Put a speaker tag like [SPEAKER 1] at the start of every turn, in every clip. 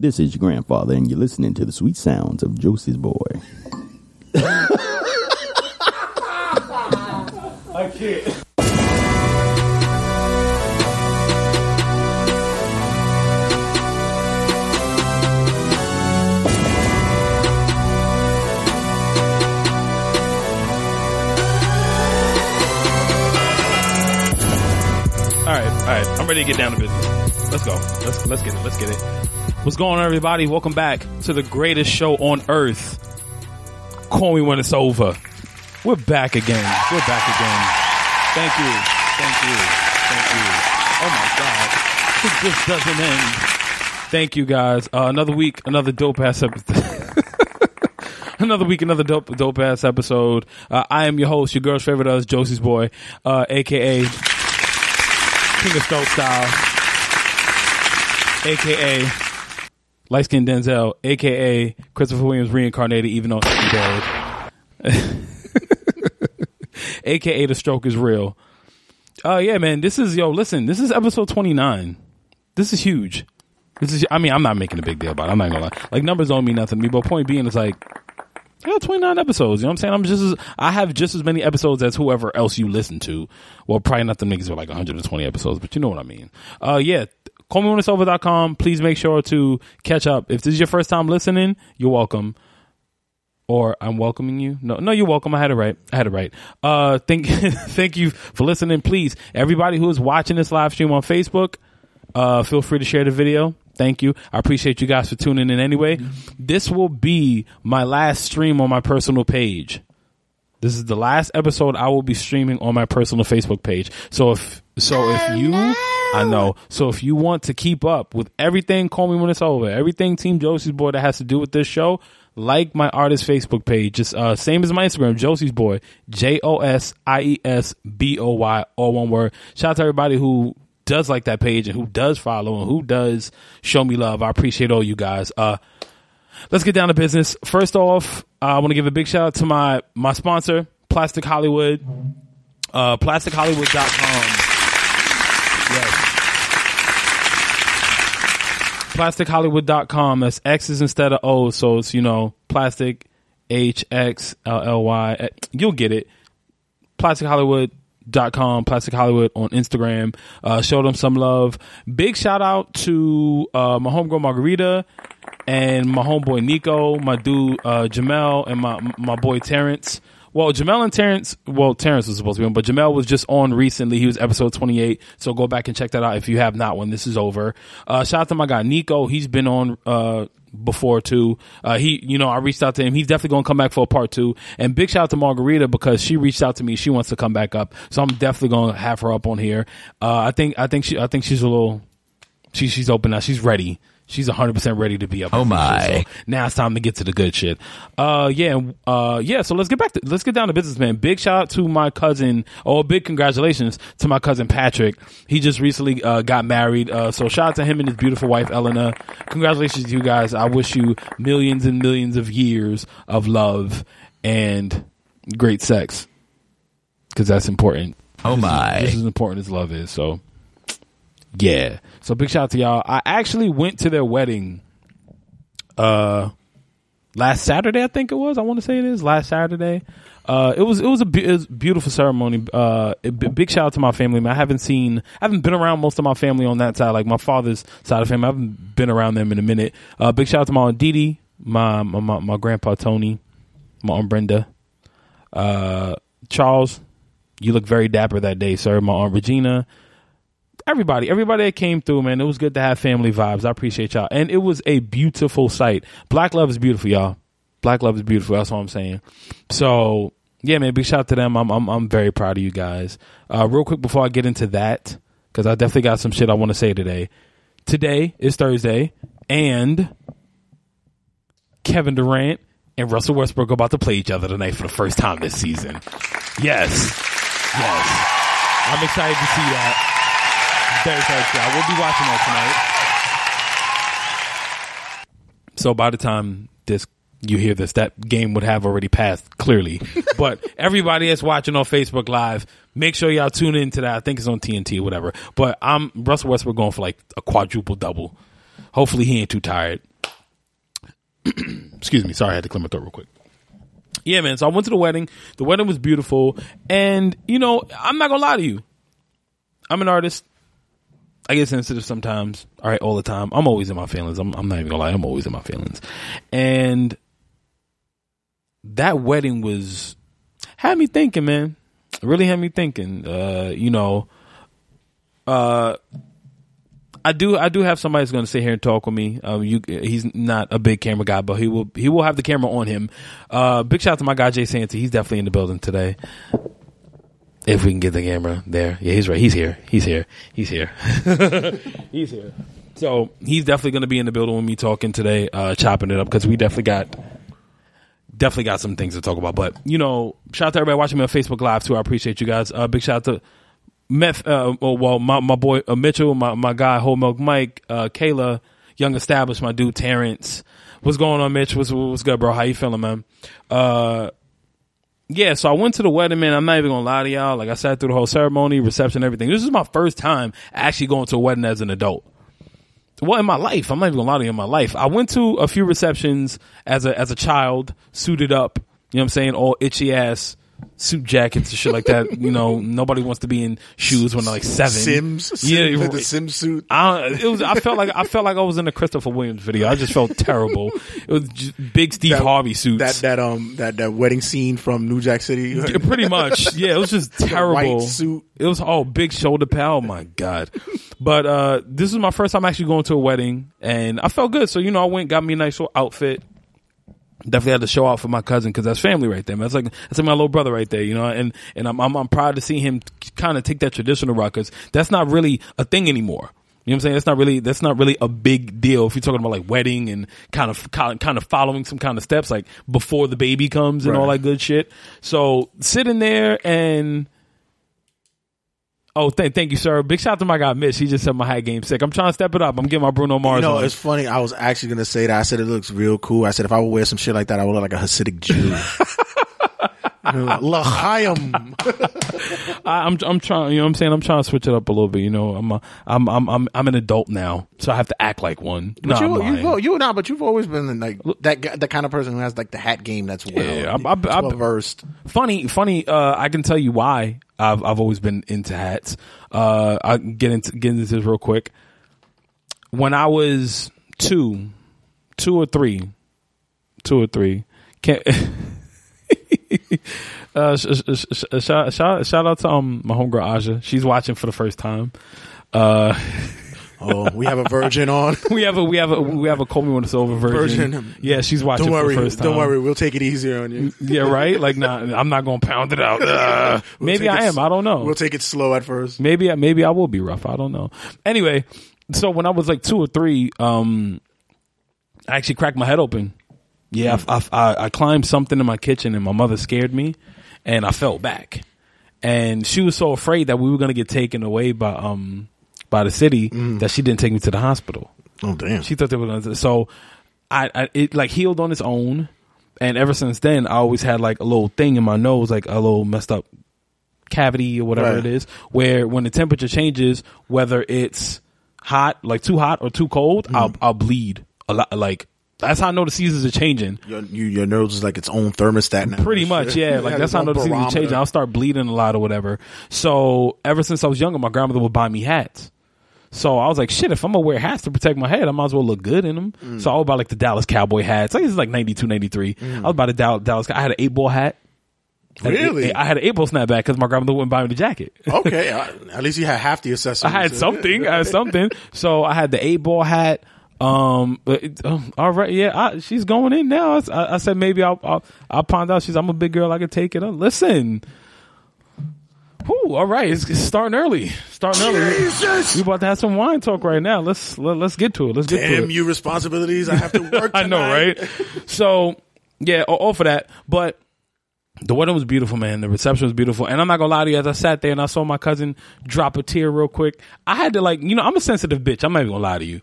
[SPEAKER 1] This is your grandfather, and you're listening to the sweet sounds of Josie's boy.
[SPEAKER 2] I can't.
[SPEAKER 3] All right, all right. I'm ready to get down to business. Let's go. Let's let's get it. Let's get it. What's going on, everybody? Welcome back to the greatest show on earth. Call me when it's over. We're back again. We're back again. Thank you. Thank you. Thank you. Oh my God. It just doesn't end. Thank you guys. Uh, another week, another dope ass episode. another week, another dope dope ass episode. Uh, I am your host, your girl's favorite us, Josie's boy, uh, aka King of Stoke Style, aka Light Skin Denzel, aka Christopher Williams reincarnated, even though he's dead, aka The Stroke is Real. Oh yeah, man, this is yo. Listen, this is episode twenty nine. This is huge. This is. I mean, I'm not making a big deal about it. I'm not gonna lie. Like numbers don't mean nothing to me. But point being is like. I got 29 episodes. You know what I'm saying? I'm just as, I have just as many episodes as whoever else you listen to. Well, probably not the niggas with like 120 episodes, but you know what I mean. Uh, yeah. Call me on it's over.com. Please make sure to catch up. If this is your first time listening, you're welcome. Or I'm welcoming you. No, no, you're welcome. I had it right. I had it right. Uh, thank, thank you for listening. Please, everybody who is watching this live stream on Facebook, uh, feel free to share the video. Thank you. I appreciate you guys for tuning in anyway. This will be my last stream on my personal page. This is the last episode I will be streaming on my personal Facebook page. So if so if you I know. So if you want to keep up with everything Call Me When It's Over, everything Team Josie's Boy that has to do with this show, like my artist Facebook page. Just uh same as my Instagram, Josie's Boy. J O S I E S B O Y all one word. Shout out to everybody who does like that page and who does follow and who does show me love. I appreciate all you guys. Uh let's get down to business. First off, I want to give a big shout out to my my sponsor, Plastic Hollywood, uh, PlasticHollywood.com. Yes. PlasticHollywood.com. That's X's instead of O's, so it's you know plastic H X L L Y. Eh, You'll get it. PlasticHollywood.com, Plastic Hollywood on Instagram. Uh, show them some love. Big shout out to uh, my homegirl Margarita and my homeboy Nico, my dude uh, Jamel, and my my boy Terrence. Well, Jamel and Terrence, well, Terrence was supposed to be on, but Jamel was just on recently. He was episode 28. So go back and check that out if you have not when this is over. Uh, shout out to my guy Nico. He's been on, uh, before too. Uh, he, you know, I reached out to him. He's definitely going to come back for a part two. And big shout out to Margarita because she reached out to me. She wants to come back up. So I'm definitely going to have her up on here. Uh, I think, I think she, I think she's a little, she she's open now. She's ready. She's 100% ready to be up. Oh
[SPEAKER 4] my.
[SPEAKER 3] now it's time to get to the good shit. Uh yeah, and, uh yeah, so let's get back to let's get down to business, man. Big shout out to my cousin. Oh, big congratulations to my cousin Patrick. He just recently uh got married. Uh so shout out to him and his beautiful wife Elena. Congratulations to you guys. I wish you millions and millions of years of love and great sex cuz that's important.
[SPEAKER 4] Oh
[SPEAKER 3] Just
[SPEAKER 4] my.
[SPEAKER 3] as important as love is. So, yeah. So big shout out to y'all. I actually went to their wedding. Uh, last Saturday I think it was. I want to say it is last Saturday. Uh, it was it was a be- it was a beautiful ceremony. Uh, a b- big shout out to my family. Man, I haven't seen, I haven't been around most of my family on that side, like my father's side of family. I haven't been around them in a minute. Uh, big shout out to my aunt Didi, my my my, my grandpa Tony, my aunt Brenda, uh, Charles. You look very dapper that day, sir. My aunt Regina, everybody, everybody that came through, man. It was good to have family vibes. I appreciate y'all. And it was a beautiful sight. Black love is beautiful, y'all. Black love is beautiful. That's what I'm saying. So yeah, man, big shout out to them. I'm I'm I'm very proud of you guys. Uh, real quick before I get into that, because I definitely got some shit I want to say today. Today is Thursday, and Kevin Durant and Russell Westbrook are about to play each other tonight for the first time this season. Yes. Yes. I'm excited to see that. Very excited to see that. We'll be watching that tonight. So by the time this you hear this, that game would have already passed, clearly. but everybody that's watching on Facebook Live, make sure y'all tune into that. I think it's on TNT or whatever. But I'm Russell Westbrook going for like a quadruple double. Hopefully he ain't too tired. Excuse me. Sorry, I had to clear my throat real quick. Yeah, man. So I went to the wedding. The wedding was beautiful, and you know, I'm not gonna lie to you. I'm an artist. I get sensitive sometimes. All right, all the time. I'm always in my feelings. I'm, I'm not even gonna lie. I'm always in my feelings, and that wedding was had me thinking, man. Really had me thinking. Uh, you know, I do. I do have somebody that's going to sit here and talk with me. Um, you, he's not a big camera guy, but he will. He will have the camera on him. Uh, big shout out to my guy Jay Santee. He's definitely in the building today. If we can get the camera there, yeah, he's right. He's here. He's here. He's here. he's here. So he's definitely going to be in the building with me talking today, uh, chopping it up because we definitely got definitely got some things to talk about. But you know, shout out to everybody watching me on Facebook Live too. I appreciate you guys. Uh, big shout out to Meth. Uh, oh, well, my my boy uh, Mitchell, my my guy Whole Milk Mike, uh, Kayla, Young Established, my dude Terrence. What's going on, Mitch? What's what's good, bro? How you feeling, man? Uh, yeah, so I went to the wedding, man. I'm not even gonna lie to y'all. Like I sat through the whole ceremony, reception, everything. This is my first time actually going to a wedding as an adult well in my life i'm not even gonna lie to you in my life i went to a few receptions as a as a child suited up you know what i'm saying all itchy ass suit jackets and shit like that you know nobody wants to be in shoes when they're like seven
[SPEAKER 2] Sims,
[SPEAKER 3] yeah
[SPEAKER 2] Sim,
[SPEAKER 3] right.
[SPEAKER 2] the Sim suit.
[SPEAKER 3] I, don't- it was, I felt like I felt like I was in a Christopher Williams video. I just felt terrible. It was just big Steve
[SPEAKER 2] That-
[SPEAKER 3] Harvey suits.
[SPEAKER 2] That that um that that wedding scene from New Jack City.
[SPEAKER 3] Yeah, pretty much. Yeah, it was just terrible.
[SPEAKER 2] white suit.
[SPEAKER 3] It was all big shoulder pal. Oh my god! But uh, this is my first time actually going to a wedding, and I felt good. So you know, I went, got me a nice little outfit. Definitely had to show out for my cousin because that's family right there. Man. That's like that's like my little brother right there, you know. And and I'm I'm, I'm proud to see him kind of take that traditional route because that's not really a thing anymore. You know what I'm saying? That's not really that's not really a big deal if you're talking about like wedding and kind of kind kind of following some kind of steps like before the baby comes and all
[SPEAKER 2] Right.
[SPEAKER 3] that good shit. So sitting there and oh, thank thank you, sir. Big shout out to my guy Mitch. He just said my high game sick. I'm trying to step it up. I'm getting my Bruno
[SPEAKER 2] You
[SPEAKER 3] Mars.
[SPEAKER 2] know,
[SPEAKER 3] on.
[SPEAKER 2] it's funny. I was actually gonna say that. I said it looks real cool. I said if I would wear some shit like that, I would look like a Hasidic Jew. L'chaim.
[SPEAKER 3] I, I'm I'm trying. You know what I'm saying? I'm trying to switch it up a little bit. You know, I'm a, I'm I'm I'm I'm an adult now, so I have to act like one.
[SPEAKER 2] But
[SPEAKER 3] Nah, I'm
[SPEAKER 2] you,
[SPEAKER 3] lying.
[SPEAKER 2] you've, al- you not, but you've always been like that guy- the kind of person who has like the hat game that's well,
[SPEAKER 3] Yeah, I'm- I'm- I'm-
[SPEAKER 2] versed.
[SPEAKER 3] funny funny uh i can tell you why i've i've always been into hats uh i can get into get into this real quick when i was two two or three two or three can't uh sh- sh- sh- sh- shout, shout, shout out to um my homegirl aja she's watching for the first time uh
[SPEAKER 2] Oh, we have a virgin on.
[SPEAKER 3] we have a we have a we have a Comey on the silver version.
[SPEAKER 2] Version.
[SPEAKER 3] yeah she's watching
[SPEAKER 2] Don't
[SPEAKER 3] for
[SPEAKER 2] worry.
[SPEAKER 3] the first time
[SPEAKER 2] Don't worry. We'll take it easier on you.
[SPEAKER 3] yeah right like nah, i'm not gonna pound it out Uh, maybe
[SPEAKER 2] take
[SPEAKER 3] i
[SPEAKER 2] it
[SPEAKER 3] am
[SPEAKER 2] s-
[SPEAKER 3] i don't know
[SPEAKER 2] We'll take it slow at first.
[SPEAKER 3] maybe I- maybe I will be rough. I don't know. Anyway, so when I was like two or three, um, I actually cracked my head open. Yeah, I, I, I, I climbed something in my kitchen, and my mother scared me, and I fell back. And she was so afraid that we were gonna get taken away by um by the city
[SPEAKER 2] Mm.
[SPEAKER 3] that she didn't take me to the hospital.
[SPEAKER 2] Oh damn.
[SPEAKER 3] She thought they were gonna. So I, I it like healed on its own, and ever since then I always had like a little thing in my nose, like a little messed up cavity or whatever it
[SPEAKER 2] Right.
[SPEAKER 3] is, where when the temperature changes, whether it's hot, like too hot or too cold,
[SPEAKER 2] Mm-hmm.
[SPEAKER 3] I'll I'll bleed a lot. Like that's how I know the seasons are changing.
[SPEAKER 2] your, you, your nose is like its own thermostat now.
[SPEAKER 3] Pretty much, yeah. Like that's how I know the season's changing. I'll start bleeding a lot or whatever. So ever since I was younger, my grandmother would buy me hats. So I was like, shit, if I'm gonna wear hats to protect my head, I might as well look good in them. So I would buy like the Dallas Cowboy hats. I think it's like 92, 93. I was about to Dow- Dallas. I had an eight ball hat. I had an
[SPEAKER 2] Really?
[SPEAKER 3] eight- I had an eight ball snapback because my grandmother wouldn't buy me the jacket.
[SPEAKER 2] okay, I, at least you had half the accessories.
[SPEAKER 3] I had something. I had something. So I had the eight ball hat. Um, but it- um, all right, yeah, I, she's going in now. I, I said maybe I'll, I'll I'll pond out. She's I'm a big girl. I can take it. on. Listen, whoo, all right, it's, it's starting early. Starting early. We
[SPEAKER 2] Jesus,
[SPEAKER 3] about to have some wine talk right now. Let's let, let's get to it. Let's get to it.
[SPEAKER 2] damn you responsibilities! I have to work.
[SPEAKER 3] I know,
[SPEAKER 2] tonight.
[SPEAKER 3] right? So, yeah, all, all for that. But the wedding was beautiful, man. The reception was beautiful. And I'm not going to lie to you, as I sat there and I saw my cousin drop a tear real quick, I had to, like, you know, I'm a sensitive bitch. I'm not even going to lie to you.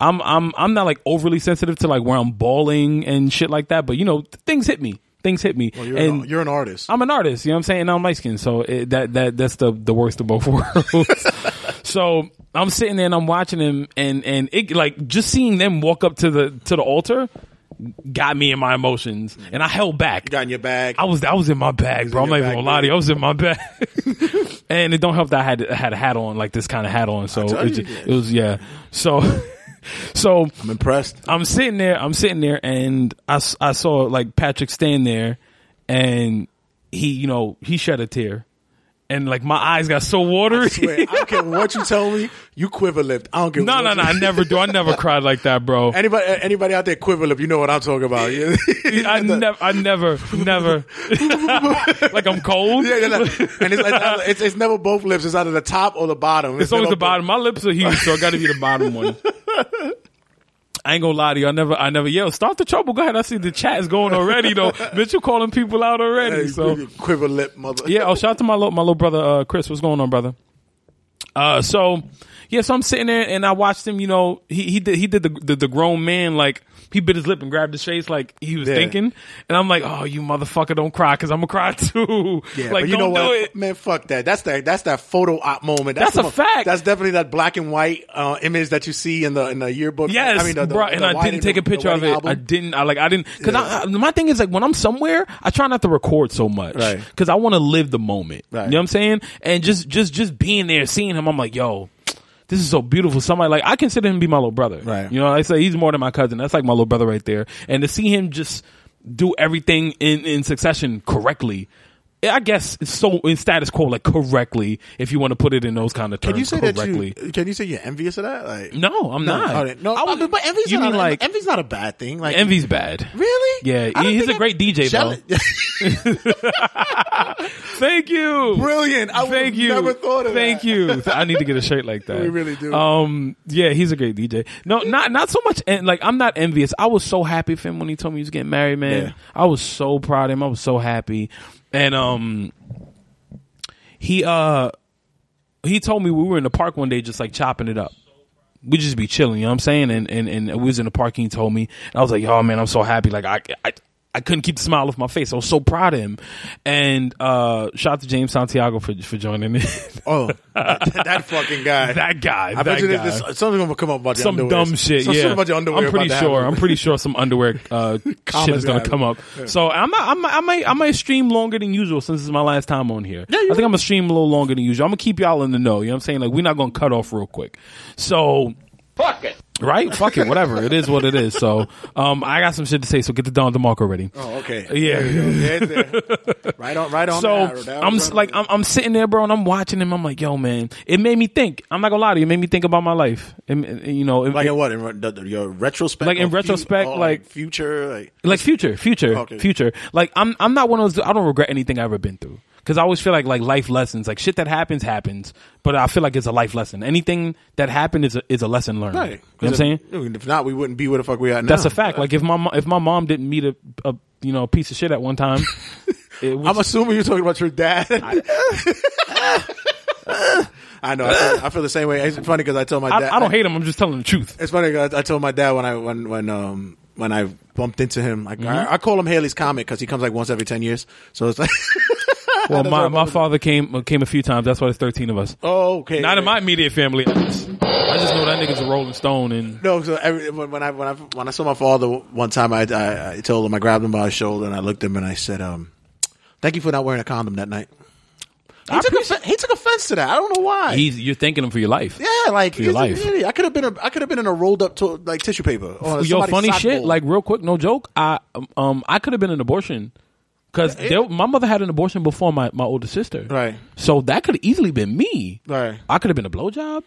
[SPEAKER 3] I'm, I'm, I'm not, like, overly sensitive to, like, where I'm bawling and shit like that. But, you know, th- things hit me. Things hit me.
[SPEAKER 2] You're,
[SPEAKER 3] and
[SPEAKER 2] an, you're an artist.
[SPEAKER 3] I'm an artist, you know what I'm saying? And I'm light skinned. So it, that, that, that's the, the worst of both worlds. so I'm sitting there and I'm watching him and, and it, like just seeing them walk up to the, to the altar, got me in my emotions, and I held back.
[SPEAKER 2] got in your bag.
[SPEAKER 3] I was I was in my bag, bro. I'm
[SPEAKER 2] in
[SPEAKER 3] not
[SPEAKER 2] your
[SPEAKER 3] even
[SPEAKER 2] bag,
[SPEAKER 3] gonna lie to
[SPEAKER 2] dude.
[SPEAKER 3] you. I was in my bag, and it don't help that I had I had a hat on, like this kind of hat on. So
[SPEAKER 2] told
[SPEAKER 3] it,
[SPEAKER 2] you
[SPEAKER 3] ju-
[SPEAKER 2] that.
[SPEAKER 3] it was yeah. So so
[SPEAKER 2] I'm impressed.
[SPEAKER 3] I'm sitting there. I'm sitting there, and I, s- I saw like Patrick stand there, and he you know he shed a tear, and like my eyes got so watery.
[SPEAKER 2] Swear, I don't care what you tell me. You quiver lipped. I don't care.
[SPEAKER 3] no
[SPEAKER 2] what
[SPEAKER 3] no
[SPEAKER 2] you-
[SPEAKER 3] no, I never do. I never cried like that, bro.
[SPEAKER 2] Anybody, anybody out there quiver lip? You know what I'm talking about. Yeah.
[SPEAKER 3] I never, I never, never. like I'm cold.
[SPEAKER 2] Yeah, yeah, like- and it's, like, it's it's never both lips. It's either the top or the bottom.
[SPEAKER 3] It's always the bottom. My lips are huge, so I got to be the bottom one. I ain't gonna lie to you. I never, I never. Yo, start the trouble. Go ahead. I see the chat is going already though. Mitchell calling people out already. So
[SPEAKER 2] quiver lip, mother.
[SPEAKER 3] yeah. Oh, shout out to my little, my little brother, uh, Chris. What's going on, brother? Uh, so yeah. So I'm sitting there and I watched him. You know, he he did he did the the, the grown man like. He bit his lip and grabbed his face like he was
[SPEAKER 2] Yeah.
[SPEAKER 3] thinking, and I'm like, "Oh, you motherfucker, don't cry, cause I'm gonna cry too."
[SPEAKER 2] Yeah,
[SPEAKER 3] like,
[SPEAKER 2] but you know
[SPEAKER 3] don't do
[SPEAKER 2] what,
[SPEAKER 3] it.
[SPEAKER 2] man? Fuck that. That's that. That's that photo op moment.
[SPEAKER 3] That's a
[SPEAKER 2] the-
[SPEAKER 3] fact.
[SPEAKER 2] That's definitely that black and white uh, image that you see in the in the yearbook.
[SPEAKER 3] Yes,
[SPEAKER 2] I mean, the, the-
[SPEAKER 3] bruh,
[SPEAKER 2] the
[SPEAKER 3] and I
[SPEAKER 2] wedding-
[SPEAKER 3] didn't take a
[SPEAKER 2] the
[SPEAKER 3] picture of it.
[SPEAKER 2] wedding
[SPEAKER 3] I
[SPEAKER 2] album.
[SPEAKER 3] didn't. I like. I didn't. Because I, I- my thing is like when I'm somewhere, I try not to record so much
[SPEAKER 2] Right.
[SPEAKER 3] because I want to live the moment.
[SPEAKER 2] Right.
[SPEAKER 3] You know what I'm saying? And just just just being there, seeing him, I'm like, yo. This is so beautiful. Somebody like I consider him to be my little brother.
[SPEAKER 2] Right.
[SPEAKER 3] You know, I say he's more than my cousin. That's like my little brother right there. And to see him just do everything in, in succession correctly, I guess it's so in status quo, like correctly, if you want to put it in those kind of terms.
[SPEAKER 2] Can you say
[SPEAKER 3] correctly.
[SPEAKER 2] that you? Can you say you're envious of that? Like,
[SPEAKER 3] No, I'm
[SPEAKER 2] no,
[SPEAKER 3] not.
[SPEAKER 2] oh, no.
[SPEAKER 3] I
[SPEAKER 2] I
[SPEAKER 3] would-
[SPEAKER 2] mean, but envy's
[SPEAKER 3] you
[SPEAKER 2] not,
[SPEAKER 3] mean
[SPEAKER 2] a-
[SPEAKER 3] like-
[SPEAKER 2] envy's not a bad thing. Like,
[SPEAKER 3] Envy's bad.
[SPEAKER 2] really?
[SPEAKER 3] Yeah,
[SPEAKER 2] I don't
[SPEAKER 3] he's
[SPEAKER 2] think
[SPEAKER 3] a
[SPEAKER 2] I-
[SPEAKER 3] great DJ,
[SPEAKER 2] Jealous-
[SPEAKER 3] Thank you.
[SPEAKER 2] Brilliant. I would've
[SPEAKER 3] Thank you.
[SPEAKER 2] Never thought of
[SPEAKER 3] Thank
[SPEAKER 2] that.
[SPEAKER 3] you. I need to get a shirt like that.
[SPEAKER 2] We really do.
[SPEAKER 3] Um, yeah, he's a great DJ. No, not not so much. En- like I'm not envious. I was so happy for him when he told me he was getting married, man.
[SPEAKER 2] Yeah.
[SPEAKER 3] I was so proud of him. I was so happy, and um, he uh, he told me we were in the park one day, just like chopping it up. We just be chilling, you know what I'm saying? And and and we was in the park. And he told me, and I was like, "Yo, man, I'm so happy! Like I." I I couldn't keep the smile off my face. I was so proud of him, and uh, shout out to James Santiago for for joining in.
[SPEAKER 2] Oh, that, that fucking guy.
[SPEAKER 3] that guy.
[SPEAKER 2] I
[SPEAKER 3] that
[SPEAKER 2] bet you
[SPEAKER 3] guy.
[SPEAKER 2] there's there's something gonna come up about your
[SPEAKER 3] some
[SPEAKER 2] underwear.
[SPEAKER 3] dumb shit.
[SPEAKER 2] Some
[SPEAKER 3] yeah,
[SPEAKER 2] about your underwear.
[SPEAKER 3] I'm pretty
[SPEAKER 2] about to
[SPEAKER 3] sure.
[SPEAKER 2] happen.
[SPEAKER 3] I'm pretty sure some underwear uh, shit
[SPEAKER 2] Common's
[SPEAKER 3] is gonna
[SPEAKER 2] happening.
[SPEAKER 3] come up. So I'm not, I'm I might I might stream longer than usual since it's my last time on here. I think I'm gonna stream a little longer than usual. I'm gonna keep y'all in the know. You know what I'm saying? Like we're not gonna cut off real quick. So
[SPEAKER 4] Fuck it.
[SPEAKER 3] right, fuck it, whatever. it is what it is. So um, I got some shit to say. So get the Don DeMarco ready.
[SPEAKER 2] Oh, okay.
[SPEAKER 3] Yeah.
[SPEAKER 2] There you go. There's there. right on. Right on.
[SPEAKER 3] So
[SPEAKER 2] that, right
[SPEAKER 3] I'm
[SPEAKER 2] on
[SPEAKER 3] s- like
[SPEAKER 2] that.
[SPEAKER 3] I'm, I'm sitting there, bro, and I'm watching him. I'm like, yo, man, it made me think. I'm not gonna lie to you, it made me think about my life. It- it- you know, it-
[SPEAKER 2] like in what in re- the, the, your retrospect,
[SPEAKER 3] Like in
[SPEAKER 2] or fu-
[SPEAKER 3] retrospect,
[SPEAKER 2] or
[SPEAKER 3] like-
[SPEAKER 2] future, like
[SPEAKER 3] like future, future,
[SPEAKER 2] Okay.
[SPEAKER 3] future. Like I'm, I'm not one of those. I don't regret anything I've ever been through because I always feel like like life lessons, like shit that happens happens, but I feel like it's a life lesson. Anything that happened is a, is a lesson learned. You know what I'm saying?
[SPEAKER 2] if not, we wouldn't be where the fuck we are now.
[SPEAKER 3] That's a fact. Like if my mo- if my mom didn't meet a, a you know a piece of shit at one time, it was,
[SPEAKER 2] I'm assuming you're talking about your dad. I know. I feel, I feel the same way. It's funny because I told my
[SPEAKER 3] I,
[SPEAKER 2] dad.
[SPEAKER 3] I don't hate him. I'm just telling the truth.
[SPEAKER 2] It's funny. 'cause I told my dad when I when when um when I bumped into him. I,
[SPEAKER 3] Mm-hmm.
[SPEAKER 2] I, I call him Haley's comic because he comes like once every ten years. So it's like,
[SPEAKER 3] Well, my,
[SPEAKER 2] what-
[SPEAKER 3] my father came came a few times. That's why there's 13 of us.
[SPEAKER 2] oh, okay.
[SPEAKER 3] Not in my immediate family. I just, I just know that nigga's a Rolling Stone and
[SPEAKER 2] No, so every, when, when I when I when I saw my father one time, I, I I told him I grabbed him by his shoulder and I looked at him and I said, um, "Thank you for not wearing a condom that night." He, took, offen- he took offense to that. I don't know why.
[SPEAKER 3] he's you're thanking him for your life.
[SPEAKER 2] yeah, like
[SPEAKER 3] your
[SPEAKER 2] he's an
[SPEAKER 3] life.
[SPEAKER 2] idiot. I could have been a, I could have been in a rolled up to, like tissue paper. Or
[SPEAKER 3] Yo,
[SPEAKER 2] somebody's
[SPEAKER 3] funny
[SPEAKER 2] sock
[SPEAKER 3] shit.
[SPEAKER 2] bowl.
[SPEAKER 3] Like real quick, no joke. I um, um I could have been an abortion because my mother had an abortion before my my older sister.
[SPEAKER 2] Right.
[SPEAKER 3] So that could have easily been me.
[SPEAKER 2] Right.
[SPEAKER 3] I could have been a blowjob.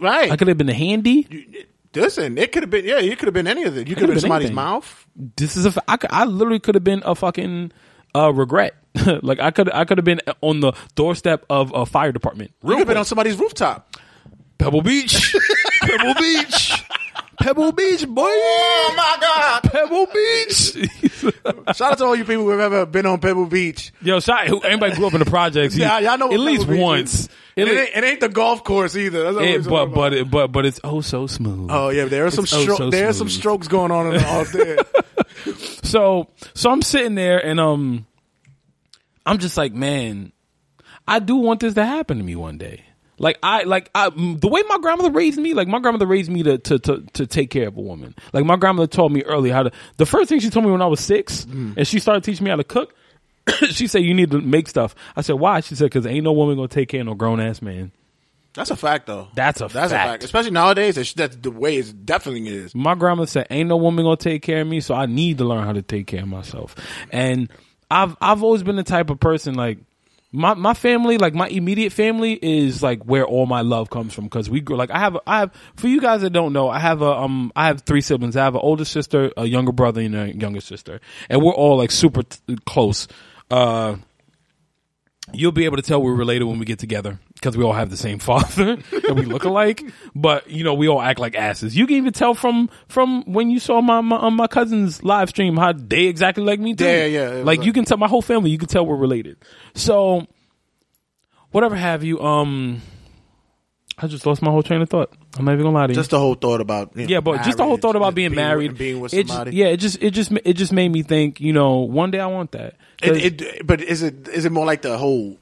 [SPEAKER 2] right.
[SPEAKER 3] I could have been a handy.
[SPEAKER 2] Listen, it could have been yeah, it could have been any of it. You could have been,
[SPEAKER 3] been
[SPEAKER 2] somebody's
[SPEAKER 3] anything.
[SPEAKER 2] mouth.
[SPEAKER 3] This is a. f- I could, I literally could have been a fucking uh regret. like I could I could have been on the doorstep of a fire department.
[SPEAKER 2] You could have been on somebody's rooftop.
[SPEAKER 3] Pebble Beach. Pebble Beach. Pebble Beach, boy.
[SPEAKER 2] Oh my God!
[SPEAKER 3] Pebble Beach.
[SPEAKER 2] Shout out to all you people who've ever been on Pebble Beach.
[SPEAKER 3] Yo, shot who anybody grew up in the projects.
[SPEAKER 2] Yeah, y'all know what
[SPEAKER 3] at least
[SPEAKER 2] Pebble Beach
[SPEAKER 3] once.
[SPEAKER 2] is. It, ain't, it ain't the golf course either. That's what
[SPEAKER 3] It-
[SPEAKER 2] we're
[SPEAKER 3] but
[SPEAKER 2] talking
[SPEAKER 3] but it, but but it's oh so smooth.
[SPEAKER 2] Oh yeah, there are some
[SPEAKER 3] It's oh
[SPEAKER 2] stro-
[SPEAKER 3] so
[SPEAKER 2] there are some
[SPEAKER 3] smooth.
[SPEAKER 2] strokes going on in the off there.
[SPEAKER 3] So so I'm sitting there and um, I'm just like, man, I do want this to happen to me one day. Like I like I mm, the way my grandmother raised me, like my grandmother raised me to to to, to take care of a woman. Like my grandmother taught me early how to. The first thing she told me when I was six,
[SPEAKER 2] Mm.
[SPEAKER 3] and she started teaching me how to cook. she said you need to make stuff. I said why? She said because ain't no woman gonna take care of no grown ass man.
[SPEAKER 2] That's a fact, though.
[SPEAKER 3] That's a fact.
[SPEAKER 2] Especially nowadays, that's, that's the way it definitely is.
[SPEAKER 3] my grandma said ain't no woman gonna take care of me so i need to learn how to take care of myself and i've i've always been the type of person like my my family like my immediate family is like where all my love comes from because we grew like i have i have for you guys that don't know i have a um i have three siblings i have an older sister a younger brother and a younger sister and we're all like super t- close uh you'll be able to tell we're related when we get together because we all have the same father and we look alike. But you know, we all act like asses. You can even tell from from when you saw my my, um, my cousin's live stream how they exactly like me. Too.
[SPEAKER 2] Yeah, yeah, it was
[SPEAKER 3] Like you
[SPEAKER 2] like-
[SPEAKER 3] can tell my whole family. You can tell we're related. So, whatever have you? Um, I just lost my whole train of thought. I'm not even gonna lie to you.
[SPEAKER 2] Just the whole thought about you know,
[SPEAKER 3] Yeah, but just the whole
[SPEAKER 2] marriage
[SPEAKER 3] thought about
[SPEAKER 2] and
[SPEAKER 3] being, married,
[SPEAKER 2] and being with
[SPEAKER 3] it just-
[SPEAKER 2] somebody.
[SPEAKER 3] yeah, it just it just ma- it just made me think. You know, one day I want that. 'Cause-
[SPEAKER 2] It, it, but is it is it more like the whole?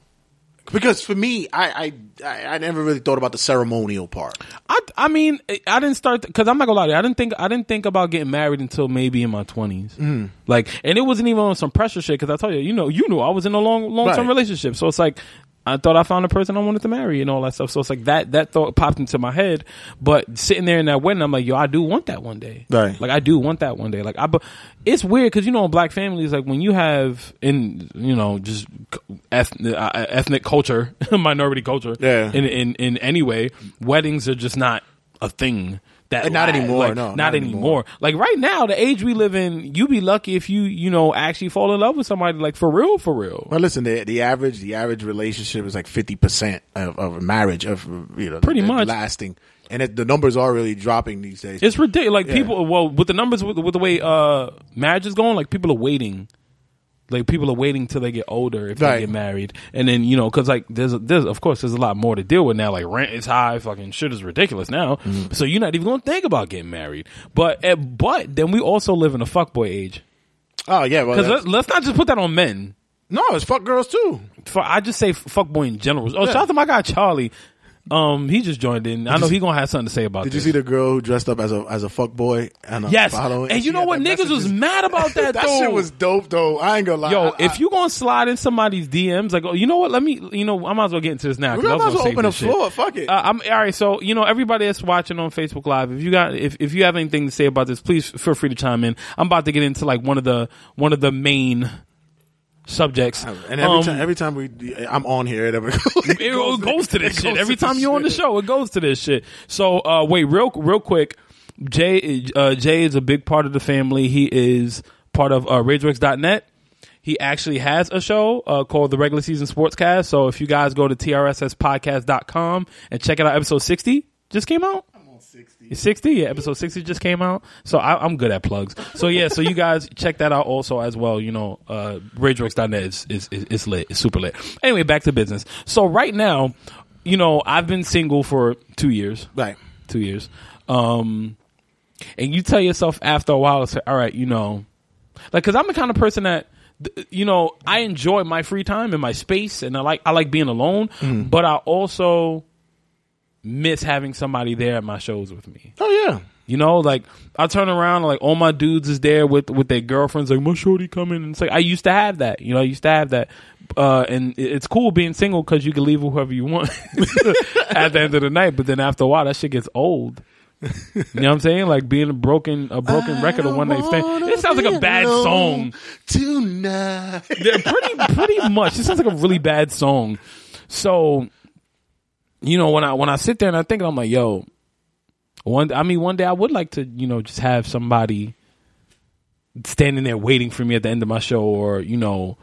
[SPEAKER 2] Because for me, I I, I, I never really thought about the ceremonial part.
[SPEAKER 3] I I mean I- I didn't start because I'm not gonna lie to you. I didn't think I didn't think about getting married until maybe in my 20s.
[SPEAKER 2] Mm.
[SPEAKER 3] Like, and it wasn't even on some pressure shit because I told you, you know, you knew I was in a long long term
[SPEAKER 2] Right.
[SPEAKER 3] relationship, so it's like I thought I found the person I wanted to marry and all that stuff. So it's like that that thought popped into my head, but sitting there in that wedding, I'm like, yo, I do want that one day.
[SPEAKER 2] Right.
[SPEAKER 3] Like I do want that one day. Like I, but it's weird because you know, in black families, like when you have in you know just ethnic, uh, ethnic culture, minority culture,
[SPEAKER 2] Yeah.
[SPEAKER 3] in in in any way, weddings are just not a thing. That
[SPEAKER 2] And not
[SPEAKER 3] la-
[SPEAKER 2] anymore,
[SPEAKER 3] like,
[SPEAKER 2] no,
[SPEAKER 3] not,
[SPEAKER 2] not
[SPEAKER 3] anymore.
[SPEAKER 2] anymore.
[SPEAKER 3] Like right now, the age we live in, you be lucky if you you know actually fall in love with somebody like for real, for real.
[SPEAKER 2] Well, listen, the the average the average relationship is like fifty percent of, of a marriage of you know
[SPEAKER 3] Pretty
[SPEAKER 2] the- the
[SPEAKER 3] much.
[SPEAKER 2] lasting, and it, the numbers are really dropping these days.
[SPEAKER 3] It's ridiculous. Like
[SPEAKER 2] Yeah.
[SPEAKER 3] people, well, with the numbers, with, with the way uh marriage is going, like people are waiting. Like people are waiting till they get older if
[SPEAKER 2] Right.
[SPEAKER 3] they get married, and then you know, because like there's a, there's of course there's a lot more to deal with now. Like rent is high, fucking shit is ridiculous now.
[SPEAKER 2] Mm-hmm.
[SPEAKER 3] So you're not even gonna think about getting married. But eh, but then we also live in a fuckboy age
[SPEAKER 2] oh yeah, well,
[SPEAKER 3] because
[SPEAKER 2] that's-
[SPEAKER 3] let's, let's not just put that on men.
[SPEAKER 2] no, it's fuck girls too.
[SPEAKER 3] For, I just say fuckboy in general. Oh, shout out to my guy Charlie. Um, he just joined in. I know he gonna have something to say about
[SPEAKER 2] Did you
[SPEAKER 3] this.
[SPEAKER 2] see the girl who dressed up as a as a fuck boy? And I'm
[SPEAKER 3] yes,
[SPEAKER 2] following-
[SPEAKER 3] and you
[SPEAKER 2] she
[SPEAKER 3] know
[SPEAKER 2] had
[SPEAKER 3] what?
[SPEAKER 2] that
[SPEAKER 3] Niggas was
[SPEAKER 2] messages?
[SPEAKER 3] mad about that.
[SPEAKER 2] that
[SPEAKER 3] though.
[SPEAKER 2] shit was dope though. I ain't gonna lie.
[SPEAKER 3] Yo,
[SPEAKER 2] I- I-
[SPEAKER 3] if you gonna slide in somebody's DMs, like, oh, you know what? Let me, you know, I might as well get into this now.
[SPEAKER 2] we
[SPEAKER 3] 'cause I
[SPEAKER 2] might
[SPEAKER 3] was
[SPEAKER 2] as
[SPEAKER 3] gonna save
[SPEAKER 2] well open the
[SPEAKER 3] this shit.
[SPEAKER 2] floor. Fuck it.
[SPEAKER 3] Uh, I'm all right. So you know, everybody that's watching on Facebook Live, if you got, if, if you have anything to say about this, please feel free to chime in. I'm about to get into like one of the one of the main subjects.
[SPEAKER 2] and every
[SPEAKER 3] Um,
[SPEAKER 2] time every time we I'm on here, it, ever, it
[SPEAKER 3] it goes, to this
[SPEAKER 2] it
[SPEAKER 3] shit.
[SPEAKER 2] goes
[SPEAKER 3] Every
[SPEAKER 2] to
[SPEAKER 3] time
[SPEAKER 2] this
[SPEAKER 3] you're on the
[SPEAKER 2] shit.
[SPEAKER 3] show, it goes to this shit. So uh, wait, real real quick, Jay uh, Jay is a big part of the family. He is part of uh, RageWorks.net. He actually has a show uh, called the Regular Season Sportscast. So if you guys go to trsspodcast.com and check it out, episode sixty just came out. 60 yeah episode 60 just came out so I, i'm good at plugs so yeah so you guys check that out also as well you know uh rageworks.net is, is, is, is lit it's super lit anyway back to business so right now you know i've been single for two years
[SPEAKER 2] Right.
[SPEAKER 3] two years um and you tell yourself after a while it's like, all right you know like because i'm the kind of person that th- you know i enjoy my free time and my space and i like i like being alone but i also miss having somebody there at my shows with me
[SPEAKER 2] Oh yeah.
[SPEAKER 3] you know, like I turn around, like all my dudes is there with with their girlfriends. Like my shorty coming, and it's like I used to have that. You know, I used to have that, uh, and it- it's cool being single because you can leave with whoever you want at the end of the night. But then after a while, that shit gets old. You know what I'm saying? Like being a broken a broken record of one night stand. It sounds like a bad song.
[SPEAKER 2] Tonight.
[SPEAKER 3] Yeah, pretty pretty much. It sounds like a really bad song. So, you know, when I when I sit there and I think, I'm like, yo, one. I mean, one day I would like to, you know, just have somebody standing there waiting for me at the end of my show, or you know.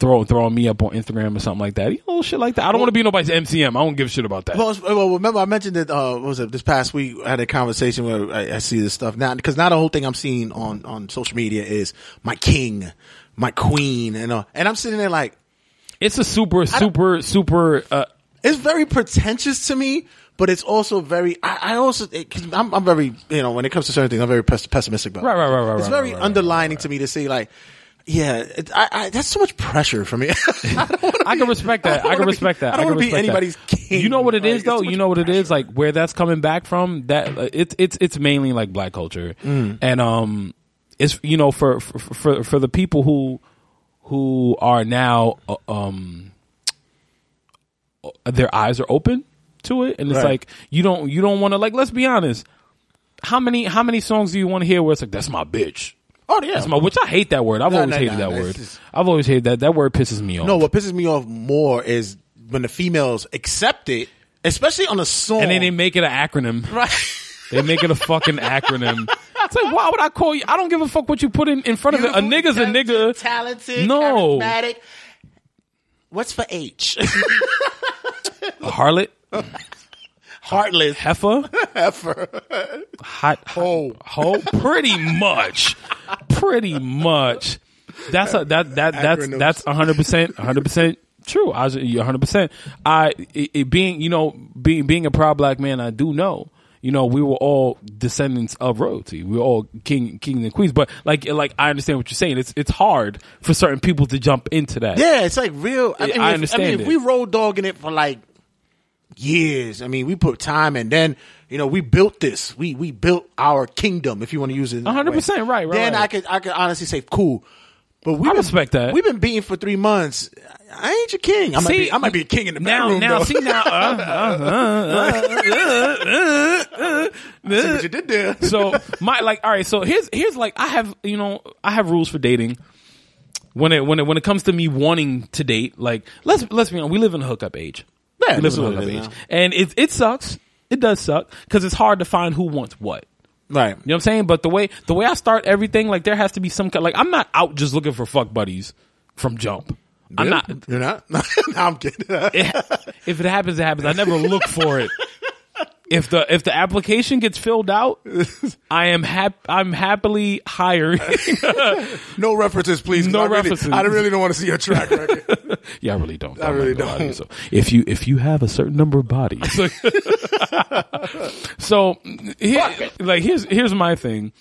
[SPEAKER 3] Throw, throwing me up on Instagram or something like that. You know, shit like that. I don't want to be nobody's MCM. I don't give a shit about that.
[SPEAKER 2] Well, it's- well, remember I mentioned that uh, what was it this past week? I had a conversation where I, I see this stuff now because now the whole thing I'm seeing on on social media is my king, my queen, and uh, and I'm sitting there like
[SPEAKER 3] it's a super, super, super. Uh,
[SPEAKER 2] it's very pretentious to me, but it's also very. I, I also because I'm, I'm very you know when it comes to certain things, I'm very pes- pessimistic about. it.
[SPEAKER 3] Right, right, right, right,
[SPEAKER 2] It's
[SPEAKER 3] right,
[SPEAKER 2] very
[SPEAKER 3] right, right,
[SPEAKER 2] underlining to me to see like, yeah, it, I, I, that's so much pressure for me. I, don't wanna
[SPEAKER 3] I can
[SPEAKER 2] be-
[SPEAKER 3] respect that. I,
[SPEAKER 2] don't
[SPEAKER 3] can
[SPEAKER 2] wanna be-
[SPEAKER 3] respect that.
[SPEAKER 2] I don't
[SPEAKER 3] can
[SPEAKER 2] wanna be
[SPEAKER 3] respect that.
[SPEAKER 2] anybody's king.
[SPEAKER 3] You know what it is though. You know what it is like where that's coming back from. That uh, it's it's it's mainly like black culture,
[SPEAKER 2] Mm.
[SPEAKER 3] and um, it's you know for for for, for the people who who are now uh, um, uh, their eyes are open to it, and it's
[SPEAKER 2] Right.
[SPEAKER 3] like you don't you don't want to like. Let's be honest. How many how many songs do you want to hear where it's like that's my bitch?
[SPEAKER 2] Oh yeah.
[SPEAKER 3] That's my which I hate that word. I've
[SPEAKER 2] No,
[SPEAKER 3] always
[SPEAKER 2] no,
[SPEAKER 3] hated that
[SPEAKER 2] no, no,
[SPEAKER 3] word.
[SPEAKER 2] it's just-
[SPEAKER 3] I've always hated that. That word pisses me off.
[SPEAKER 2] no, what pisses me off more is when the females accept it, especially on a song.
[SPEAKER 3] and then they make it an acronym.
[SPEAKER 2] right.
[SPEAKER 3] They make it a fucking acronym. It's like, why would I call you? I don't give a fuck what you put in, in front of it. A nigga's a nigga.
[SPEAKER 2] Talented,
[SPEAKER 3] No.
[SPEAKER 2] charismatic. What's for H?
[SPEAKER 3] A harlot,
[SPEAKER 2] Heartless.
[SPEAKER 3] heifer, heifer, hot hoe, hoe. Pretty much, pretty much. That's a that that that's
[SPEAKER 2] Acronyms.
[SPEAKER 3] that's hundred percent, hundred percent true. I hundred percent. I it, it being you know being being a proud black man, I do know. You know, we were all descendants of royalty. We were all king, kings and queens. But like, like I understand what you're saying. It's it's hard for certain people to jump into that.
[SPEAKER 2] Yeah, it's like real. I,
[SPEAKER 3] Yeah,
[SPEAKER 2] mean,
[SPEAKER 3] I
[SPEAKER 2] if-
[SPEAKER 3] understand
[SPEAKER 2] I
[SPEAKER 3] it.
[SPEAKER 2] mean, if we road dogging it for like years, I mean, we put time and then you know we built this. We we built our kingdom, if you want to use it. in that
[SPEAKER 3] 100%,
[SPEAKER 2] way.
[SPEAKER 3] right, right,
[SPEAKER 2] Then
[SPEAKER 3] right.
[SPEAKER 2] I could I could honestly say cool. But we
[SPEAKER 3] I respect that.
[SPEAKER 2] We've been beating for three months. I ain't your king. I might be, I might be a king in the
[SPEAKER 3] now.
[SPEAKER 2] bedroom,
[SPEAKER 3] now,
[SPEAKER 2] though.
[SPEAKER 3] see now. Uh, uh,
[SPEAKER 2] See what you did there.
[SPEAKER 3] so my like, all right. So here's here's like I have you know I have rules for dating. When it when it when it comes to me wanting to date, like let's let's be honest, we live in a hookup age.
[SPEAKER 2] Yeah,
[SPEAKER 3] we live
[SPEAKER 2] that's
[SPEAKER 3] in a
[SPEAKER 2] what
[SPEAKER 3] hookup
[SPEAKER 2] it is
[SPEAKER 3] age,
[SPEAKER 2] now.
[SPEAKER 3] and it it sucks. It does suck because it's hard to find who wants what.
[SPEAKER 2] Right.
[SPEAKER 3] You know what I'm saying? But the way the way I start everything, like there has to be some kind. Like I'm not out just looking for fuck buddies from jump. I'm not.
[SPEAKER 2] You're not. no, I'm kidding.
[SPEAKER 3] if it happens, it happens. I never look for it. If the if the application gets filled out, I am hap- I'm happily hiring.
[SPEAKER 2] no references, please. 'cause
[SPEAKER 3] No
[SPEAKER 2] I really-
[SPEAKER 3] references.
[SPEAKER 2] I really don't want to see your track record.
[SPEAKER 3] yeah, I really don't.
[SPEAKER 2] I really
[SPEAKER 3] I'm not gonna lie to you.
[SPEAKER 2] don't.
[SPEAKER 3] So if you if you have a certain number of bodies, so here, like here's here's my thing.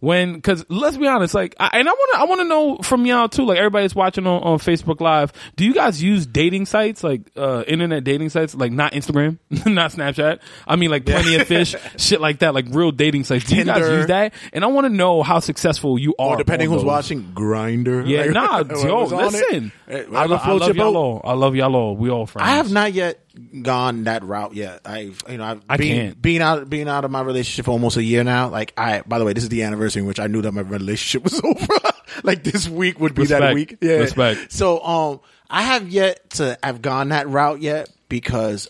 [SPEAKER 3] When because let's be honest, like I, and I want to I want to know from y'all too. Like everybody that's watching on, on Facebook Live, do you guys use dating sites like uh internet dating sites like not Instagram, not Snapchat? I mean like Plenty of Fish, shit like that, like real dating sites. Do you guys
[SPEAKER 2] Tinder.
[SPEAKER 3] use that? And I want to know how successful you are.
[SPEAKER 2] Or depending
[SPEAKER 3] on
[SPEAKER 2] who's
[SPEAKER 3] those.
[SPEAKER 2] watching, grinder.
[SPEAKER 3] Yeah,
[SPEAKER 2] Like,
[SPEAKER 3] nah,
[SPEAKER 2] what
[SPEAKER 3] yo,
[SPEAKER 2] was on it?
[SPEAKER 3] listen. I,
[SPEAKER 2] Hey, whatever
[SPEAKER 3] lo- I
[SPEAKER 2] floats
[SPEAKER 3] love
[SPEAKER 2] your
[SPEAKER 3] y'all
[SPEAKER 2] boat.
[SPEAKER 3] all. I love y'all all. We all friends.
[SPEAKER 2] I have not yet gone that route yet. I've you know I've
[SPEAKER 3] I
[SPEAKER 2] been,
[SPEAKER 3] can't.
[SPEAKER 2] being out being out of my relationship for almost a year now. Like I by the way, this is the anniversary in which I knew that my relationship was over. like this week would be
[SPEAKER 3] Respect.
[SPEAKER 2] that week. Yeah.
[SPEAKER 3] Respect.
[SPEAKER 2] So um I have yet to have gone that route yet because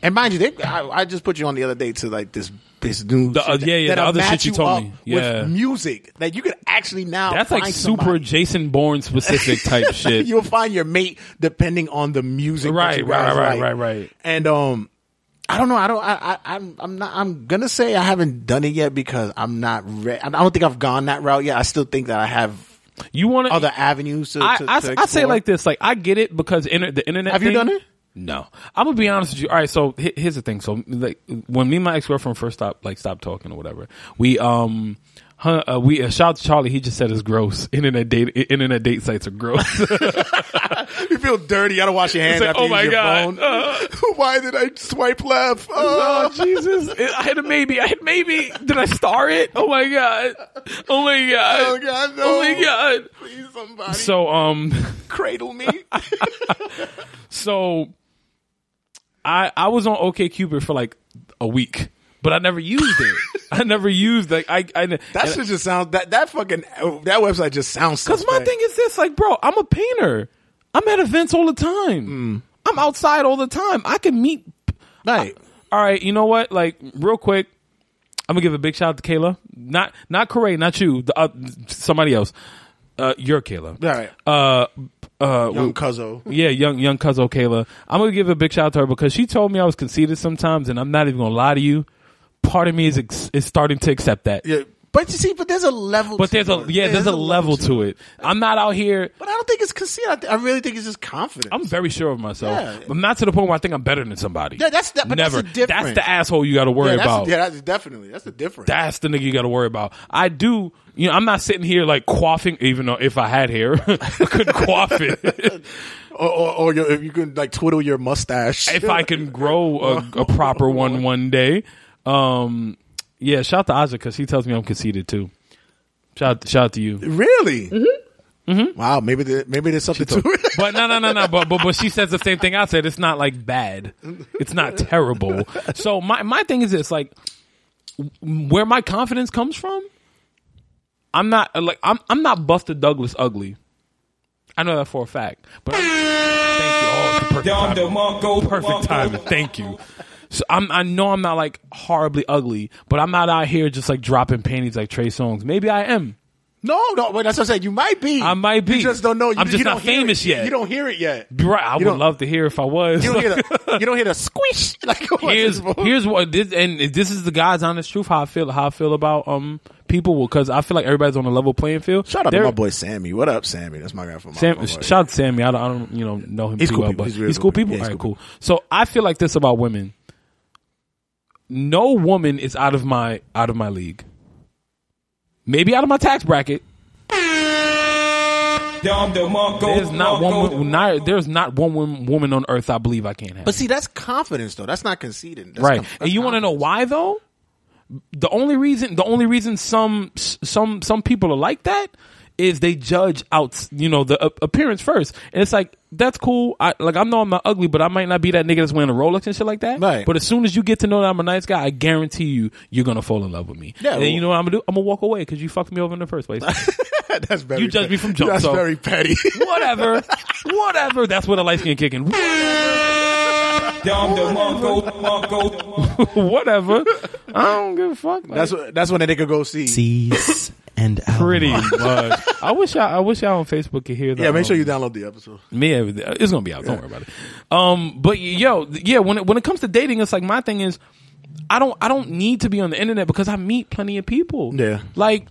[SPEAKER 2] and mind you, they, I, I just put you on the other day to like this this new
[SPEAKER 3] The-
[SPEAKER 2] shit
[SPEAKER 3] uh,
[SPEAKER 2] that-
[SPEAKER 3] yeah, yeah, the
[SPEAKER 2] that'll
[SPEAKER 3] other shit
[SPEAKER 2] match
[SPEAKER 3] you told
[SPEAKER 2] up
[SPEAKER 3] me.
[SPEAKER 2] with
[SPEAKER 3] Yeah.
[SPEAKER 2] music that you could actually now
[SPEAKER 3] That's like
[SPEAKER 2] find
[SPEAKER 3] super
[SPEAKER 2] somebody.
[SPEAKER 3] Jason Bourne specific type shit.
[SPEAKER 2] You'll find your mate depending on the music. that
[SPEAKER 3] Right,
[SPEAKER 2] you
[SPEAKER 3] right,
[SPEAKER 2] guys
[SPEAKER 3] right,
[SPEAKER 2] like.
[SPEAKER 3] right, right.
[SPEAKER 2] And um, I don't know. I don't. I, I, I'm. I'm not. I'm gonna say I haven't done it yet because I'm not. Re- I don't think I've gone that route yet. I still think that I have
[SPEAKER 3] you want to
[SPEAKER 2] other avenues to.
[SPEAKER 3] I,
[SPEAKER 2] to,
[SPEAKER 3] I,
[SPEAKER 2] to
[SPEAKER 3] I say
[SPEAKER 2] explore.
[SPEAKER 3] like this. Like I get it because inter- the internet.
[SPEAKER 2] Have you
[SPEAKER 3] thing-
[SPEAKER 2] done it?
[SPEAKER 3] No, I'm gonna be honest with you. All right, so he- here's the thing. So like when me and my ex girlfriend first stopped like stopped talking or whatever, we um. Huh, uh, we uh, shout out to Charlie. He just said it's gross. Internet date, internet date sites are gross.
[SPEAKER 2] You feel dirty. You gotta wash your hands
[SPEAKER 3] It's like,
[SPEAKER 2] after
[SPEAKER 3] oh
[SPEAKER 2] you
[SPEAKER 3] my
[SPEAKER 2] use your
[SPEAKER 3] God.
[SPEAKER 2] phone. Why did I swipe left? Oh.
[SPEAKER 3] oh Jesus! I had a maybe. I had maybe. Did I star it? Oh my god! Oh my god!
[SPEAKER 2] Oh, God, no.
[SPEAKER 3] Oh my god!
[SPEAKER 2] Please, somebody
[SPEAKER 3] So um.
[SPEAKER 2] cradle me.
[SPEAKER 3] So I I was on OK Cupid for like a week, but I never used it. I never used like I I
[SPEAKER 2] that should just sound that that fucking that website just sounds.
[SPEAKER 3] because my thing is this like bro, I'm a painter. I'm at events all the time. I'm outside all the time. I can meet.
[SPEAKER 2] right.
[SPEAKER 3] All right, you know what? Like real quick, I'm gonna give a big shout out to Kayla. Not not Corey, not you. The, uh, somebody else. Uh, you're Kayla.
[SPEAKER 2] All right.
[SPEAKER 3] Uh, uh,
[SPEAKER 2] Young Cuzzo.
[SPEAKER 3] Yeah, young young cuz Okayla. I'm gonna give a big shout out to her because she told me I was conceited sometimes, and I'm not even gonna lie to you. Part of me is ex- is starting to accept that.
[SPEAKER 2] Yeah, But you see, but there's a level.
[SPEAKER 3] But
[SPEAKER 2] to
[SPEAKER 3] there's a
[SPEAKER 2] it.
[SPEAKER 3] yeah, there's a level
[SPEAKER 2] it.
[SPEAKER 3] to it. I'm not out here.
[SPEAKER 2] But I don't think it's conceit. I, th- I really think it's just confidence.
[SPEAKER 3] I'm very sure of myself.
[SPEAKER 2] Yeah.
[SPEAKER 3] I'm not to the point where I think I'm better than somebody.
[SPEAKER 2] Yeah, that's- that- but that's
[SPEAKER 3] never.
[SPEAKER 2] the difference.
[SPEAKER 3] the asshole you got to worry
[SPEAKER 2] yeah, that's,
[SPEAKER 3] about.
[SPEAKER 2] yeah, that's definitely that's the difference.
[SPEAKER 3] that's the nigga you got to worry about. I do. You know, I'm not sitting here like quaffing. Even though if I had hair, I couldn't quaff it.
[SPEAKER 2] or or, or your, if you can like twiddle your mustache.
[SPEAKER 3] if I can grow a, a proper one one day. Um, yeah, shout to Isaac because he tells me I'm conceited too. Shout shout to you.
[SPEAKER 2] really. Mm-hmm. Wow, maybe there, maybe there's something to it.
[SPEAKER 3] But no, no, no, no. But, but but she says the same thing I said. It's not like bad. It's not terrible. So my my thing is this: like, w- where my confidence comes from. I'm not like I'm I'm not Buster Douglas ugly. I know that for a fact. But I'm, thank you. Oh, it's the perfect
[SPEAKER 4] Dom
[SPEAKER 3] timing.
[SPEAKER 4] DeMarco,
[SPEAKER 3] perfect timing. Thank you. So I'm, I know I'm not like horribly ugly, but I'm not out here just like dropping panties like Trey Songz. Maybe I am.
[SPEAKER 2] No, no, but that's what I'm saying. You might be.
[SPEAKER 3] I might be.
[SPEAKER 2] You just don't know. You,
[SPEAKER 3] I'm just
[SPEAKER 2] you
[SPEAKER 3] not
[SPEAKER 2] don't hear
[SPEAKER 3] famous
[SPEAKER 2] it. You-
[SPEAKER 3] yet.
[SPEAKER 2] You don't hear it yet.
[SPEAKER 3] Be Right, I would
[SPEAKER 2] don't-
[SPEAKER 3] love to hear if I was.
[SPEAKER 2] You don't hear the. you don't hear the squish. Like what
[SPEAKER 3] here's
[SPEAKER 2] is this?
[SPEAKER 3] here's what this and this is the guys honest truth how I feel how I feel about um people because I feel like everybody's on a level playing field.
[SPEAKER 2] Shout out
[SPEAKER 3] There-
[SPEAKER 2] to my boy Sammy. What up, Sammy? That's my guy from my
[SPEAKER 3] Sam,
[SPEAKER 2] my boy.
[SPEAKER 3] shout out to Sammy. I don't, I don't you know know him
[SPEAKER 2] He's
[SPEAKER 3] too
[SPEAKER 2] cool
[SPEAKER 3] well,
[SPEAKER 2] people.
[SPEAKER 3] but
[SPEAKER 2] He's real
[SPEAKER 3] he's, cool
[SPEAKER 2] cool
[SPEAKER 3] people.
[SPEAKER 2] people. Yeah, he's
[SPEAKER 3] All right,
[SPEAKER 2] cool
[SPEAKER 3] cool. So I feel like this about women. No woman is out of my out of my league. Maybe out of my tax bracket.
[SPEAKER 4] Dom DeMarco.
[SPEAKER 3] There's not one.
[SPEAKER 4] DeMarco.
[SPEAKER 3] wo- Not, there's not one wo- woman on earth I believe I can't have.
[SPEAKER 2] But see, that's confidence though. That's not conceding. That's
[SPEAKER 3] right
[SPEAKER 2] com- that's
[SPEAKER 3] and you want to know
[SPEAKER 2] confidence.
[SPEAKER 3] why though the only reason the only reason some some some people are like that is they judge out you know the a- appearance first and it's like that's cool i like i know i'm not ugly but i might not be that nigga that's wearing a rolex and shit like that
[SPEAKER 2] Right.
[SPEAKER 3] but as soon as you get to know that i'm a nice guy i guarantee you you're gonna fall in love with me
[SPEAKER 2] Yeah,
[SPEAKER 3] and then
[SPEAKER 2] well-
[SPEAKER 3] you know what i'm gonna do i'm gonna walk away because you fucked me over in the first place
[SPEAKER 2] that's very.
[SPEAKER 3] You judge
[SPEAKER 2] petty.
[SPEAKER 3] me from jump,
[SPEAKER 2] That's
[SPEAKER 3] so-
[SPEAKER 2] very petty.
[SPEAKER 3] whatever whatever that's what a light skin kicking
[SPEAKER 4] Dom DeMarco. DeMarco.
[SPEAKER 3] whatever i don't give a fuck Like-
[SPEAKER 2] that's what, that's when they could go see.
[SPEAKER 5] C's and L.
[SPEAKER 3] pretty much. I wish I, I wish y'all on Facebook could hear that.
[SPEAKER 2] Yeah, make sure you download the episode.
[SPEAKER 3] me. everything- It's gonna be out. Don't worry about it. Um, but yo, th- yeah, when it, when it comes to dating, it's like my thing is, I don't I don't need to be on the internet because I meet plenty of people.
[SPEAKER 2] Yeah.
[SPEAKER 3] like.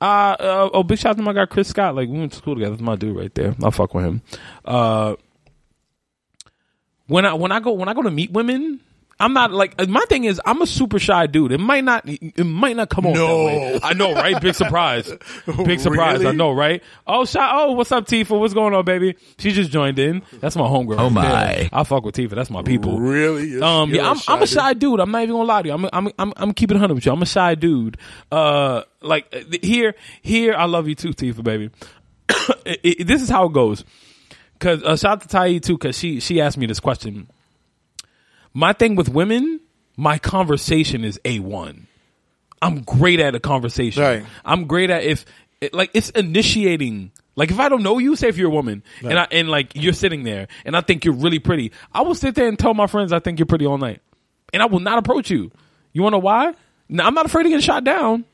[SPEAKER 3] Uh, uh, oh, big shout out to my guy Chris Scott. Like we went to school together. That's my dude right there. I fuck with him. Uh, when I when I go when I go to meet women, I'm not like uh, my thing is I'm a super shy dude. It might not it might not come off that
[SPEAKER 2] No.
[SPEAKER 3] way. I know, right? Big surprise. Big surprise. I
[SPEAKER 2] Really?
[SPEAKER 3] know, right? Oh, shout oh, what's up, Tifa? What's going on, baby? She just joined in. That's my homegirl. Oh
[SPEAKER 5] my.
[SPEAKER 3] I fuck with Tifa. That's my people.
[SPEAKER 2] Really?
[SPEAKER 3] Um,
[SPEAKER 2] You're
[SPEAKER 3] yeah, I'm, I'm a
[SPEAKER 2] dude.
[SPEAKER 3] shy dude. I'm not even gonna lie to you. I'm, I'm, I'm, I'm keeping hundred with you. I'm a shy dude. Uh, like uh, th- here, here, I love you too, Tifa, baby. It- it- this is how it goes. Cause uh, shout out to Tai too, cause she she asked me this question. My thing with women, my conversation is a one. I'm great at a conversation.
[SPEAKER 2] Right.
[SPEAKER 3] I'm great at if it- like it's initiating. Like if I don't know you, say if you're a woman and I and like you're sitting there and I think you're really pretty, I will sit there and tell my friends I think you're pretty all night, and I will not approach you. You want to know why? Now I'm not afraid of getting shot down.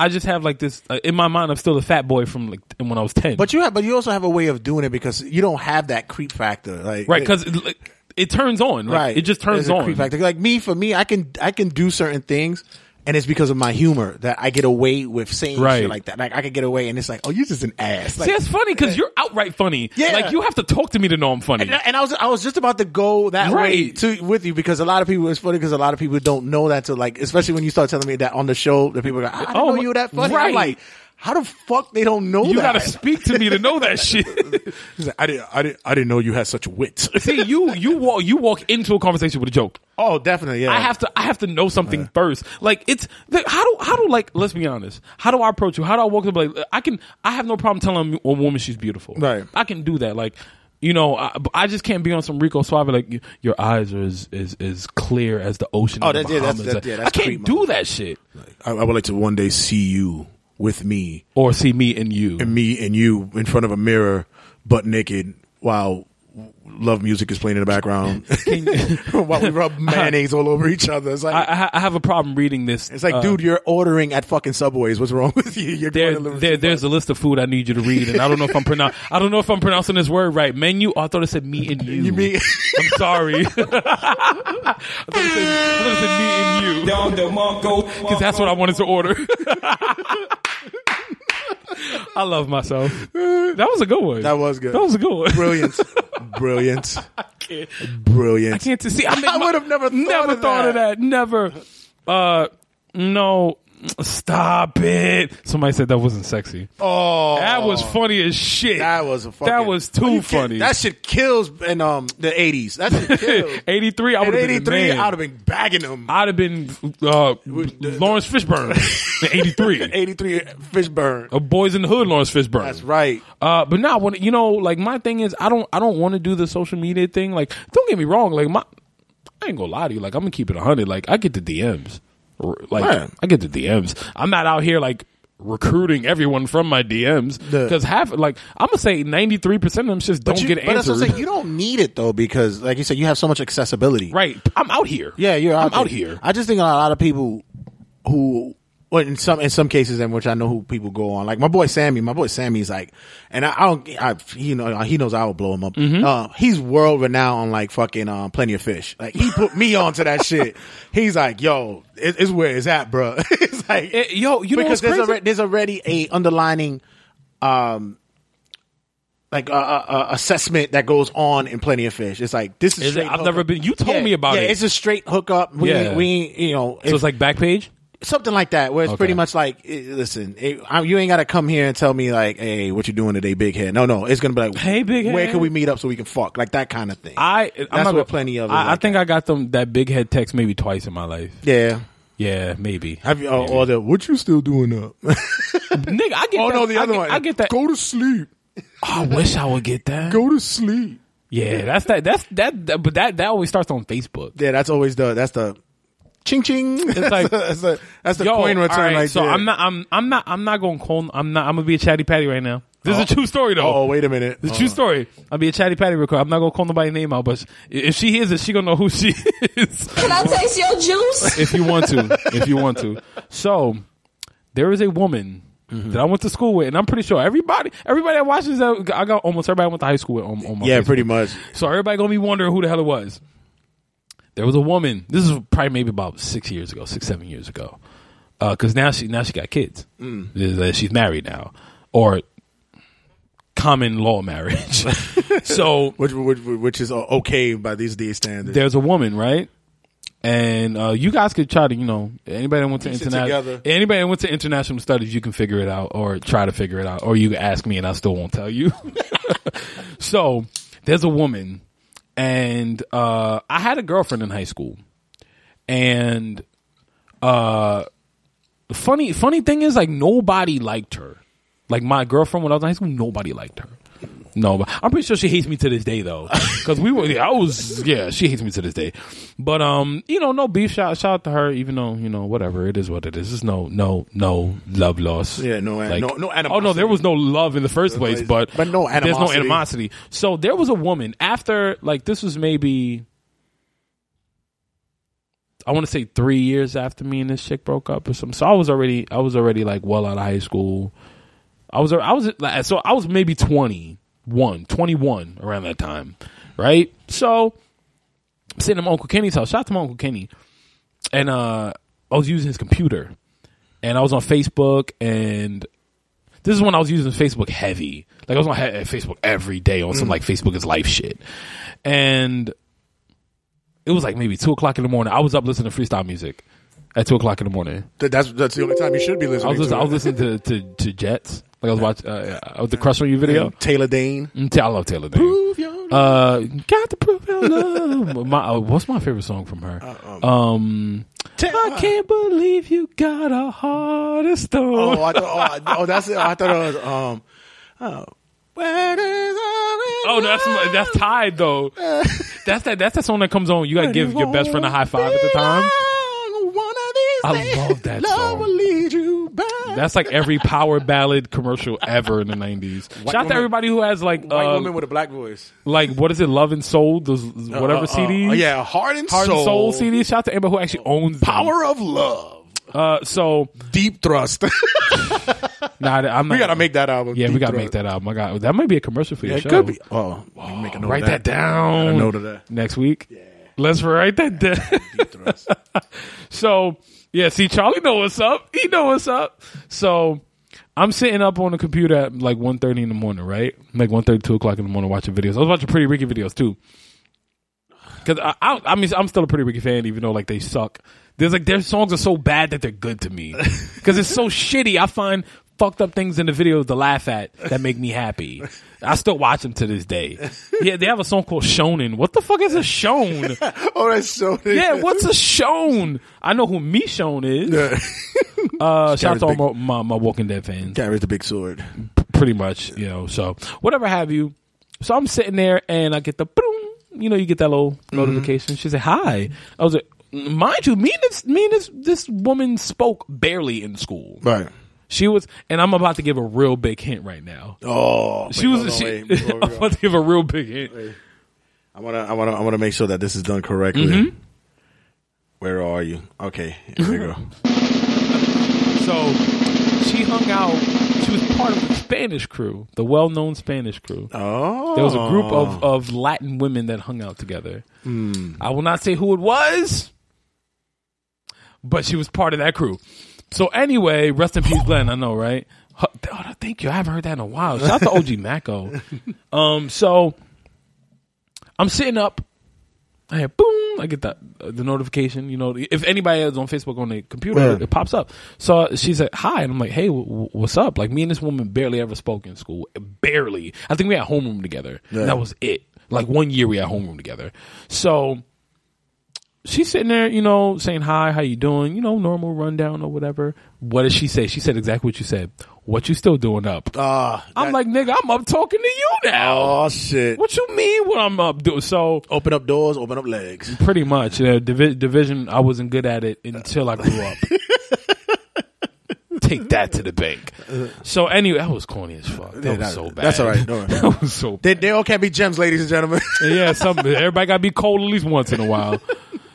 [SPEAKER 3] I just have like this uh, in my mind. I'm still a fat boy from like t- when I was ten.
[SPEAKER 2] But you have, but you also have a way of doing it because you don't have that creep factor, like
[SPEAKER 3] right because it, like, it turns on. Like,
[SPEAKER 2] right,
[SPEAKER 3] It just turns
[SPEAKER 2] There's a
[SPEAKER 3] on.
[SPEAKER 2] Creep factor. Like me, for me, I can I can do certain things, and it's because of my humor that I get away with saying
[SPEAKER 3] Right.
[SPEAKER 2] shit like that. Like I can get away, and it's like, oh, you're just an ass. Like,
[SPEAKER 3] See, that's funny because you're outright funny.
[SPEAKER 2] Yeah.
[SPEAKER 3] Like you have to talk to me to know I'm funny.
[SPEAKER 2] and I- and I was I was just about to go that way
[SPEAKER 3] Right.
[SPEAKER 2] to with you because a lot of people it's funny because a lot of people don't know that to like especially when you start telling me that on the show that people are like I didn't
[SPEAKER 3] Oh,
[SPEAKER 2] know you were that funny
[SPEAKER 3] right.
[SPEAKER 2] I'm like how the fuck they don't know
[SPEAKER 3] you
[SPEAKER 2] that
[SPEAKER 3] gotta speak to me to know that shit.
[SPEAKER 2] He's like, I didn't I didn't I didn't know you had such wit
[SPEAKER 3] See, you you walk you walk into a conversation with a joke.
[SPEAKER 2] oh definitely yeah
[SPEAKER 3] I have to I have to know something first. Like it's like, how do how do like let's be honest. How do I approach you? How do I walk up like I can I have no problem telling a woman she's beautiful.
[SPEAKER 2] Right.
[SPEAKER 3] I can do that. Like you know, I, but I just can't be on some Rico Suave like y- your eyes are as as, as clear as the ocean.
[SPEAKER 2] Oh,
[SPEAKER 3] in the
[SPEAKER 2] that- yeah, that's-
[SPEAKER 3] Bahamas.
[SPEAKER 2] that- yeah,
[SPEAKER 3] I
[SPEAKER 2] that's
[SPEAKER 3] can't
[SPEAKER 2] creep
[SPEAKER 3] do that shit.
[SPEAKER 2] I, I would like to one day see you with me
[SPEAKER 3] Or see me and you.
[SPEAKER 2] me and you in front of a mirror, butt naked, while love music is playing in the background while we rub mayonnaise all over each other. It's like
[SPEAKER 3] I, I, ha- I have a problem reading this.
[SPEAKER 2] it's like,
[SPEAKER 3] uh,
[SPEAKER 2] dude, you're ordering at fucking Subways. What's wrong with you? You're
[SPEAKER 3] There,
[SPEAKER 2] going to
[SPEAKER 3] there, there's a list of food I need you to read, and I don't know if I'm pronoun- I don't know if I'm pronouncing this word right. Menu. Oh, I thought it said me and you.
[SPEAKER 2] you mean
[SPEAKER 3] I'm sorry. I thought it said, I thought it said me and you
[SPEAKER 4] Down the Mongo,
[SPEAKER 3] because that's what I wanted to order. I love myself. That was a good one.
[SPEAKER 2] that was good.
[SPEAKER 3] That was a good one.
[SPEAKER 2] brilliant, brilliant,
[SPEAKER 3] can't-
[SPEAKER 2] brilliant.
[SPEAKER 3] I can't to see. I, make
[SPEAKER 2] I
[SPEAKER 3] my-
[SPEAKER 2] would've never thought
[SPEAKER 3] never
[SPEAKER 2] of
[SPEAKER 3] thought of that. Never. Uh, no. Stop it! Somebody said that wasn't sexy.
[SPEAKER 2] Oh,
[SPEAKER 3] That was funny as shit.
[SPEAKER 2] That was a fucking.
[SPEAKER 3] That was too
[SPEAKER 2] Are you kidding?
[SPEAKER 3] funny.
[SPEAKER 2] That shit kills in um the eighties. That shit kills.
[SPEAKER 3] 83, I would
[SPEAKER 2] In
[SPEAKER 3] have been
[SPEAKER 2] eighty
[SPEAKER 3] 83,
[SPEAKER 2] three,
[SPEAKER 3] man.
[SPEAKER 2] I'd have been bagging them.
[SPEAKER 3] I'd have been uh, Lawrence Fishburne in 83.
[SPEAKER 2] Eighty three Fishburne.
[SPEAKER 3] A Boys in the Hood, Lawrence Fishburne.
[SPEAKER 2] That's right.
[SPEAKER 3] Uh, but now, when you know, like my thing is, I don't, I don't want to do the social media thing. Like, don't get me wrong. Like my, I ain't gonna lie to you. Like I'm gonna keep it hundred. Like I get the DMs. R- Like
[SPEAKER 2] Right.
[SPEAKER 3] I get the DMs. I'm not out here like recruiting everyone from my DMs
[SPEAKER 2] Yeah.
[SPEAKER 3] because half, like I'm gonna say ninety three percent of them just don't
[SPEAKER 2] you,
[SPEAKER 3] get
[SPEAKER 2] but that's what
[SPEAKER 3] answered.
[SPEAKER 2] I'm saying. You don't need it though because, like you said, you have so much accessibility.
[SPEAKER 3] right? I'm out here.
[SPEAKER 2] Yeah, you're out,
[SPEAKER 3] I'm out
[SPEAKER 2] there.
[SPEAKER 3] here.
[SPEAKER 2] I just think a lot of people who, well, in some in some cases, in which I know who people go on. Like my boy Sammy, my boy Sammy's like, and I, I don't, I, you know, he knows I will blow him up.
[SPEAKER 3] Mm-hmm.
[SPEAKER 2] Uh, he's world renowned on like fucking um, plenty of fish. Like he put me onto that shit. He's like, yo, it, it's where it's at, bro. it's like,
[SPEAKER 3] Eh, yo, you know what's
[SPEAKER 2] because there's
[SPEAKER 3] crazy?
[SPEAKER 2] already there's already a underlining, um, like a, a, a assessment that goes on in plenty of fish. It's like this is.
[SPEAKER 3] Is it-
[SPEAKER 2] straight
[SPEAKER 3] I've never
[SPEAKER 2] hookup.
[SPEAKER 3] been- you told
[SPEAKER 2] Yeah,
[SPEAKER 3] me about
[SPEAKER 2] yeah,
[SPEAKER 3] it.
[SPEAKER 2] It's a straight hookup. We,
[SPEAKER 3] Yeah.
[SPEAKER 2] we you know,
[SPEAKER 3] So it's like Backpage.
[SPEAKER 2] something like that, where it's
[SPEAKER 3] Okay.
[SPEAKER 2] pretty much like, eh, listen, eh, I, you ain't got to come here and tell me like, hey, what you doing today, big head? No, no, it's gonna be like,
[SPEAKER 3] Hey, big
[SPEAKER 2] where
[SPEAKER 3] head.
[SPEAKER 2] can we meet up so we can fuck, like that kind of thing.
[SPEAKER 3] I I'm
[SPEAKER 2] That's
[SPEAKER 3] not
[SPEAKER 2] what
[SPEAKER 3] gonna-
[SPEAKER 2] plenty of. is
[SPEAKER 3] I, I
[SPEAKER 2] like
[SPEAKER 3] think
[SPEAKER 2] that.
[SPEAKER 3] I got them that big head text maybe twice in my life.
[SPEAKER 2] yeah.
[SPEAKER 3] Yeah, maybe.
[SPEAKER 2] Have you oh, or, or the what you still doing up?
[SPEAKER 3] Nigga, I get
[SPEAKER 2] oh
[SPEAKER 3] that.
[SPEAKER 2] no, the
[SPEAKER 3] I
[SPEAKER 2] other
[SPEAKER 3] get,
[SPEAKER 2] one.
[SPEAKER 3] I get that. Oh,
[SPEAKER 2] Go to sleep.
[SPEAKER 3] I wish I would get that.
[SPEAKER 2] Go to sleep.
[SPEAKER 3] Yeah, that's that. That's that, that- But that that always starts on Facebook.
[SPEAKER 2] Yeah, that's always the that's the ching ching. It's
[SPEAKER 3] like-
[SPEAKER 2] that's the, that's the
[SPEAKER 3] Yo,
[SPEAKER 2] coin return
[SPEAKER 3] all right,
[SPEAKER 2] right
[SPEAKER 3] so
[SPEAKER 2] there.
[SPEAKER 3] I'm not. I'm. I'm not. I'm not going to call. I'm not. I'm gonna be a chatty patty right now. This is a true story though.
[SPEAKER 2] Oh wait a minute.
[SPEAKER 3] It's a true story. I'll be a chatty patty record. I'm not gonna call nobody's name out, but sh- if she hears it, she gonna know who she is.
[SPEAKER 6] Can I taste your juice?
[SPEAKER 3] if you want to, if you want to. So there is a woman
[SPEAKER 2] Mm-hmm.
[SPEAKER 3] that I went to school with, and I'm pretty sure everybody, everybody that watches that, I got almost everybody I went to high school with. On, on my
[SPEAKER 2] yeah,
[SPEAKER 3] Facebook.
[SPEAKER 2] pretty much.
[SPEAKER 3] So everybody gonna be wondering who the hell it was. There was a woman. This is probably maybe about six years ago, six seven years ago. Because now she now she got kids. Is, uh, She's married now, or common law marriage. so
[SPEAKER 2] Which, which which is uh, okay by these days standards.
[SPEAKER 3] there's a woman, right? And uh, you guys could try to, you know, anybody that went to
[SPEAKER 2] Piece it
[SPEAKER 3] international,
[SPEAKER 2] together.
[SPEAKER 3] anybody that went to international studies, you can figure it out or try to figure it out, or you can ask me and I still won't tell you. so there's a woman, and uh, I had a girlfriend in high school, and uh, the funny funny thing is like nobody liked her, like my girlfriend when I was in high school, nobody liked her. No, but I'm pretty sure she hates me to this day though, because we were. I was, yeah, she hates me to this day. But um, you know, no beef. Shout shout out to her, even though you know whatever it is, what it is. There's no no no love loss.
[SPEAKER 2] Yeah, no an- no- no
[SPEAKER 3] Oh no, there was no love in the first place,
[SPEAKER 2] place.
[SPEAKER 3] but
[SPEAKER 2] But no
[SPEAKER 3] There's no
[SPEAKER 2] animosity.
[SPEAKER 3] animosity. So there was a woman after like this was maybe. I want to say three years after me and this chick broke up or something. So I was already, I was already like well out of high school. I was I was like, so I was maybe 21, 21 around that time, right? So I'm sitting at my uncle Kenny's house. Shout out to my uncle Kenny, and uh, I was using his computer, and I was on Facebook, and this is when I was using Facebook heavy. Like I was on he- eh, Facebook every day on some like Facebook is life shit, and it was like maybe two o'clock in the morning. I was up listening to freestyle music at two o'clock in the morning.
[SPEAKER 2] Th- that's that's the only time you should be
[SPEAKER 3] I was
[SPEAKER 2] listening.
[SPEAKER 3] listening, I
[SPEAKER 2] to
[SPEAKER 3] was listening to, to, to Jets. Like I was watching uh, uh, the Crush on You video.
[SPEAKER 2] it. Taylor Dane.
[SPEAKER 3] Mm, Ta- I love Taylor Dane. Uh, got to prove your love. My, uh, what's my favorite song from her? Um, I can't believe you got a heart of stone.
[SPEAKER 2] Oh, I thought, oh, I- oh, that's it. I thought it was um. Oh, where is our-
[SPEAKER 3] Oh, that's that's tied though. That's that that's that song that comes on. You gotta give your best friend a high five at the time.
[SPEAKER 2] One of these
[SPEAKER 3] I
[SPEAKER 2] days,
[SPEAKER 3] love that
[SPEAKER 2] love
[SPEAKER 3] song.
[SPEAKER 2] will lead you back.
[SPEAKER 3] That's like every power ballad commercial ever in the nineties. Shout out to
[SPEAKER 2] woman-
[SPEAKER 3] everybody who has like
[SPEAKER 2] White
[SPEAKER 3] uh,
[SPEAKER 2] woman with a black voice.
[SPEAKER 3] like what is it, Love and Soul, those whatever
[SPEAKER 2] Uh, uh, uh,
[SPEAKER 3] CDs.
[SPEAKER 2] yeah, Heart and
[SPEAKER 3] Heart
[SPEAKER 2] Soul.
[SPEAKER 3] and Soul CDs. Shout out to everybody who actually owns them.
[SPEAKER 2] Power of Love.
[SPEAKER 3] Uh, so
[SPEAKER 2] Deep Thrust. we
[SPEAKER 3] nah, I'm not.
[SPEAKER 2] gotta make that album.
[SPEAKER 3] Yeah, we
[SPEAKER 2] Deep
[SPEAKER 3] gotta
[SPEAKER 2] Thrust.
[SPEAKER 3] make that album. I got that might be a commercial for your
[SPEAKER 2] Yeah, it
[SPEAKER 3] show.
[SPEAKER 2] could be. Oh, we can make a note of
[SPEAKER 3] Write that, down.
[SPEAKER 2] Make a note of that.
[SPEAKER 3] next week. Let's write that down.
[SPEAKER 2] Deep Thrust.
[SPEAKER 3] So yeah, see, Charlie know what's up. He know what's up. So I'm sitting up on the computer at like 1.30 in the morning, right? Like 1.30, 2 o'clock in the morning watching videos. I was watching Pretty Ricky videos too. Cause I, I, I mean, I'm still a Pretty Ricky fan, even though like they suck. There's like their songs are so bad that they're good to me. Cause it's so shitty. I find fucked up things in the videos to laugh at that make me happy. I still watch them to this day. Yeah, they have a song called Shonen. What the fuck is a shown?
[SPEAKER 2] oh, that's so.
[SPEAKER 3] Yeah, what's a shown? I know who Michonne is. Uh, shout out to all
[SPEAKER 2] Carries
[SPEAKER 3] my, my, my Walking Dead fans,
[SPEAKER 2] Carries the big sword.
[SPEAKER 3] pretty much, you know. So whatever have you. So I'm sitting there and I get the boom. You know, you get that little
[SPEAKER 2] Mm-hmm.
[SPEAKER 3] notification. She said, "Hi." I was like, "Mind you, me and this, me and this, this woman spoke barely in school.
[SPEAKER 2] Right.
[SPEAKER 3] She was, and I'm about to give a real big hint right now.
[SPEAKER 2] Oh,
[SPEAKER 3] she was. she, I'm about to give a real big hint.
[SPEAKER 2] I want to. I want to. I want to make sure that this is done correctly.
[SPEAKER 3] Mm-hmm.
[SPEAKER 2] Where are you? Okay, here we go.
[SPEAKER 3] So she hung out. She was part of the Spanish crew, the well-known Spanish crew.
[SPEAKER 2] Oh,
[SPEAKER 3] There was a group of, of Latin women that hung out together. I will not say who it was, but she was part of that crew. So anyway, rest in peace, Glenn. I know, right? Huh, Oh, thank you. I haven't heard that in a while. Shout out to OG Mako. Um, so I'm sitting up. I hear boom. I get that uh, the notification. You know, if anybody is on Facebook on the computer,
[SPEAKER 2] Yeah.
[SPEAKER 3] it, pops up. So she's like, "Hi," and I'm like, "Hey, w- w- what's up?" Like me and this woman barely ever spoke in school. Barely. I think we had homeroom together.
[SPEAKER 2] Yeah.
[SPEAKER 3] And that was it. Like one year we had homeroom together. So she's sitting there, you know, saying hi, how you doing? You know, normal rundown or whatever. What did she say? She said exactly what you said. What you still doing up?
[SPEAKER 2] Ah,
[SPEAKER 3] I'm
[SPEAKER 2] that-
[SPEAKER 3] like, nigga, I'm up talking to you now.
[SPEAKER 2] oh shit.
[SPEAKER 3] What you mean what I'm up doing? So
[SPEAKER 2] Open up doors. Open up legs.
[SPEAKER 3] pretty much, you know, divi- division. I wasn't good at it until I grew up. Take that to the bank. So anyway, that was corny as fuck. That was so bad.
[SPEAKER 2] Uh, That's all right. Don't worry.
[SPEAKER 3] that was so.
[SPEAKER 2] They, they all can't be gems, ladies and gentlemen.
[SPEAKER 3] yeah, some everybody got to be cold at least once in a while.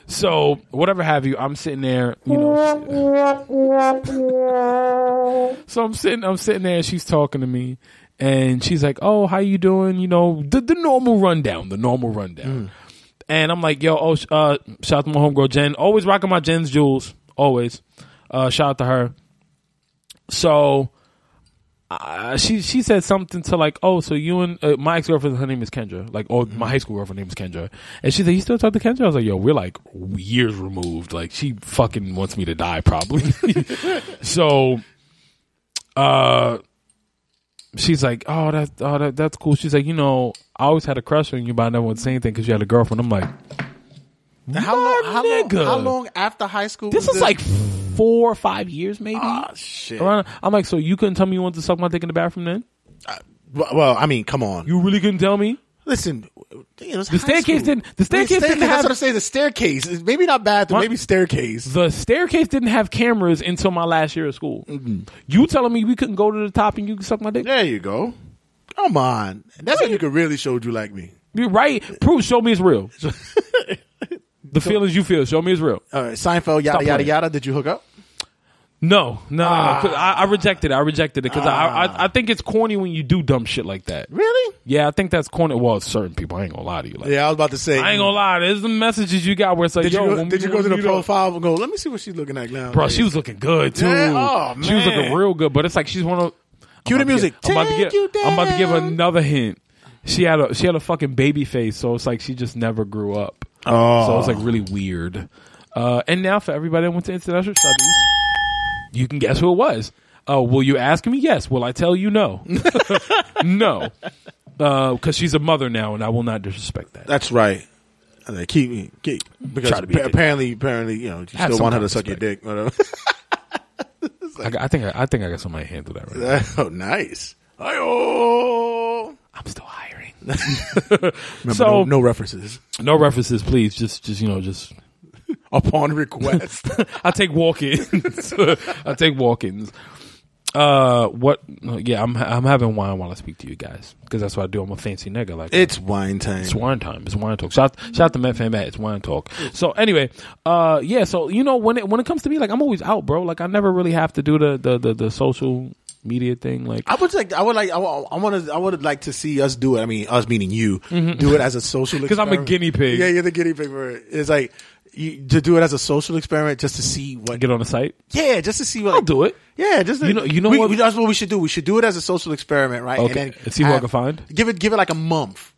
[SPEAKER 3] So whatever have you, I'm sitting there, you know. so I'm sitting, I'm sitting there, and she's talking to me, and she's like, "Oh, how you doing?" You know, the the normal rundown, the normal rundown. And I'm like, "Yo, oh, sh- uh, shout out to my homegirl Jen, always rocking my Jen's jewels, always. Uh, shout out to her." So uh, she she said something to like, oh, so you and uh, my ex girlfriend, her name is Kendra, like, oh, my high school girlfriend name is Kendra, and she said, you still talk to Kendra? I was like, yo, we're like years removed, like she fucking wants me to die probably. so, uh, she's like, oh, that, oh, that that's cool. She's like, you know, I always had a crush on you, but I never would say anything because you had a girlfriend. I'm like,
[SPEAKER 2] how,
[SPEAKER 3] My nigga.
[SPEAKER 2] how long after high school?
[SPEAKER 3] this is like four or five years maybe.
[SPEAKER 2] ah shit.
[SPEAKER 3] Around- I'm like, so you couldn't tell me you wanted to suck my dick in the bathroom then?
[SPEAKER 2] Well, well, I mean, come on.
[SPEAKER 3] You really couldn't tell me?
[SPEAKER 2] Listen, it was
[SPEAKER 3] The
[SPEAKER 2] high
[SPEAKER 3] staircase
[SPEAKER 2] school.
[SPEAKER 3] didn't- the staircase didn't
[SPEAKER 2] That's
[SPEAKER 3] have-
[SPEAKER 2] what I'm saying. The staircase. It's Maybe not bathroom.
[SPEAKER 3] What?
[SPEAKER 2] Maybe staircase.
[SPEAKER 3] the staircase didn't have cameras until my last year of school.
[SPEAKER 2] Mm-hmm.
[SPEAKER 3] You telling me we couldn't go to the top and you could suck my dick?
[SPEAKER 2] There you go. Come on. That's how you could really show you like me.
[SPEAKER 3] You're right. Prove. Show me it's real. the feelings you feel. Show me it's real.
[SPEAKER 2] All right, Seinfeld, yada
[SPEAKER 3] Stop
[SPEAKER 2] yada
[SPEAKER 3] playing.
[SPEAKER 2] yada. Did you hook up?
[SPEAKER 3] No, no, no,
[SPEAKER 2] Ah.
[SPEAKER 3] no. 'Cause I, I rejected it. I rejected it because I, I, I think it's corny when you do dumb shit like that.
[SPEAKER 2] Really?
[SPEAKER 3] Yeah, I think that's corny. Well, it's certain people. I ain't gonna lie to you. Like,
[SPEAKER 2] Yeah, I was about to say.
[SPEAKER 3] I ain't gonna lie. There's the messages you got where it's like,
[SPEAKER 2] Did
[SPEAKER 3] yo,
[SPEAKER 2] you go,
[SPEAKER 3] when
[SPEAKER 2] did
[SPEAKER 3] we-
[SPEAKER 2] you go
[SPEAKER 3] when
[SPEAKER 2] to the
[SPEAKER 3] we meet up-
[SPEAKER 2] profile and go? Let me see what she's looking at now.
[SPEAKER 3] Bro, she was looking good too.
[SPEAKER 2] Yeah, oh,
[SPEAKER 3] She was looking
[SPEAKER 2] man.
[SPEAKER 3] real good, but it's like she's one of
[SPEAKER 2] Cue
[SPEAKER 3] I'm about
[SPEAKER 2] the
[SPEAKER 3] to
[SPEAKER 2] music.
[SPEAKER 3] give- I'm, about to
[SPEAKER 2] Take
[SPEAKER 3] give,
[SPEAKER 2] you
[SPEAKER 3] I'm about to give
[SPEAKER 2] down.
[SPEAKER 3] another hint. She had a she had a fucking baby face, so it's like she just never grew up.
[SPEAKER 2] Oh.
[SPEAKER 3] So it's like really weird. Uh, and now for everybody that went to international studies, you can guess who it was. Uh, will you ask me? Yes. Will I tell you? No. no. Because she's a mother now, and I will not disrespect that.
[SPEAKER 2] That's right. And they keep keep because
[SPEAKER 3] Try to be a
[SPEAKER 2] appa-
[SPEAKER 3] dick.
[SPEAKER 2] apparently apparently you know you
[SPEAKER 3] Have
[SPEAKER 2] still
[SPEAKER 3] some
[SPEAKER 2] want her
[SPEAKER 3] kind
[SPEAKER 2] to
[SPEAKER 3] of
[SPEAKER 2] suck your dick. Whatever.
[SPEAKER 3] I, got- I think I, I think I got somebody to handle that right now.
[SPEAKER 2] oh, nice. Hi-oh.
[SPEAKER 3] I'm still hiring.
[SPEAKER 2] Remember,
[SPEAKER 3] So-
[SPEAKER 2] no, no references
[SPEAKER 3] No references, please. Just just you know just
[SPEAKER 2] upon request.
[SPEAKER 3] I take walk-ins. I take walk-ins. Uh, what? no, Yeah, I'm I'm having wine while I speak to you guys because that's what I do. I'm a fancy nigga. Like
[SPEAKER 2] It's wine time.
[SPEAKER 3] It's wine time. It's wine talk. Shout shout out to Matt Fan Matt. It's wine talk. So anyway, uh, yeah. So you know when it when it comes to me, like I'm always out, bro. Like I never really have to do the the the, the social media thing. Like
[SPEAKER 2] I would like. I would like. I, want to. I would like to see us do it. I mean, us meaning you, do it as a social. because
[SPEAKER 3] Mm-hmm. 'Cause I'm a guinea pig.
[SPEAKER 2] Yeah, you're the guinea pig for it. It's like you, to do it as a social experiment, just to see what.
[SPEAKER 3] get on the site.
[SPEAKER 2] Yeah, just to see what.
[SPEAKER 3] I'll do it.
[SPEAKER 2] Yeah, just to-
[SPEAKER 3] You know- you know
[SPEAKER 2] we-
[SPEAKER 3] what-
[SPEAKER 2] we- that's what we should do. We should do it as a social experiment, right?
[SPEAKER 3] Okay. And see who I can find?
[SPEAKER 2] Give it. Give it like a month,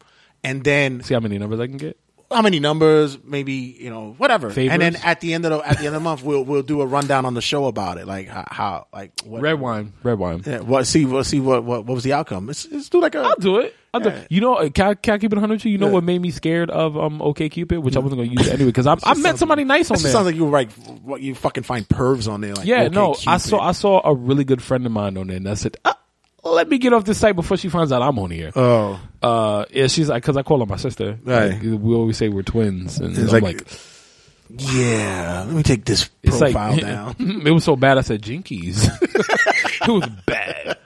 [SPEAKER 2] and then
[SPEAKER 3] See how many numbers I can get.
[SPEAKER 2] how many numbers, maybe you know whatever,
[SPEAKER 3] Favors?
[SPEAKER 2] and then at the end of the at the end of the month, we'll we'll do a rundown on the show about it, like how, how like what,
[SPEAKER 3] Red wine. Red wine.
[SPEAKER 2] Yeah, what see what see what what, what was the outcome? Let's, let's do like a
[SPEAKER 3] I'll do it. I'll do-
[SPEAKER 2] Yeah.
[SPEAKER 3] You know, uh, can I, can I keep it 100 to you? You know what made me scared of um OK Cupid, which I wasn't going to use anyway, because I, I met somebody nice on
[SPEAKER 2] It
[SPEAKER 3] there.
[SPEAKER 2] sounds like you were like what you fucking find pervs on there. Like,
[SPEAKER 3] yeah,
[SPEAKER 2] okay,
[SPEAKER 3] no, I
[SPEAKER 2] Cupid.
[SPEAKER 3] saw I saw a really good friend of mine on there, and I said, ah, let me get off this site before she finds out I'm on here.
[SPEAKER 2] Oh,
[SPEAKER 3] Uh, yeah, she's like, because I call her my sister.
[SPEAKER 2] Right.
[SPEAKER 3] Like, we always say we're twins, and I'm
[SPEAKER 2] like-
[SPEAKER 3] like,
[SPEAKER 2] yeah. Let me take this
[SPEAKER 3] it's
[SPEAKER 2] profile
[SPEAKER 3] like
[SPEAKER 2] down.
[SPEAKER 3] it was so bad. I said jinkies. it was bad.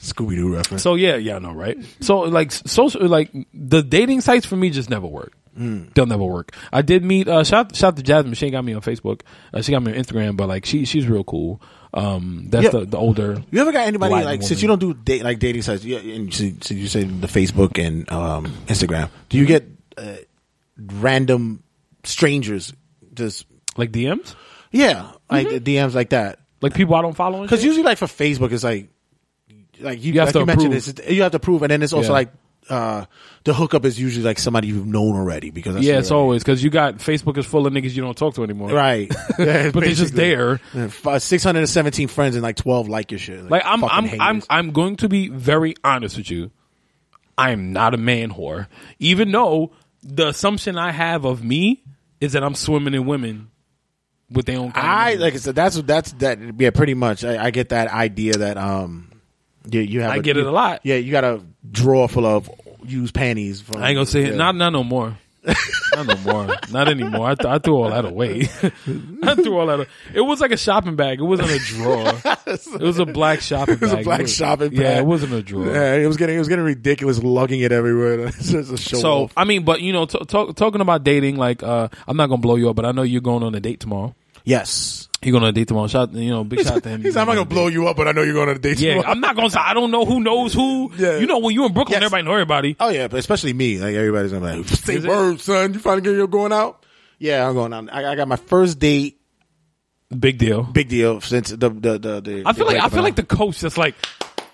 [SPEAKER 2] Scooby Doo reference.
[SPEAKER 3] So yeah, yeah, I know, right? So like s- social, like the dating sites for me just never work.
[SPEAKER 2] Mm.
[SPEAKER 3] They'll never work. I did meet uh, shout shout out to Jasmine. She ain't got me on Facebook. Uh, she got me on Instagram, but like she she's real cool. Um, that's
[SPEAKER 2] Yeah.
[SPEAKER 3] the, the older.
[SPEAKER 2] you ever got anybody
[SPEAKER 3] Latin
[SPEAKER 2] like
[SPEAKER 3] woman.
[SPEAKER 2] since you don't do date like dating sites? You, and since since you say the Facebook and um, Instagram, do you get uh, random strangers just
[SPEAKER 3] Like DMs,
[SPEAKER 2] yeah like
[SPEAKER 3] Mm-hmm.
[SPEAKER 2] DMs like that?
[SPEAKER 3] like people I don't follow. and
[SPEAKER 2] Because
[SPEAKER 3] shit?
[SPEAKER 2] usually, like for Facebook, it's like like you,
[SPEAKER 3] You have
[SPEAKER 2] like
[SPEAKER 3] to
[SPEAKER 2] you mentioned
[SPEAKER 3] approve.
[SPEAKER 2] this. You have to prove, and then it's also
[SPEAKER 3] Yeah.
[SPEAKER 2] like uh, the hookup is usually like somebody you've known already. Because that's
[SPEAKER 3] yeah, it's
[SPEAKER 2] already-
[SPEAKER 3] always because you got Facebook is full of niggas you don't talk to anymore.
[SPEAKER 2] right,
[SPEAKER 3] but they're just there.
[SPEAKER 2] Six hundred and seventeen friends and like twelve like your shit.
[SPEAKER 3] Like I'm,
[SPEAKER 2] fucking
[SPEAKER 3] I'm,
[SPEAKER 2] haters.
[SPEAKER 3] I'm, I'm going to be very honest with you. I am not a man whore, even though the assumption I have of me is that I'm swimming in women with their own. Kind of
[SPEAKER 2] I
[SPEAKER 3] women.
[SPEAKER 2] like I said. That's that's that. Yeah, pretty much. I, I get that idea that um, you, you have.
[SPEAKER 3] I
[SPEAKER 2] a-
[SPEAKER 3] get it a lot.
[SPEAKER 2] Yeah, you got a drawer full of used panties. From,
[SPEAKER 3] I ain't gonna say
[SPEAKER 2] yeah.
[SPEAKER 3] it. Not, not no more. not no more. Not anymore. I, th- I threw all that away. I threw all that. Away. It was like a shopping bag. It wasn't a drawer. it was a black shopping bag.
[SPEAKER 2] It was a black
[SPEAKER 3] was-
[SPEAKER 2] shopping bag.
[SPEAKER 3] Yeah, it wasn't a drawer.
[SPEAKER 2] Yeah, it was getting it was getting ridiculous, lugging it everywhere. it's just a show
[SPEAKER 3] So
[SPEAKER 2] off.
[SPEAKER 3] I mean, but you know, t- talk- talking about dating, like uh, I'm not gonna blow you up, but I know you're going on a date tomorrow.
[SPEAKER 2] Yes,
[SPEAKER 3] You're going on a date tomorrow. Shout, you know, big shout out to him.
[SPEAKER 2] He's like, I'm not gonna blow you up, but I know you're going on a date.
[SPEAKER 3] Yeah,
[SPEAKER 2] tomorrow."
[SPEAKER 3] I'm not gonna say I don't know who knows who.
[SPEAKER 2] Yeah.
[SPEAKER 3] You know, when you in Brooklyn,
[SPEAKER 2] Yes.
[SPEAKER 3] everybody know everybody.
[SPEAKER 2] Oh yeah, but especially me. Like everybody's gonna be like, say
[SPEAKER 3] Is it-
[SPEAKER 2] word, son. You finally getting your going out? Yeah, I'm going out. I, I got my first date.
[SPEAKER 3] Big deal.
[SPEAKER 2] Big deal since the the the. the
[SPEAKER 3] I feel like I feel like the coach that's like,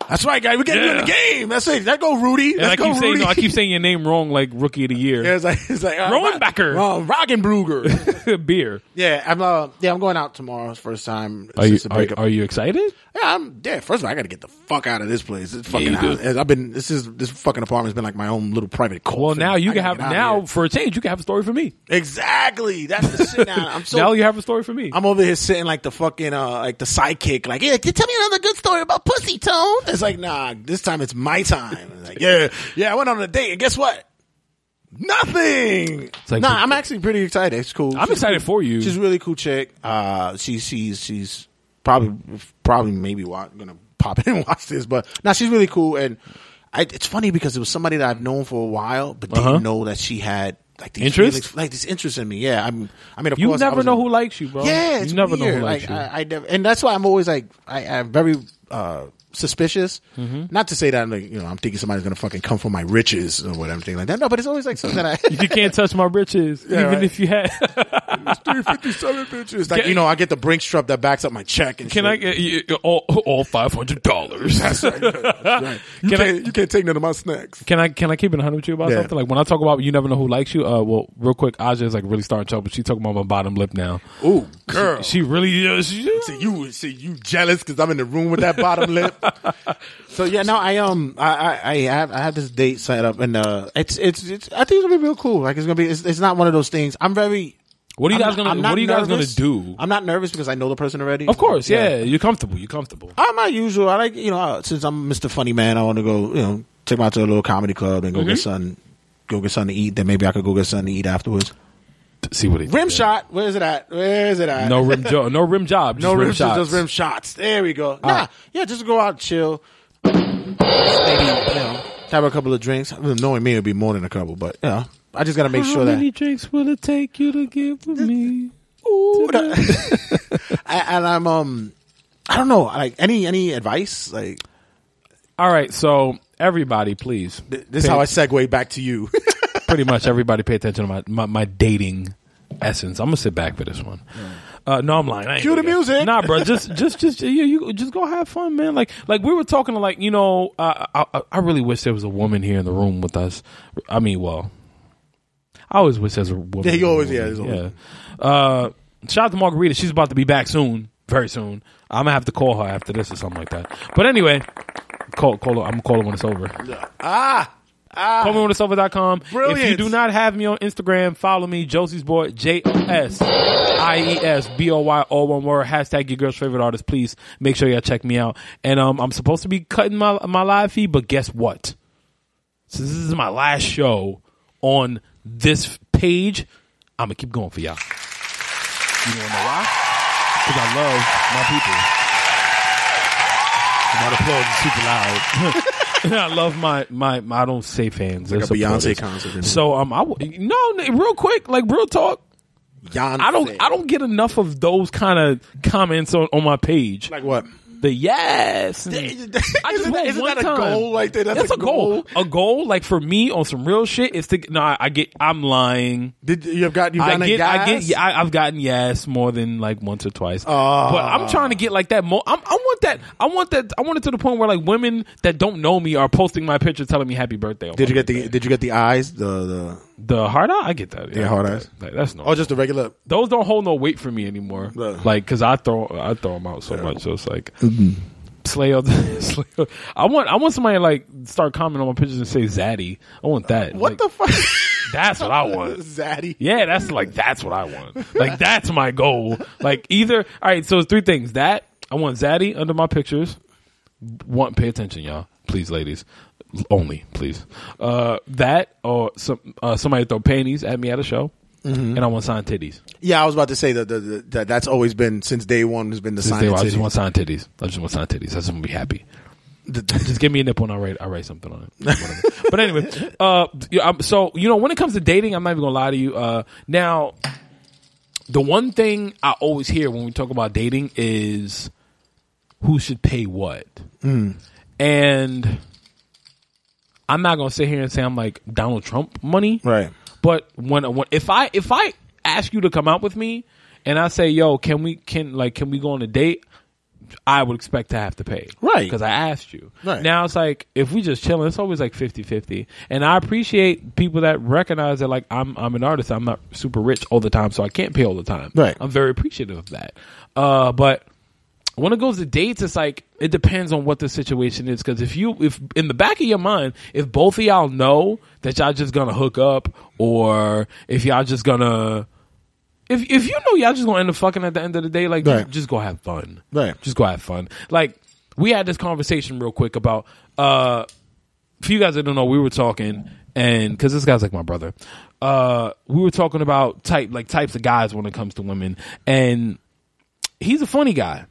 [SPEAKER 2] that's right, guy. We getting you in the game. That's it. That go, Rudy.
[SPEAKER 3] and
[SPEAKER 2] Let's
[SPEAKER 3] I
[SPEAKER 2] go,
[SPEAKER 3] keep saying,
[SPEAKER 2] Rudy.
[SPEAKER 3] no, I keep saying your name wrong, like rookie of the year.
[SPEAKER 2] yeah, it's like it's like uh,
[SPEAKER 3] Rowan Becker.
[SPEAKER 2] Ron, Roggenbruger.
[SPEAKER 3] Beer.
[SPEAKER 2] yeah, I'm uh, yeah, I'm going out tomorrow. First time. It's
[SPEAKER 3] Are you
[SPEAKER 2] just a
[SPEAKER 3] are,
[SPEAKER 2] breakup.
[SPEAKER 3] are you excited?
[SPEAKER 2] Yeah, I'm yeah. First of all, I got to get the fuck out of this place. It's fucking.
[SPEAKER 3] you do.
[SPEAKER 2] house. I've been this is this fucking apartment's been like my own little private. Coffin.
[SPEAKER 3] Well, now you
[SPEAKER 2] I
[SPEAKER 3] can
[SPEAKER 2] gotta
[SPEAKER 3] have
[SPEAKER 2] get out of
[SPEAKER 3] now
[SPEAKER 2] here.
[SPEAKER 3] for a change. You can have a story for me.
[SPEAKER 2] Exactly. That's the shit. Now I'm so.
[SPEAKER 3] now you have a story for me.
[SPEAKER 2] I'm over here sitting like the fucking uh like the sidekick. Like, yeah, tell me another good story about pussy tone. It's like, nah, this time it's my time. It's like, yeah, yeah, I went on a date and guess what? Nothing.
[SPEAKER 3] like-
[SPEAKER 2] nah, I'm actually pretty excited. It's cool.
[SPEAKER 3] I'm
[SPEAKER 2] She's
[SPEAKER 3] excited
[SPEAKER 2] cool.
[SPEAKER 3] for you.
[SPEAKER 2] She's a really cool chick. Uh, she's she's she's probably probably maybe wa- gonna pop in and watch this, but now she's really cool. And I, it's funny because it was somebody that I've known for a while, but
[SPEAKER 3] Uh-huh.
[SPEAKER 2] didn't know that she had like these
[SPEAKER 3] Interest?
[SPEAKER 2] feelings- like this interest in me. Yeah, I'm. I mean, of
[SPEAKER 3] you
[SPEAKER 2] course, I
[SPEAKER 3] never
[SPEAKER 2] was
[SPEAKER 3] know
[SPEAKER 2] gonna-
[SPEAKER 3] who likes you, bro.
[SPEAKER 2] yeah,
[SPEAKER 3] you
[SPEAKER 2] it's
[SPEAKER 3] never know
[SPEAKER 2] weird.
[SPEAKER 3] who likes
[SPEAKER 2] like,
[SPEAKER 3] you.
[SPEAKER 2] I, I never, and that's why I'm always like, I, I'm very uh, suspicious.
[SPEAKER 3] Mm-hmm.
[SPEAKER 2] Not to say that I'm like, you know, I'm thinking somebody's gonna fucking come for my riches or whatever, thing like that. No, but it's always like something that I.
[SPEAKER 3] you can't touch my riches, even
[SPEAKER 2] right.
[SPEAKER 3] if you had.
[SPEAKER 2] Three fifty seven bitches. Like
[SPEAKER 3] Can-
[SPEAKER 2] you know, I get the brink strap that backs up my check. And
[SPEAKER 3] Can
[SPEAKER 2] shit.
[SPEAKER 3] I get you- you- all, all five hundred dollars?
[SPEAKER 2] You
[SPEAKER 3] Can I-
[SPEAKER 2] can't, you can't take none of my snacks.
[SPEAKER 3] Can I can I keep it hundred with you about
[SPEAKER 2] Yeah.
[SPEAKER 3] something? Like when I talk about you never know who likes you. Uh, well, real quick, Aja is like really starting trouble. She talking about my bottom lip now.
[SPEAKER 2] Ooh, girl.
[SPEAKER 3] She really is.
[SPEAKER 2] See you, see you jealous because I'm in the room with that bottom lip. So yeah, no, I um, I, I, I have I have this date set up, and uh, it's it's, it's I think it's gonna be real cool. Like it's gonna be, it's, it's not one of those things. I'm very.
[SPEAKER 3] What are you
[SPEAKER 2] I'm
[SPEAKER 3] guys
[SPEAKER 2] not- I'm
[SPEAKER 3] gonna
[SPEAKER 2] not
[SPEAKER 3] What are you guys gonna
[SPEAKER 2] nervous.
[SPEAKER 3] do?
[SPEAKER 2] I'm not nervous because I know the person already.
[SPEAKER 3] Of course, yeah. You're comfortable. You're comfortable.
[SPEAKER 2] I'm not usual. I like you know uh, since I'm Mr. Funny Man, I want to go you know take
[SPEAKER 3] Mm-hmm.
[SPEAKER 2] him out to a little comedy club and go get something, go get something to eat. Then maybe I could go get something to eat afterwards.
[SPEAKER 3] see what he
[SPEAKER 2] Rim shot. Where is it at? Where is it at?
[SPEAKER 3] No rim jo- no rim job. Just
[SPEAKER 2] no
[SPEAKER 3] rim,
[SPEAKER 2] rim shots.
[SPEAKER 3] shots.
[SPEAKER 2] Just rim shots. There we go. Nah, yeah, just go out, chill. Maybe you know, have a couple of drinks. Knowing me, it'd be more than a couple, but yeah, I just gotta make
[SPEAKER 3] How
[SPEAKER 2] sure that
[SPEAKER 3] many drinks will it take you to get with me?
[SPEAKER 2] I, and I'm um I don't know like any any advice like
[SPEAKER 3] All right, so everybody, please.
[SPEAKER 2] this is how I segue back to you.
[SPEAKER 3] pretty much everybody pay attention to my, my, my dating essence. I'm gonna sit back for this one. Uh, no, I'm lying. I ain't
[SPEAKER 2] Cue the
[SPEAKER 3] gonna go.
[SPEAKER 2] music.
[SPEAKER 3] Nah, bro, just just just you, you just go have fun, man. Like like we were talking to like you know uh, I I- I really wish there was a woman here in the room with us. I mean, well, I always wish there's a woman.
[SPEAKER 2] Yeah, you
[SPEAKER 3] in the
[SPEAKER 2] always-
[SPEAKER 3] room.
[SPEAKER 2] yeah, there's always-
[SPEAKER 3] yeah. Uh, shout out to Margarita. She's about to be back soon, very soon. I'm gonna have to call her after this or something like that. But anyway, call call her. I'm gonna call her when it's over.
[SPEAKER 2] ah,
[SPEAKER 3] Call me on the silver.com. If you
[SPEAKER 2] Brilliant.
[SPEAKER 3] do not have me on Instagram, follow me, Josie's Boy, J O S I E S B O Y, all one word. Hashtag your girl's favorite artist. Please make sure y'all check me out. And um, I'm supposed to be cutting my, my live feed, but guess what? Since this is my last show on this page, I'm going to keep going for y'all. You want to know why? Because I love my people. And That applause is super loud. I love my, my, my I don't say fans.
[SPEAKER 2] like a
[SPEAKER 3] they're
[SPEAKER 2] Beyonce
[SPEAKER 3] supporters.
[SPEAKER 2] concert. in
[SPEAKER 3] So um, I w- no, n- real quick, like real talk.
[SPEAKER 2] Beyonce.
[SPEAKER 3] I don't I don't get enough of those kind of comments on, on my page. Like
[SPEAKER 2] like what.
[SPEAKER 3] the yes, and-
[SPEAKER 2] Isn't
[SPEAKER 3] I just
[SPEAKER 2] that-
[SPEAKER 3] want
[SPEAKER 2] isn't
[SPEAKER 3] one
[SPEAKER 2] that a
[SPEAKER 3] time.
[SPEAKER 2] goal right there? That's a goal.
[SPEAKER 3] A goal like for me on some real shit is to no. I, I get I'm lying.
[SPEAKER 2] Did you've got you've
[SPEAKER 3] I
[SPEAKER 2] gotten a
[SPEAKER 3] get, I get,
[SPEAKER 2] gas?
[SPEAKER 3] yeah, I, I've gotten yes more than like once or twice. but
[SPEAKER 2] Ah.
[SPEAKER 3] I'm trying to get like that. Mo- I'm, I want that. I want that. I want it to the point where like women that don't know me are posting my picture telling me happy birthday.
[SPEAKER 2] Did you get the Did you get the eyes? The the
[SPEAKER 3] the hard eye? I get that. Yeah,
[SPEAKER 2] hard
[SPEAKER 3] I get
[SPEAKER 2] eyes.
[SPEAKER 3] that. Like, that's not.
[SPEAKER 2] oh, just the regular.
[SPEAKER 3] those don't hold no weight for me anymore.
[SPEAKER 2] Yeah. Mm-hmm.
[SPEAKER 3] Like, cause I throw I throw them out so much. So it's like slay up. slay up. I want I want somebody to, like start commenting on my pictures and say zaddy. I want that.
[SPEAKER 2] What
[SPEAKER 3] Like,
[SPEAKER 2] the fuck?
[SPEAKER 3] That's what I want.
[SPEAKER 2] Zaddy.
[SPEAKER 3] Yeah, that's like that's what I want. Like that's my goal. Like either all right. So it's three things that I want zaddy under my pictures. Want pay attention, y'all. Please, ladies. Only, please. Uh, that or some uh, somebody throw panties at me at a show, and I want signed titties.
[SPEAKER 2] Yeah, I was about to say that the, the, that that's always been since day one has been the
[SPEAKER 3] Just
[SPEAKER 2] sign.
[SPEAKER 3] say,
[SPEAKER 2] of
[SPEAKER 3] "Well, I just
[SPEAKER 2] titties.
[SPEAKER 3] want signed titties. I just want signed titties. I just want to be happy. just give me a nip when I write. I write something on it. Whatever. but anyway, uh, yeah, I'm- so you know, when it comes to dating, I'm not even gonna lie to you. Uh, now, the one thing I always hear when we talk about dating is who should pay what, and I'm not gonna sit here and say I'm like Donald Trump money,
[SPEAKER 2] right.
[SPEAKER 3] but when, when if I if I ask you to come out with me and I say, "Yo, can we can like can we go on a date?" I would expect to have to pay.
[SPEAKER 2] Right.
[SPEAKER 3] Cuz I asked you.
[SPEAKER 2] Right.
[SPEAKER 3] Now it's like if we just chilling, it's always like 50-50. And I appreciate people that recognize that like I'm I'm an artist. I'm not super rich all the time, so I can't pay all the time.
[SPEAKER 2] Right.
[SPEAKER 3] I'm very appreciative of that. Uh but when it goes to dates, it's like it depends on what the situation is. Because if you, if in the back of your mind, if both of y'all know that y'all just gonna hook up, or if y'all just gonna, if if you know y'all just gonna end up fucking at the end of the day, like
[SPEAKER 2] Right.
[SPEAKER 3] just, just go have fun,
[SPEAKER 2] Right.
[SPEAKER 3] Just go have fun. Like we had this conversation real quick about, uh, for you guys that don't know, we were talking, and because this guy's like my brother, uh, we were talking about type like types of guys when it comes to women, and he's a funny guy.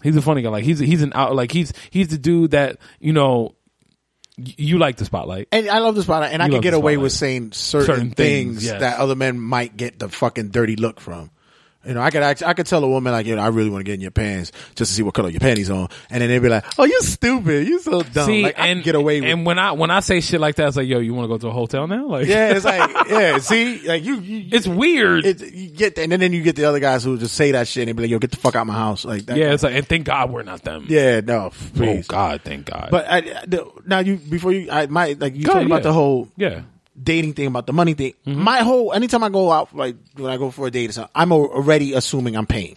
[SPEAKER 3] He's a funny guy. Like he's he's an out. Like he's he's the dude that you know y- you like the spotlight.
[SPEAKER 2] And I love the spotlight, and I
[SPEAKER 3] You
[SPEAKER 2] can
[SPEAKER 3] love
[SPEAKER 2] get
[SPEAKER 3] the
[SPEAKER 2] away
[SPEAKER 3] spotlight.
[SPEAKER 2] with saying certain,
[SPEAKER 3] Certain things,
[SPEAKER 2] things,
[SPEAKER 3] yes.
[SPEAKER 2] that other men might get the fucking dirty look from. You know, I could act, I could tell a woman like, you know, I really want to get in your pants just to see what color your panties on, and then they'd be like, "Oh, you stupid, you so dumb."
[SPEAKER 3] See,
[SPEAKER 2] like, I
[SPEAKER 3] and
[SPEAKER 2] can get away with.
[SPEAKER 3] and when I when I say shit like that, it's like yo, you want to go to a hotel now? Like
[SPEAKER 2] yeah, it's like, yeah, see, like you, you
[SPEAKER 3] it's weird.
[SPEAKER 2] it, you get, and then, then you get the other guys who just say that shit and they be like, "Yo, get the fuck out of my house!" Like, that
[SPEAKER 3] yeah, it's like and thank God we're not them.
[SPEAKER 2] yeah, no, please.
[SPEAKER 3] Oh God, thank God.
[SPEAKER 2] But I, I- the, now you before you, I might like you
[SPEAKER 3] God,
[SPEAKER 2] talking
[SPEAKER 3] yeah.
[SPEAKER 2] about the whole
[SPEAKER 3] yeah,
[SPEAKER 2] dating thing, about the money thing. My whole anytime I go out, like when I go for a date, or something, I'm al- already assuming I'm paying.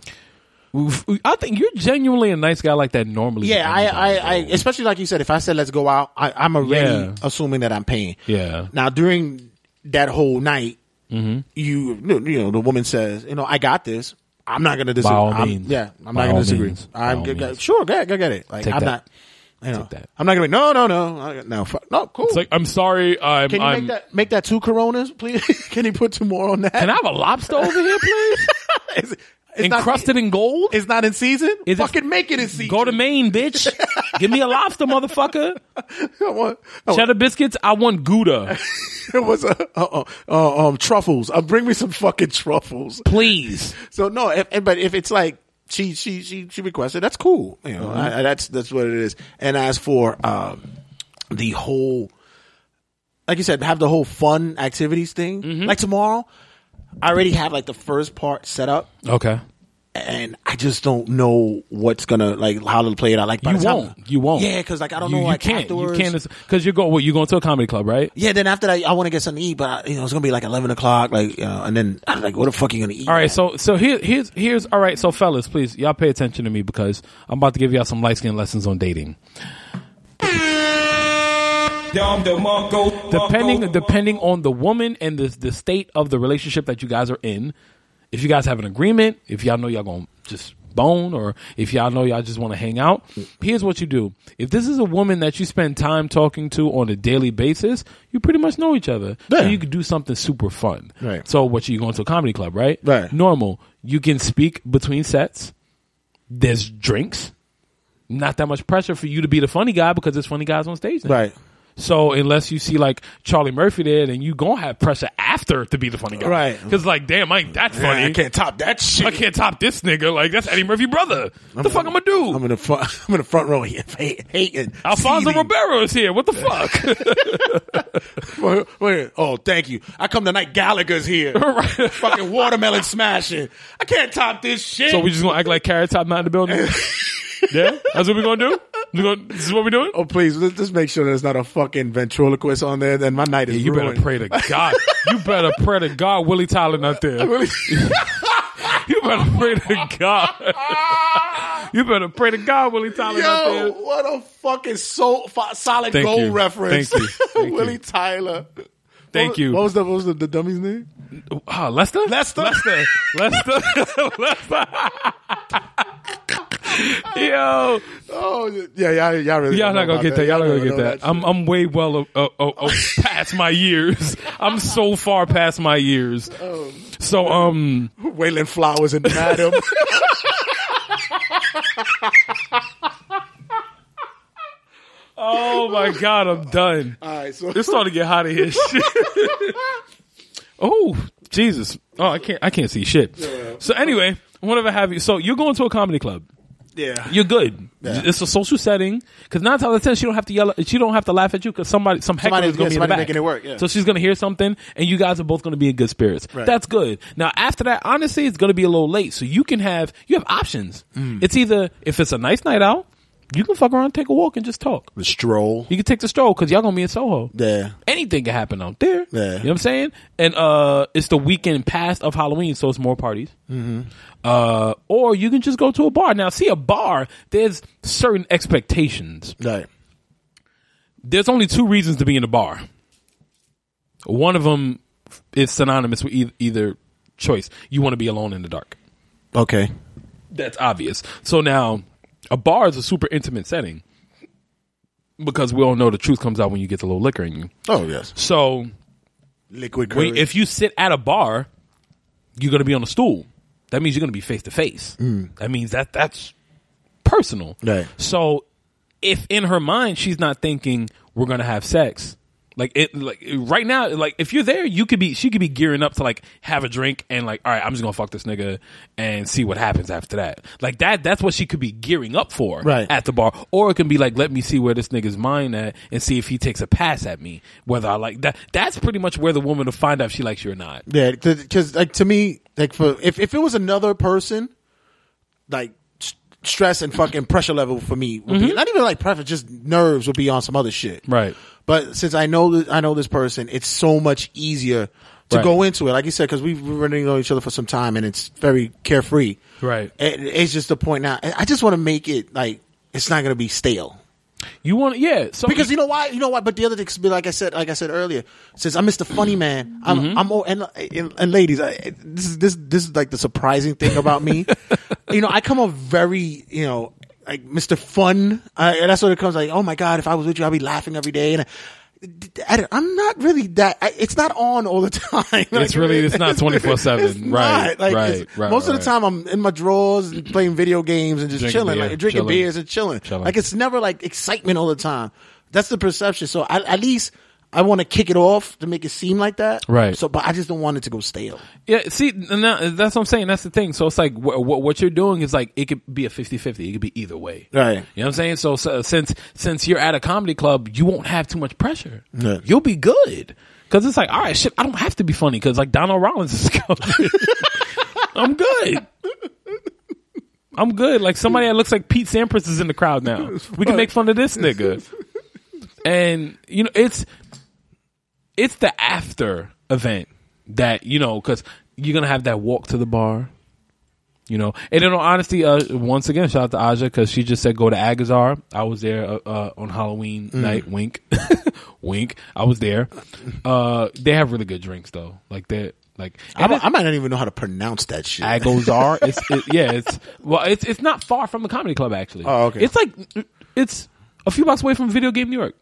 [SPEAKER 3] Oof. I think you're genuinely a nice guy like that normally.
[SPEAKER 2] Yeah, I, I, I, especially like you said, if I said let's go out, I, I'm already
[SPEAKER 3] Yeah.
[SPEAKER 2] assuming that I'm paying.
[SPEAKER 3] Yeah.
[SPEAKER 2] Now during that whole night, Mm-hmm. you you know the woman says, you know, I got this. I'm not gonna disagree.
[SPEAKER 3] all
[SPEAKER 2] I'm-
[SPEAKER 3] means.
[SPEAKER 2] yeah, I'm
[SPEAKER 3] By
[SPEAKER 2] not
[SPEAKER 3] all
[SPEAKER 2] gonna disagree.
[SPEAKER 3] means. By
[SPEAKER 2] I'm
[SPEAKER 3] all
[SPEAKER 2] g- g-
[SPEAKER 3] means.
[SPEAKER 2] sure, go, go get it. Like
[SPEAKER 3] Take
[SPEAKER 2] I'm
[SPEAKER 3] that.
[SPEAKER 2] not. You know,
[SPEAKER 3] Take that.
[SPEAKER 2] I'm not gonna be no, no, no, I- no, fuck, no, cool.
[SPEAKER 3] It's like I'm sorry. I'm.
[SPEAKER 2] Can you
[SPEAKER 3] I'm
[SPEAKER 2] make that make that two Coronas, please? Can you put two more on that?
[SPEAKER 3] can I have a lobster over here, please?
[SPEAKER 2] it's, it's not-
[SPEAKER 3] Encrusted in gold.
[SPEAKER 2] it's not in season.
[SPEAKER 3] Is it-
[SPEAKER 2] Fucking make it in season.
[SPEAKER 3] Go to Maine, bitch. Give me a lobster, motherfucker.
[SPEAKER 2] I want- I want-
[SPEAKER 3] Cheddar biscuits. I want Gouda,
[SPEAKER 2] It was a, uh, uh, uh, um, truffles. Uh, bring me some fucking truffles.
[SPEAKER 3] please.
[SPEAKER 2] So no, if, if- but if it's like she she she she requested, that's cool. You
[SPEAKER 3] Mm-hmm.
[SPEAKER 2] know, I, I- that's that's what it is. And as for um, the whole, like you said, have the whole fun activities thing.
[SPEAKER 3] Mm-hmm.
[SPEAKER 2] Like tomorrow, I already have like the first part set up,
[SPEAKER 3] Okay.
[SPEAKER 2] and I just don't know what's gonna like how to play it. I like by
[SPEAKER 3] You
[SPEAKER 2] the time-
[SPEAKER 3] won't. You won't.
[SPEAKER 2] Yeah, because like I don't
[SPEAKER 3] You,
[SPEAKER 2] know.
[SPEAKER 3] you
[SPEAKER 2] like
[SPEAKER 3] can't.
[SPEAKER 2] Afterwards.
[SPEAKER 3] You can't. Because you're going. What, you're going to a comedy club, right?
[SPEAKER 2] Yeah, then after that, I want to get something to eat, but I, you know it's gonna be like eleven o'clock, like you know, and then I'm like, what the fuck you gonna eat?
[SPEAKER 3] All right, so so here, here's here's all right, so fellas, please y'all pay attention to me because I'm about to give y'all some light skin lessons on dating.
[SPEAKER 4] Dom the Mongo.
[SPEAKER 3] Depending depending on the woman and the the state of the relationship that you guys are in, if you guys have an agreement, if y'all know y'all gonna just bone, or if y'all know y'all just want to hang out, here's what you do. If this is a woman that you spend time talking to on a daily basis, you pretty much know each other, so
[SPEAKER 2] Yeah.
[SPEAKER 3] you could do something super fun.
[SPEAKER 2] Right.
[SPEAKER 3] So what you going to a comedy club, right?
[SPEAKER 2] Right.
[SPEAKER 3] Normal. You can speak between sets. There's drinks. Not that much pressure for you to be the funny guy because there's funny guys on stage. now.
[SPEAKER 2] right,
[SPEAKER 3] So unless you see like Charlie Murphy there, then you gonna have pressure after to be the funny guy,
[SPEAKER 2] Right.
[SPEAKER 3] Because like, damn, I ain't that funny.
[SPEAKER 2] Yeah, I can't top that shit.
[SPEAKER 3] I can't top this nigga. Like that's Eddie Murphy brother. the fuck I'm gonna do?
[SPEAKER 2] I'm in the front. I'm in the front row here, hate, hating.
[SPEAKER 3] Alfonso
[SPEAKER 2] seething.
[SPEAKER 3] Ribeiro is here. What the fuck?
[SPEAKER 2] Wait, wait. Oh, thank you. I come tonight. Gallagher's here.
[SPEAKER 3] Right.
[SPEAKER 2] Fucking watermelon smashing. I can't top this shit.
[SPEAKER 3] so we just gonna act like Carrot Top not in the building? yeah, that's what we gonna do. We gonna, this is what we doing.
[SPEAKER 2] oh, please, let's just make sure there's not a fucking ventriloquist on there. Then my night is
[SPEAKER 3] you better
[SPEAKER 2] ruined.
[SPEAKER 3] pray to God. You better pray to God, Willie Tyler not there. you better pray to God. you better pray to God, Willie Tyler not there.
[SPEAKER 2] Yo, what a fucking so, fo- solid
[SPEAKER 3] Thank
[SPEAKER 2] gold
[SPEAKER 3] you.
[SPEAKER 2] reference.
[SPEAKER 3] Thank you. Thank you.
[SPEAKER 2] Willie Tyler.
[SPEAKER 3] Thank
[SPEAKER 2] What-
[SPEAKER 3] you.
[SPEAKER 2] What was the what was the, the dummy's name?
[SPEAKER 3] Ah, Lester? Lester? Lester. Lester. Lester. Yo,
[SPEAKER 2] Oh yeah, y'all, y'all really.
[SPEAKER 3] y'all not
[SPEAKER 2] don't know
[SPEAKER 3] gonna
[SPEAKER 2] about
[SPEAKER 3] get that. Y'all not gonna
[SPEAKER 2] don't
[SPEAKER 3] get
[SPEAKER 2] know
[SPEAKER 3] that. I'm I'm way well uh, uh, uh, uh, past my years. I'm so far past my years. So um,
[SPEAKER 2] shit. Waylon Flowers and Madam.
[SPEAKER 3] oh my god, I'm done.
[SPEAKER 2] All right, so
[SPEAKER 3] It's starting to get hot in here. Shit. oh Jesus! Oh, I can't I can't see shit. So anyway, whatever have you. So you're going to a comedy club.
[SPEAKER 2] yeah,
[SPEAKER 3] you're good. It's a social setting because nine times out of ten she don't have to yell. at- She don't have to laugh at you because somebody, some heckler
[SPEAKER 2] Somebody-
[SPEAKER 3] is going to be
[SPEAKER 2] yeah,
[SPEAKER 3] in the
[SPEAKER 2] somebody
[SPEAKER 3] back.
[SPEAKER 2] making it work, yeah.
[SPEAKER 3] So she's going to hear something, and you guys are both going to be in good spirits. That's good. Now after that, honestly, it's going to be a little late, so you can have you have options.
[SPEAKER 2] Mm.
[SPEAKER 3] It's either if it's a nice night out, you can fuck around, take a walk, and just talk.
[SPEAKER 2] the stroll.
[SPEAKER 3] You can take the stroll because y'all going to be in Soho
[SPEAKER 2] Yeah,
[SPEAKER 3] anything can happen out there.
[SPEAKER 2] Yeah.
[SPEAKER 3] You know what I'm saying? And uh it's the weekend past of Halloween, so it's more parties. Uh or you can just go to a bar. Now, see a bar, there's certain expectations.
[SPEAKER 2] right.
[SPEAKER 3] There's only two reasons to be in a bar. One of them is synonymous with either, either choice. You want to be alone in the dark.
[SPEAKER 2] Okay,
[SPEAKER 3] That's obvious. So now, a bar is a super intimate setting because we all know the truth comes out when you get a little liquor in you.
[SPEAKER 2] Oh yes,
[SPEAKER 3] So
[SPEAKER 2] liquid
[SPEAKER 3] When-
[SPEAKER 2] courage.
[SPEAKER 3] if you sit at a bar, you're gonna be on a stool. That means you're gonna be face to face. That means that that's personal.
[SPEAKER 2] Right.
[SPEAKER 3] So if in her mind she's not thinking we're gonna have sex, like it, like right now, like if you're there, you could be, she could be gearing up to like have a drink and like, all right, I'm just gonna fuck this nigga and see what happens after that. Like that, that's what she could be gearing up for
[SPEAKER 2] Right.
[SPEAKER 3] at the bar, or it can be like, let me see where this nigga's mind at and see if he takes a pass at me, whether I like that. That's pretty much where the woman will find out if she likes you or not.
[SPEAKER 2] yeah, because like to me, like for if if it was another person, like st- stress and fucking pressure level for me would be not even like pressure, just nerves would be on some other shit.
[SPEAKER 3] Mm-hmm. Right.
[SPEAKER 2] But since I know th- I know this person, it's so much easier to
[SPEAKER 3] Right.
[SPEAKER 2] go into it. Like you said, because we've been running on each other for some time, and it's very carefree.
[SPEAKER 3] Right.
[SPEAKER 2] And it's just the point now. I I just want to make it like it's not going to be stale.
[SPEAKER 3] You want, yeah. So
[SPEAKER 2] Because you know why? You know why? But the other thing, could be like I said, like I said earlier, since I'm Mr. Funny Man, I'm,
[SPEAKER 3] Mm-hmm.
[SPEAKER 2] I'm old, and, and and ladies, I, this is this this is like the surprising thing about me. you know, I come off very you know like Mr. Fun. I, and that's what it comes like. Oh my god, if I was with you, I'd be laughing every day. And I, am not really that. I, it's not on all the time. Like,
[SPEAKER 3] really- it's not 24/7.
[SPEAKER 2] it's
[SPEAKER 3] Right, right,
[SPEAKER 2] it's-
[SPEAKER 3] right,
[SPEAKER 2] Most of
[SPEAKER 3] right.
[SPEAKER 2] the time, I'm in my drawers and playing video games and just
[SPEAKER 3] Drinking
[SPEAKER 2] chilling,
[SPEAKER 3] beer,
[SPEAKER 2] like drinking
[SPEAKER 3] chilling.
[SPEAKER 2] beers and chilling.
[SPEAKER 3] Chilling.
[SPEAKER 2] Like it's never like excitement all the time. That's the perception. So I, at least. I want to kick it off to make it seem like that,
[SPEAKER 3] Right.
[SPEAKER 2] So, but I just don't want it to go stale.
[SPEAKER 3] Yeah, see, and that- that's what I'm saying. That's the thing. So it's like wh- wh- what you're doing is like it could be a 50-50. It could be either way.
[SPEAKER 2] Right.
[SPEAKER 3] You know what I'm saying? So, so since since you're at a comedy club, you won't have too much pressure.
[SPEAKER 2] Yeah.
[SPEAKER 3] You'll be good because it's like, all right, shit, I don't have to be funny because like Donald Rollins is coming. I'm good. I'm good. Like somebody that looks like Pete Sampras is in the crowd now. We can make fun of this nigga. And you know, it's it's the after event that you know because you're gonna have that walk to the bar. You know, and in all honesty, uh, once again, shout out to Aja because she just said go to Agazar. I was there uh, uh, on Halloween
[SPEAKER 2] Mm.
[SPEAKER 3] night. Wink, wink. I was there. Uh, they have really good drinks though. Like that. Like
[SPEAKER 2] I, don't- I might not even know how to pronounce that shit.
[SPEAKER 3] Agozar. It's it, yeah, it's well, it's it's not far from the comedy club actually.
[SPEAKER 2] Oh, okay.
[SPEAKER 3] It's like it's a few blocks away from Video Game New York.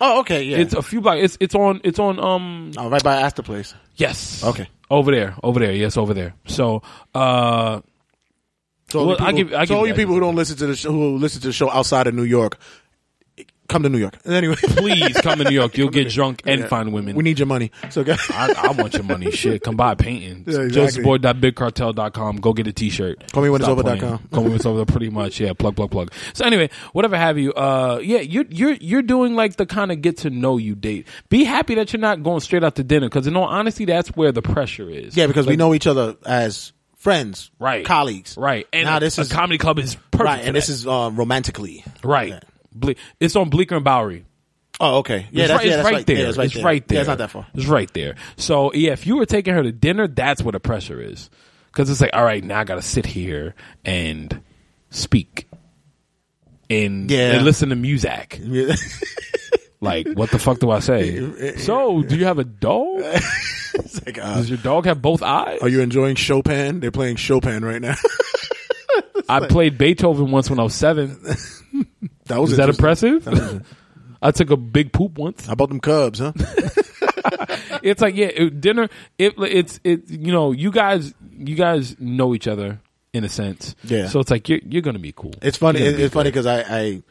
[SPEAKER 2] oh, okay, yeah.
[SPEAKER 3] It's a few blocks. It's it's on it's on um
[SPEAKER 2] oh, right by Astor Place.
[SPEAKER 3] yes
[SPEAKER 2] Okay.
[SPEAKER 3] over there over there yes over there. So uh
[SPEAKER 2] So all
[SPEAKER 3] Well,
[SPEAKER 2] you
[SPEAKER 3] I
[SPEAKER 2] people-
[SPEAKER 3] give- I
[SPEAKER 2] to
[SPEAKER 3] give
[SPEAKER 2] all
[SPEAKER 3] you
[SPEAKER 2] you
[SPEAKER 3] that.
[SPEAKER 2] people who don't listen to the show, who listen to the show outside of New York, come to New York. Anyway,
[SPEAKER 3] please come to New York. You'll get drunk and find women.
[SPEAKER 2] we need your money. So guys,
[SPEAKER 3] I, I want your money. Shit, come buy a painting.
[SPEAKER 2] Yeah, exactly.
[SPEAKER 3] JoseBoyd.BigCartel.com. Go get a t-shirt.
[SPEAKER 2] Call me when it's
[SPEAKER 3] Stop
[SPEAKER 2] over dot
[SPEAKER 3] playing.
[SPEAKER 2] com.
[SPEAKER 3] Call me when it's over. Pretty much, yeah. Plug, plug, plug. So anyway, whatever have you. Uh, yeah, you're you're you're doing like the kind of get to know you date. Be happy that you're not going straight out to dinner because in all honesty, that's where the pressure is.
[SPEAKER 2] yeah, because we know each other as friends,
[SPEAKER 3] right,
[SPEAKER 2] Colleagues,
[SPEAKER 3] right. And
[SPEAKER 2] now this
[SPEAKER 3] a
[SPEAKER 2] is
[SPEAKER 3] comedy club is perfect.
[SPEAKER 2] right,
[SPEAKER 3] for
[SPEAKER 2] and this
[SPEAKER 3] that.
[SPEAKER 2] is uh, romantically.
[SPEAKER 3] right. Ble- it's on Bleecker and Bowery.
[SPEAKER 2] Oh, okay. Yeah,
[SPEAKER 3] it's
[SPEAKER 2] that's,
[SPEAKER 3] right,
[SPEAKER 2] yeah,
[SPEAKER 3] it's
[SPEAKER 2] that's
[SPEAKER 3] right there.
[SPEAKER 2] Yeah,
[SPEAKER 3] it's
[SPEAKER 2] that's right there. Yeah, it's not that far.
[SPEAKER 3] It's right there. So yeah, if you were taking her to dinner, that's where the pressure is, because it's like, all right, now I got to sit here and speak and,
[SPEAKER 2] Yeah.
[SPEAKER 3] and listen to music.
[SPEAKER 2] Yeah.
[SPEAKER 3] Like, what the fuck do I say? so, do you have a dog?
[SPEAKER 2] it's like, uh,
[SPEAKER 3] Does your dog have both eyes?
[SPEAKER 2] are you enjoying Chopin? They're playing Chopin right now.
[SPEAKER 3] I played Beethoven once when I was seven.
[SPEAKER 2] that was
[SPEAKER 3] Is that
[SPEAKER 2] interesting.
[SPEAKER 3] impressive? I took a big poop once.
[SPEAKER 2] How about them Cubs, huh?
[SPEAKER 3] it's like yeah, it, dinner. It it's it. You know, you guys, you guys know each other in a sense.
[SPEAKER 2] Yeah.
[SPEAKER 3] So it's like you're you're gonna be cool.
[SPEAKER 2] It's funny.
[SPEAKER 3] You're
[SPEAKER 2] It,
[SPEAKER 3] gonna be
[SPEAKER 2] it's funny because I, I,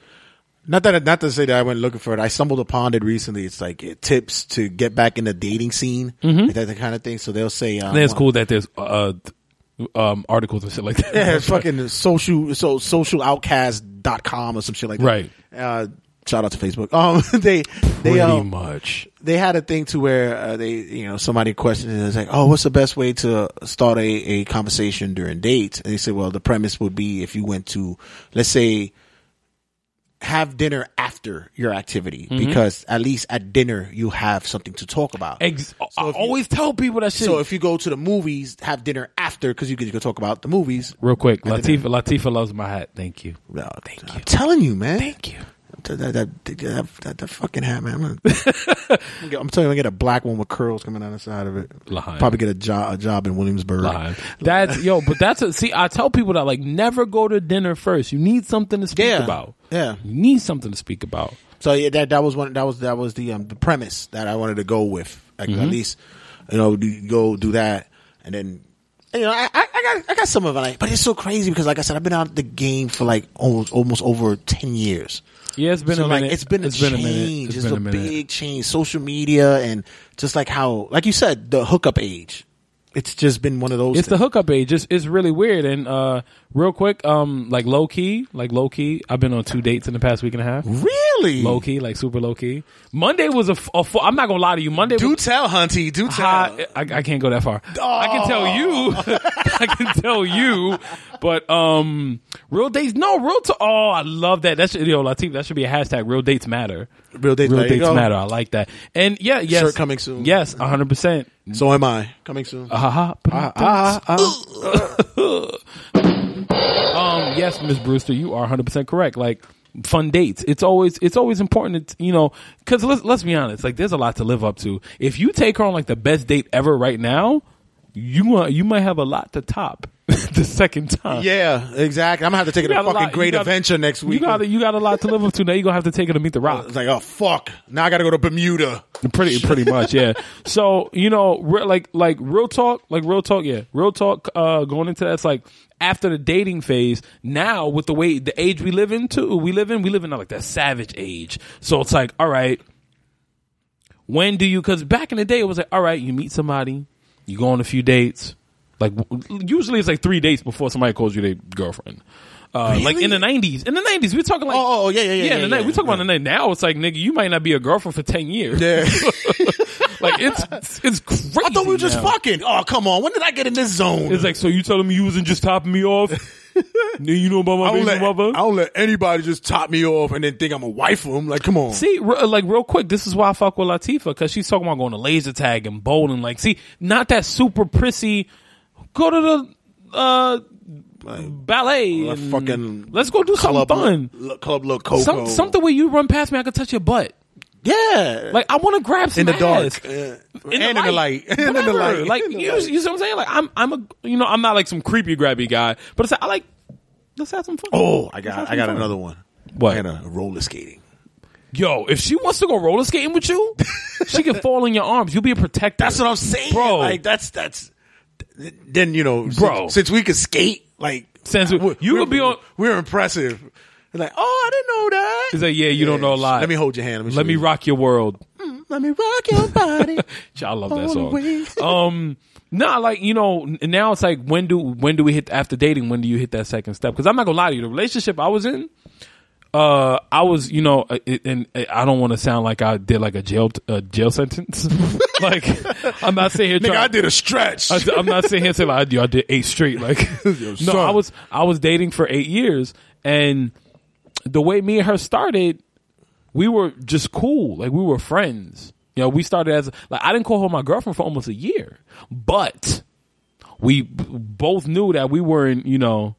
[SPEAKER 2] not that not to say that I went looking for it. I stumbled upon it recently. It's like uh, tips to get back in the dating scene, like that kind of thing. So they'll say,
[SPEAKER 3] cool.
[SPEAKER 2] um,
[SPEAKER 3] And it's cool that there's uh um articles and shit like that.
[SPEAKER 2] Yeah, it's fucking social so socialoutcast.com or some shit like that.
[SPEAKER 3] Right.
[SPEAKER 2] Uh, shout out to Facebook. Um, they
[SPEAKER 3] Pretty
[SPEAKER 2] they um,
[SPEAKER 3] much.
[SPEAKER 2] they had a thing to where uh, they you know somebody questioned it. It's like, oh, what's the best way to start a, a conversation during dates? And they said, well, the premise would be if you went to, let's say, have dinner after your activity because at least at dinner you have something to talk about.
[SPEAKER 3] Ex- I
[SPEAKER 2] if you-
[SPEAKER 3] always tell people that shit.
[SPEAKER 2] so if you go to the movies, have dinner after because you can you can talk about the movies.
[SPEAKER 3] Real quick,
[SPEAKER 2] And then-
[SPEAKER 3] Latifa Latifa loves my hat. Thank you.
[SPEAKER 2] No,
[SPEAKER 3] Thank
[SPEAKER 2] I'm
[SPEAKER 3] you.
[SPEAKER 2] telling you, man.
[SPEAKER 3] Thank you.
[SPEAKER 2] That, that, that, that, that, that fucking hat, man. I'm, gonna, I'm gonna- I'm telling you, I get a black one with curls coming down the side of it.
[SPEAKER 3] Lying.
[SPEAKER 2] Probably get a job, a job in Williamsburg.
[SPEAKER 3] Live. That's yo, but that's a, see. I tell people that like never go to dinner first. You need something to speak
[SPEAKER 2] Yeah.
[SPEAKER 3] about.
[SPEAKER 2] Yeah.
[SPEAKER 3] you need something to speak about.
[SPEAKER 2] So yeah, that that was one. That was that was the um, the premise that I wanted to go with. Like
[SPEAKER 3] Mm-hmm.
[SPEAKER 2] at least, you know, do, go do that, and then you know, I, I, I got I got some of it. Like, but it's so crazy because, like I said, I've been out of the game for like almost almost over ten years.
[SPEAKER 3] Yeah, it's been
[SPEAKER 2] so
[SPEAKER 3] a
[SPEAKER 2] like
[SPEAKER 3] minute.
[SPEAKER 2] it's been a
[SPEAKER 3] It's been a
[SPEAKER 2] change.
[SPEAKER 3] minute.
[SPEAKER 2] It's,
[SPEAKER 3] It's been
[SPEAKER 2] a,
[SPEAKER 3] a minute.
[SPEAKER 2] big change. Social media and just like how, like you said, the hookup age. It's just been one of those.
[SPEAKER 3] It's the
[SPEAKER 2] things.
[SPEAKER 3] hookup age. It's, it's really weird. And uh, real quick, um, like low key, like low key. I've been on two dates in the past week and a half.
[SPEAKER 2] really
[SPEAKER 3] Low key, like super low key. Monday was a. f- a f- I'm not gonna lie to you. Monday
[SPEAKER 2] Do
[SPEAKER 3] was.
[SPEAKER 2] tell, Hunty. Do tell.
[SPEAKER 3] high- I, I can't go that far. I can tell you. I can tell you. But um, real dates. No, real. To, oh, I love that. That should yo Latif. That should be a hashtag. Real dates matter.
[SPEAKER 2] Real dates
[SPEAKER 3] Real
[SPEAKER 2] matter.
[SPEAKER 3] dates
[SPEAKER 2] Yo.
[SPEAKER 3] matter. I like that. And yeah, yes.
[SPEAKER 2] Shirt coming soon.
[SPEAKER 3] Yes, 100. percent
[SPEAKER 2] so am I coming soon?
[SPEAKER 3] Haha. uh, um, yes, Miss Brewster, you are 100% correct. Like fun dates. It's always it's always important to, you know, cuz let's let's be honest. Like there's a lot to live up to. If you take her on like the best date ever right now, you want you might have a lot to top the second time.
[SPEAKER 2] Yeah, exactly. I'm gonna have to take it
[SPEAKER 3] You
[SPEAKER 2] to
[SPEAKER 3] got a
[SPEAKER 2] fucking
[SPEAKER 3] lot-
[SPEAKER 2] great
[SPEAKER 3] you got-
[SPEAKER 2] adventure next
[SPEAKER 3] You
[SPEAKER 2] week.
[SPEAKER 3] got you got a lot to live up to. Now you're gonna have to take it to meet the rock.
[SPEAKER 2] it's like, oh fuck! Now I gotta go to Bermuda.
[SPEAKER 3] Pretty pretty much, yeah. So you know, re- like like real talk, like real talk, yeah, real talk. Uh, going into that's like after the dating phase. Now with the way the age we live into, we live in, we live in like that savage age. So it's like, all right, when do you? Because back in the day, it was like, all right, you meet somebody, you go on a few dates. Like w- usually, it's like three dates before somebody calls you their girlfriend. Uh, Like in the nineties, in the nineties, we're talking like
[SPEAKER 2] Oh, oh, yeah, yeah, yeah,
[SPEAKER 3] yeah. in
[SPEAKER 2] yeah,
[SPEAKER 3] the night,
[SPEAKER 2] yeah,
[SPEAKER 3] we talk about in the night. Now it's like nigga, you might not be a girlfriend for ten years.
[SPEAKER 2] Yeah.
[SPEAKER 3] Like it's it's crazy.
[SPEAKER 2] I thought we were just
[SPEAKER 3] now.
[SPEAKER 2] fucking. Oh come on! When did I get in this zone?
[SPEAKER 3] It's like so you telling me you wasn't just topping me off. Then you know about my
[SPEAKER 2] I don't,
[SPEAKER 3] baby
[SPEAKER 2] let, I
[SPEAKER 3] mother.
[SPEAKER 2] don't let anybody just top me off and then think I'm a wife for him. Like, come on.
[SPEAKER 3] See, re- uh, like real quick, this is why I fuck with Latifah because she's talking about going to laser tag and bowling. Like, see, not that super prissy. Go to the uh, ballet.
[SPEAKER 2] Like
[SPEAKER 3] and
[SPEAKER 2] fucking
[SPEAKER 3] let's go do something fun.
[SPEAKER 2] Lo- club Lil Coco.
[SPEAKER 3] Some, something where you run past me, I could touch your butt.
[SPEAKER 2] Yeah.
[SPEAKER 3] Like I want to grab some
[SPEAKER 2] in the
[SPEAKER 3] ass.
[SPEAKER 2] dark. Yeah. and in the light. and in the
[SPEAKER 3] Whatever.
[SPEAKER 2] light.
[SPEAKER 3] Like
[SPEAKER 2] In the
[SPEAKER 3] you,
[SPEAKER 2] light.
[SPEAKER 3] you see what I'm saying? Like I'm, I'm a, you know, I'm not like some creepy grabby guy, but it's like, I like. Let's have some fun.
[SPEAKER 2] Oh, I got
[SPEAKER 3] Let's
[SPEAKER 2] I
[SPEAKER 3] have
[SPEAKER 2] got
[SPEAKER 3] some fun.
[SPEAKER 2] another one.
[SPEAKER 3] What?
[SPEAKER 2] Hannah, roller skating.
[SPEAKER 3] Yo, if she wants to go roller skating with you, she can fall in your arms. You'll be a protector.
[SPEAKER 2] That's what I'm saying.
[SPEAKER 3] Bro.
[SPEAKER 2] Like that's that's th- then you know
[SPEAKER 3] Bro.
[SPEAKER 2] Since, since we could skate, like
[SPEAKER 3] Since we-
[SPEAKER 2] we're-
[SPEAKER 3] you
[SPEAKER 2] we're-
[SPEAKER 3] could be on-
[SPEAKER 2] we're impressive. Like, oh I didn't know that.
[SPEAKER 3] He's like, yeah, you don't know a lot.
[SPEAKER 2] Let me hold your hand. Let me,
[SPEAKER 3] Let
[SPEAKER 2] show
[SPEAKER 3] me
[SPEAKER 2] you.
[SPEAKER 3] rock your world.
[SPEAKER 2] Let me rock your body.
[SPEAKER 3] I love
[SPEAKER 2] all
[SPEAKER 3] that
[SPEAKER 2] the way.
[SPEAKER 3] song. Um, nah, like you know, n- now it's like when do when do we hit after dating? When do you hit that second step? Because I'm not gonna lie to you, the relationship I was in, uh, I was you know, uh, it- and uh, I don't want to sound like I did like a jail a jail sentence. like I'm not saying here
[SPEAKER 2] Nigga, I
[SPEAKER 3] trying.
[SPEAKER 2] did a stretch.
[SPEAKER 3] I, am not sitting here saying like, I, did- I did eight straight. Like, no,
[SPEAKER 2] son.
[SPEAKER 3] I was I was dating for eight years, and the way me and her started, we were just cool. Like we were friends. You know, we started as like I didn't call her my girlfriend for almost a year, but we b- both knew that we weren't. You know.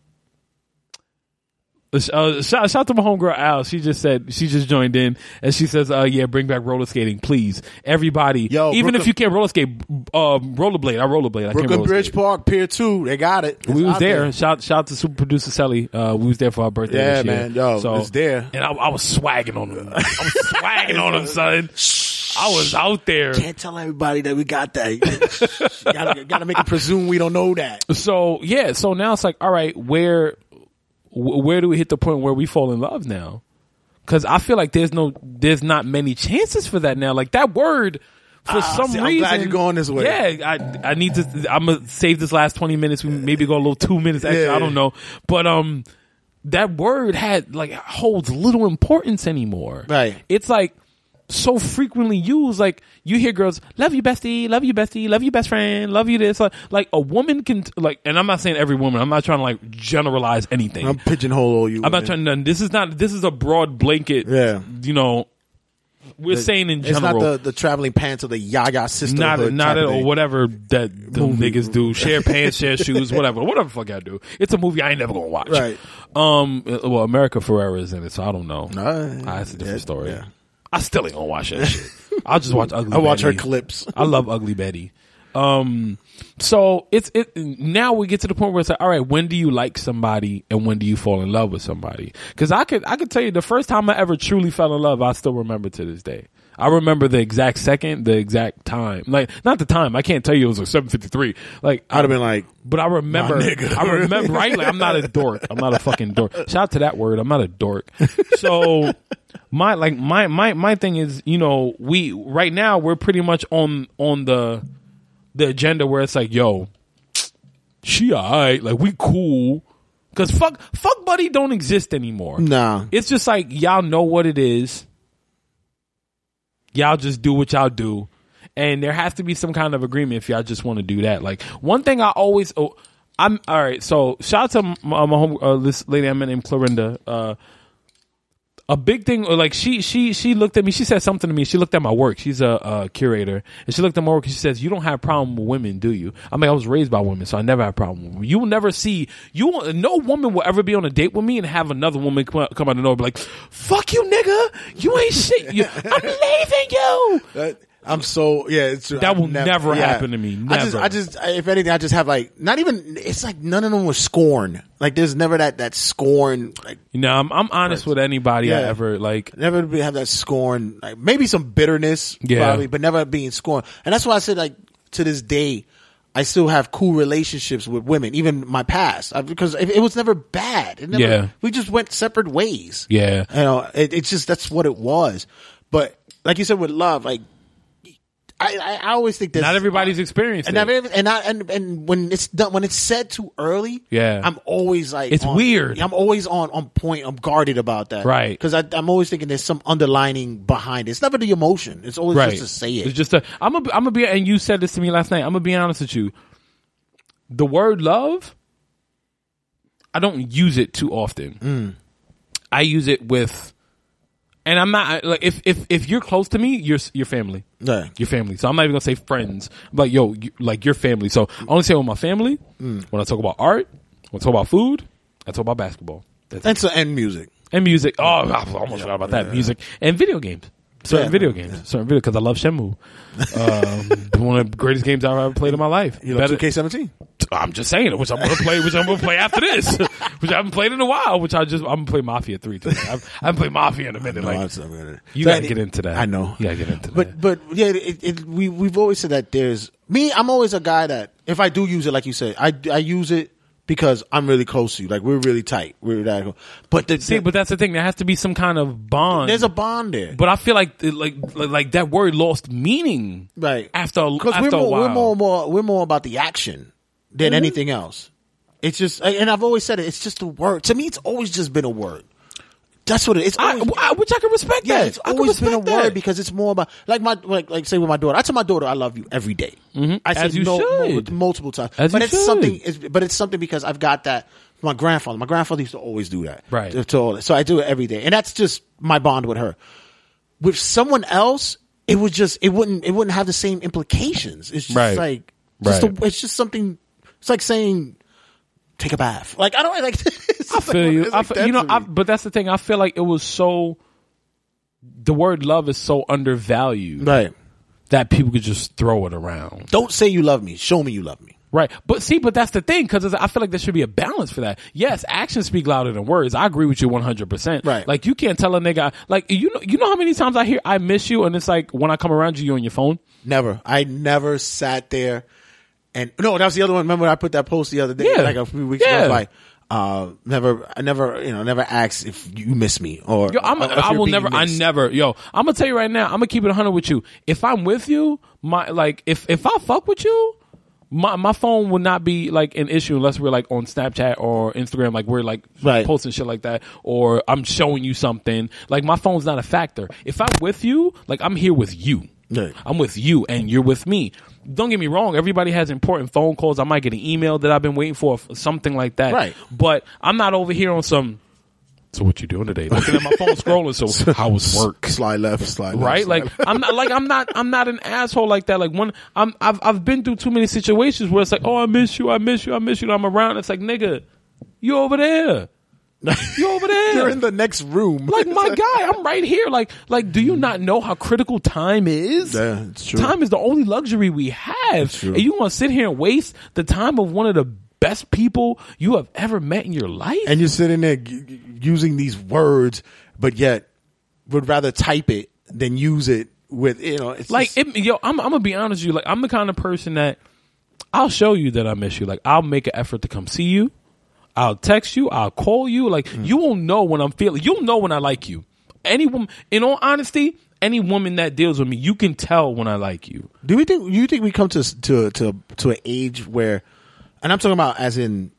[SPEAKER 3] Uh, shout, shout out to my homegirl Al. She just said she just joined in, and she says, "Uh, yeah, bring back roller skating, please, everybody.
[SPEAKER 2] Yo,
[SPEAKER 3] even
[SPEAKER 2] Brooklyn-
[SPEAKER 3] if you can't roller skate, um, rollerblade. I rollerblade. I can't
[SPEAKER 2] Brooklyn
[SPEAKER 3] roller
[SPEAKER 2] Bridge
[SPEAKER 3] skate.
[SPEAKER 2] Park Pier Two. They got it.
[SPEAKER 3] We
[SPEAKER 2] It's
[SPEAKER 3] was
[SPEAKER 2] out
[SPEAKER 3] there. Shout shout out to super producer Sally. Uh, we was there for our birthday.
[SPEAKER 2] Yeah,
[SPEAKER 3] this year.
[SPEAKER 2] man. Yo, it's there.
[SPEAKER 3] And I, I was swagging on him. I was swagging on him, son. I was out there.
[SPEAKER 2] Can't tell everybody that we got that. gotta, gotta make them presume we don't know that.
[SPEAKER 3] So yeah. So now it's like, all right, where wh- where do we hit the point where we fall in love now? Because I feel like there's no there's not many chances for that now. Like that word. For some
[SPEAKER 2] Ah, see,
[SPEAKER 3] reason,
[SPEAKER 2] I'm glad you're going this way.
[SPEAKER 3] Yeah, I I need to. I'm gonna save this last twenty minutes. We maybe go a little two minutes extra.
[SPEAKER 2] Yeah.
[SPEAKER 3] I don't know, but um, that word had like holds little importance anymore.
[SPEAKER 2] Right.
[SPEAKER 3] It's like so frequently used. Like you hear girls, love you bestie, love you bestie, love you best friend, love you this. Like, like a woman can like, and I'm not saying every woman. I'm not trying to like generalize anything.
[SPEAKER 2] I'm
[SPEAKER 3] I'm,
[SPEAKER 2] pigeonhole you.
[SPEAKER 3] not trying to. This is not. This is a broad blanket.
[SPEAKER 2] Yeah.
[SPEAKER 3] You know, we're saying in
[SPEAKER 2] It's
[SPEAKER 3] general.
[SPEAKER 2] not the, the traveling pants of the Yaga sister.
[SPEAKER 3] Not, not at
[SPEAKER 2] at
[SPEAKER 3] all. Whatever that the niggas do, share pants, share shoes, whatever, whatever the fuck I do. It's a movie I ain't never gonna watch.
[SPEAKER 2] Right.
[SPEAKER 3] Um. uh, Well, America Ferrera is in it, so I don't know.
[SPEAKER 2] Right.
[SPEAKER 3] Ah, that's a different
[SPEAKER 2] Yeah,
[SPEAKER 3] story.
[SPEAKER 2] yeah.
[SPEAKER 3] I still ain't gonna watch that shit. I'll just watch Ugly.
[SPEAKER 2] I watch her
[SPEAKER 3] Betty.
[SPEAKER 2] clips.
[SPEAKER 3] I love Ugly Betty. Um. So it's it. Now we get to the point where it's like, all right, when do you like somebody and when do you fall in love with somebody? Because I could I could tell you the first time I ever truly fell in love, I still remember to this day. I remember the exact second, the exact time. Like not the time. I can't tell you it was like seven fifty three. Like
[SPEAKER 2] I'd have been like,
[SPEAKER 3] but I remember,
[SPEAKER 2] My nigga.
[SPEAKER 3] I remember, right? Like, I'm not a dork. I'm not a fucking dork. Shout out to that word. I'm not a dork. So my, like my, my, my thing is, you know, we, right now we're pretty much on, on the, the agenda where it's like, yo, she alright. Like we cool. Cause fuck, fuck buddy don't exist anymore.
[SPEAKER 2] nah.
[SPEAKER 3] It's just like y'all know what it is. Y'all just do what y'all do. And there has to be some kind of agreement if y'all just want to do that. Like one thing I always oh, I'm all right. So shout out to my, my home uh, this lady I met named Clorinda. Uh, a big thing or like she she she looked at me. She said something to me. She looked at my work. She's a, uh curator and she looked at my work and she says, "You don't have a problem with women, do you?" I mean, I was raised by women, so I never had a problem. With women. You will never see you. will- No woman will ever be on a date with me and have another woman come out, come out of nowhere and be like, "Fuck you, nigga. You ain't shit. You, I'm leaving you."
[SPEAKER 2] That- I'm so yeah. It's true.
[SPEAKER 3] That
[SPEAKER 2] I've
[SPEAKER 3] will never happen to me.
[SPEAKER 2] I just,
[SPEAKER 3] Never.
[SPEAKER 2] I just, I- if anything, I just have like not even. It's like none of them was scorn. Like there's never that that scorn. Like
[SPEAKER 3] You know, I'm, I'm honest with anybody I
[SPEAKER 2] Yeah.
[SPEAKER 3] ever like.
[SPEAKER 2] never be- have that scorn. Like maybe some bitterness,
[SPEAKER 3] Yeah.
[SPEAKER 2] probably, but never being scorned. And that's why I said like to this day, I still have cool relationships with women, even my past, I, because it, it was never bad. It never,
[SPEAKER 3] Yeah.
[SPEAKER 2] we just went separate ways.
[SPEAKER 3] Yeah.
[SPEAKER 2] you know, it, it's just that's what it was. But like you said, with love, like. I, I- I always think that
[SPEAKER 3] Not everybody's experienced
[SPEAKER 2] and
[SPEAKER 3] it.
[SPEAKER 2] I've ever- and I, and and when it's done when it's said too early,
[SPEAKER 3] Yeah.
[SPEAKER 2] I'm always like
[SPEAKER 3] It's
[SPEAKER 2] on-
[SPEAKER 3] weird.
[SPEAKER 2] I'm always on on point. I'm guarded about that,
[SPEAKER 3] Right.
[SPEAKER 2] Because I'm always thinking there's some underlining behind it. It's never the emotion. It's always
[SPEAKER 3] right.
[SPEAKER 2] just to say it.
[SPEAKER 3] It's just a. I'm a. I'm a be. And you said this to me last night. I'm gonna be honest with you. The word love, I don't use it too often.
[SPEAKER 2] Mm.
[SPEAKER 3] I use it with, and I'm not I- like if if if you're close to me, you're s- your family,
[SPEAKER 2] Yeah.
[SPEAKER 3] your family. So I'm not even gonna say friends, but yo, you, like your family. So I only say with my family
[SPEAKER 2] Mm.
[SPEAKER 3] when I talk about art, when I talk about food, I talk about basketball. That's
[SPEAKER 2] and so and music.
[SPEAKER 3] and music. Oh, I almost forgot about that. Music and video games. Certain
[SPEAKER 2] Yeah.
[SPEAKER 3] video games. Certain video because I love Shenmue. Um, one of the greatest games I've ever played in my life.
[SPEAKER 2] You know,
[SPEAKER 3] Better-
[SPEAKER 2] 2K17.
[SPEAKER 3] I'm just saying it, which I'm gonna play, which I'm gonna play after this, which I haven't played in a while. Which I just I'm gonna play Mafia Three. Today. I've, I haven't played Mafia in a minute.
[SPEAKER 2] No,
[SPEAKER 3] like
[SPEAKER 2] it's not good.
[SPEAKER 3] you
[SPEAKER 2] So
[SPEAKER 3] gotta
[SPEAKER 2] it-
[SPEAKER 3] get into that.
[SPEAKER 2] I know.
[SPEAKER 3] You gotta get into that.
[SPEAKER 2] but, But yeah, it, it, we we've always said that there's me. I'm always a guy that if I do use it, like you said, I I use it because I'm really close to you. Like we're really tight. We're that. But the,
[SPEAKER 3] See, but that's the thing. There has to be some kind of bond.
[SPEAKER 2] there's a bond there.
[SPEAKER 3] but I feel like like like, like that word lost meaning.
[SPEAKER 2] right
[SPEAKER 3] After a-
[SPEAKER 2] because we're
[SPEAKER 3] after a
[SPEAKER 2] more, we're
[SPEAKER 3] while. Mm-hmm.
[SPEAKER 2] more more we're more about the action than anything else. It's just and I've always said it. It's just a word to me. It's always just been a word. That's what it is. It's
[SPEAKER 3] I,
[SPEAKER 2] always-
[SPEAKER 3] I- which I can respect.
[SPEAKER 2] yeah,
[SPEAKER 3] that.
[SPEAKER 2] it's
[SPEAKER 3] I can
[SPEAKER 2] always been a
[SPEAKER 3] respect that.
[SPEAKER 2] word because it's more about like my like like say with my daughter. I tell my daughter I love you every day. I say
[SPEAKER 3] Mm-hmm. As you
[SPEAKER 2] no mo-
[SPEAKER 3] should.
[SPEAKER 2] multiple times,
[SPEAKER 3] As
[SPEAKER 2] but
[SPEAKER 3] you
[SPEAKER 2] it's
[SPEAKER 3] should.
[SPEAKER 2] something. It's, but it's something because I've got that. from My grandfather, my grandfather used to always do that.
[SPEAKER 3] Right.
[SPEAKER 2] To- to all that. so I do it every day, and that's just my bond with her. With someone else, it would just it wouldn't it wouldn't have the same implications. It's just
[SPEAKER 3] Right.
[SPEAKER 2] like just
[SPEAKER 3] Right.
[SPEAKER 2] a- it's just something. It's like saying take a bath. Like I don't like. It's
[SPEAKER 3] I feel you.
[SPEAKER 2] It's
[SPEAKER 3] I
[SPEAKER 2] like
[SPEAKER 3] feel,
[SPEAKER 2] that
[SPEAKER 3] you know,
[SPEAKER 2] to
[SPEAKER 3] I,
[SPEAKER 2] me.
[SPEAKER 3] but that's the thing. I feel like it was so. The word love is so undervalued
[SPEAKER 2] right.
[SPEAKER 3] that people could just throw it around,
[SPEAKER 2] Don't say you love me. Show me you love me.
[SPEAKER 3] right? But see, but that's the thing because I feel like there should be a balance for that. Yes, actions speak louder than words. I agree with you one hundred percent.
[SPEAKER 2] Right.
[SPEAKER 3] Like you can't tell a nigga like you know you know how many times I hear I miss you and it's like when I come around you you on your phone.
[SPEAKER 2] Never. I never sat there and no, that was the other one. Remember I put that post the other day,
[SPEAKER 3] Yeah.
[SPEAKER 2] like a few weeks
[SPEAKER 3] Yeah.
[SPEAKER 2] ago. Like, uh, never, I never, you know, never asked if you miss me or
[SPEAKER 3] Yo, I'm a,
[SPEAKER 2] or if
[SPEAKER 3] I
[SPEAKER 2] you're
[SPEAKER 3] will
[SPEAKER 2] being
[SPEAKER 3] never. I
[SPEAKER 2] missed.
[SPEAKER 3] never. Yo, I'm gonna tell you right now. I'm gonna keep it hundred with you. If I'm with you, my like, if if I fuck with you, my my phone will not be like an issue unless we're like on Snapchat or Instagram, like we're like
[SPEAKER 2] Right.
[SPEAKER 3] posting shit like that, or I'm showing you something. Like my phone's not a factor. If I'm with you, like I'm here with you.
[SPEAKER 2] Right.
[SPEAKER 3] I'm with you and you're with me. Don't get me wrong. Everybody has important phone calls. I might get an email that I've been waiting for, f- something like that.
[SPEAKER 2] Right.
[SPEAKER 3] But I'm not over here on some. So what you doing today? Looking at my phone, scrolling. So how was work?
[SPEAKER 2] Slide left, slide left,
[SPEAKER 3] Right?
[SPEAKER 2] slide
[SPEAKER 3] Like
[SPEAKER 2] left.
[SPEAKER 3] I'm not like I'm not I'm not an asshole like that. Like one I'm I've I've been through too many situations where it's like, oh, I miss you, I miss you, I miss you. And I'm around. It's like, nigga, you over there? You over there?
[SPEAKER 2] you're in the next room.
[SPEAKER 3] like my guy, I'm right here. Like, like, do you not know how critical time is?
[SPEAKER 2] Yeah, it's true.
[SPEAKER 3] Time is the only luxury we have,
[SPEAKER 2] true.
[SPEAKER 3] and you want to sit here and waste the time of one of the best people you have ever met in your life?
[SPEAKER 2] and you're sitting there g- g- using these words, but yet would rather type it than use it with, you know, it's
[SPEAKER 3] like,
[SPEAKER 2] just-
[SPEAKER 3] it, yo, I'm, I'm gonna be honest with you. Like, I'm the kind of person that I'll show you that I miss you. Like, I'll make an effort to come see you. I'll text you. I'll call you. Like,
[SPEAKER 2] Mm.
[SPEAKER 3] you won't know when I'm feeling. You'll know when I like you. Any woman, in all honesty, any woman that deals with me, you can tell when I like you.
[SPEAKER 2] Do we think? Do you think we come to to to to an age where, and I'm talking about as in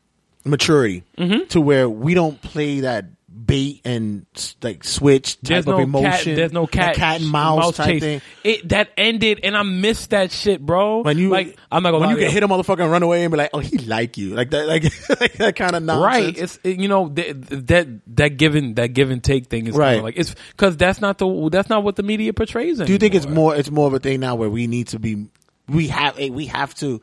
[SPEAKER 2] maturity,
[SPEAKER 3] Mm-hmm.
[SPEAKER 2] to where we don't play that bait and s- like switch type
[SPEAKER 3] There's
[SPEAKER 2] of
[SPEAKER 3] no
[SPEAKER 2] emotion.
[SPEAKER 3] cat. There's no
[SPEAKER 2] that
[SPEAKER 3] cat.
[SPEAKER 2] cat and mouse, type
[SPEAKER 3] chase.
[SPEAKER 2] thing.
[SPEAKER 3] It that ended, and I missed that shit, bro.
[SPEAKER 2] When you
[SPEAKER 3] like, I'm not gonna
[SPEAKER 2] when
[SPEAKER 3] lie
[SPEAKER 2] you
[SPEAKER 3] to
[SPEAKER 2] can hit a motherfucker and run away and be like, oh, he like you, like that, like, like that kind of nonsense.
[SPEAKER 3] Right, it's it- you know that that that given that give and take thing is
[SPEAKER 2] Right.
[SPEAKER 3] kinda like it's because that's not the that's not what the media portrays.
[SPEAKER 2] Do you think it's more? It's more of a thing now where we need to be. We have. eh, We have to.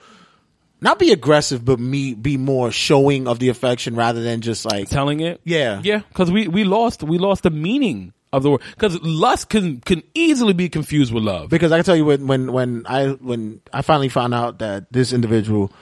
[SPEAKER 2] Not be aggressive, but me be more showing of the affection rather than just like
[SPEAKER 3] telling it?
[SPEAKER 2] Yeah.
[SPEAKER 3] yeah, because we we lost we lost the meaning of the word because lust can can easily be confused with love.
[SPEAKER 2] because I can tell you when when when I when I finally found out that this individual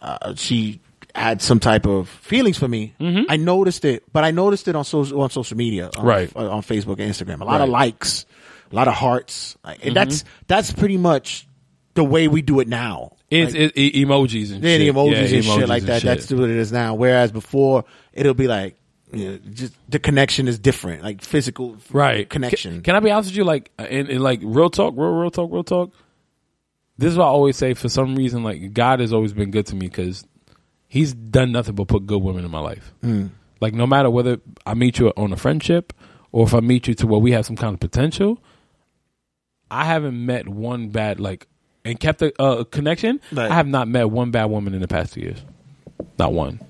[SPEAKER 2] uh, she had some type of feelings for me.
[SPEAKER 3] Mm-hmm.
[SPEAKER 2] I noticed it, but I noticed it on social on social media, on,
[SPEAKER 3] Right.
[SPEAKER 2] uh, On Facebook and Instagram, a lot
[SPEAKER 3] Right.
[SPEAKER 2] of
[SPEAKER 3] Mm-hmm.
[SPEAKER 2] likes, a lot of hearts. Like, and That's that's pretty much the way we do it now.
[SPEAKER 3] It's
[SPEAKER 2] Like,
[SPEAKER 3] it, e- emojis and
[SPEAKER 2] yeah,
[SPEAKER 3] shit.
[SPEAKER 2] the emojis
[SPEAKER 3] Yeah,
[SPEAKER 2] and
[SPEAKER 3] emojis
[SPEAKER 2] shit like
[SPEAKER 3] and
[SPEAKER 2] that. That's what it is now. Whereas before, it'll be like. You know, just the connection is different, like physical
[SPEAKER 3] right
[SPEAKER 2] connection.
[SPEAKER 3] Can, can I be honest with you? Like, in, in like real talk, real real talk, real talk. This is what I always say. For some reason, like God has always been good to me because He's done nothing but put good women in my life.
[SPEAKER 2] Hmm.
[SPEAKER 3] Like no matter whether I meet you on a friendship or if I meet you to where we have some kind of potential, I haven't met one bad like and kept a uh, connection.
[SPEAKER 2] Right.
[SPEAKER 3] I have not met one bad woman in the past two years, not one.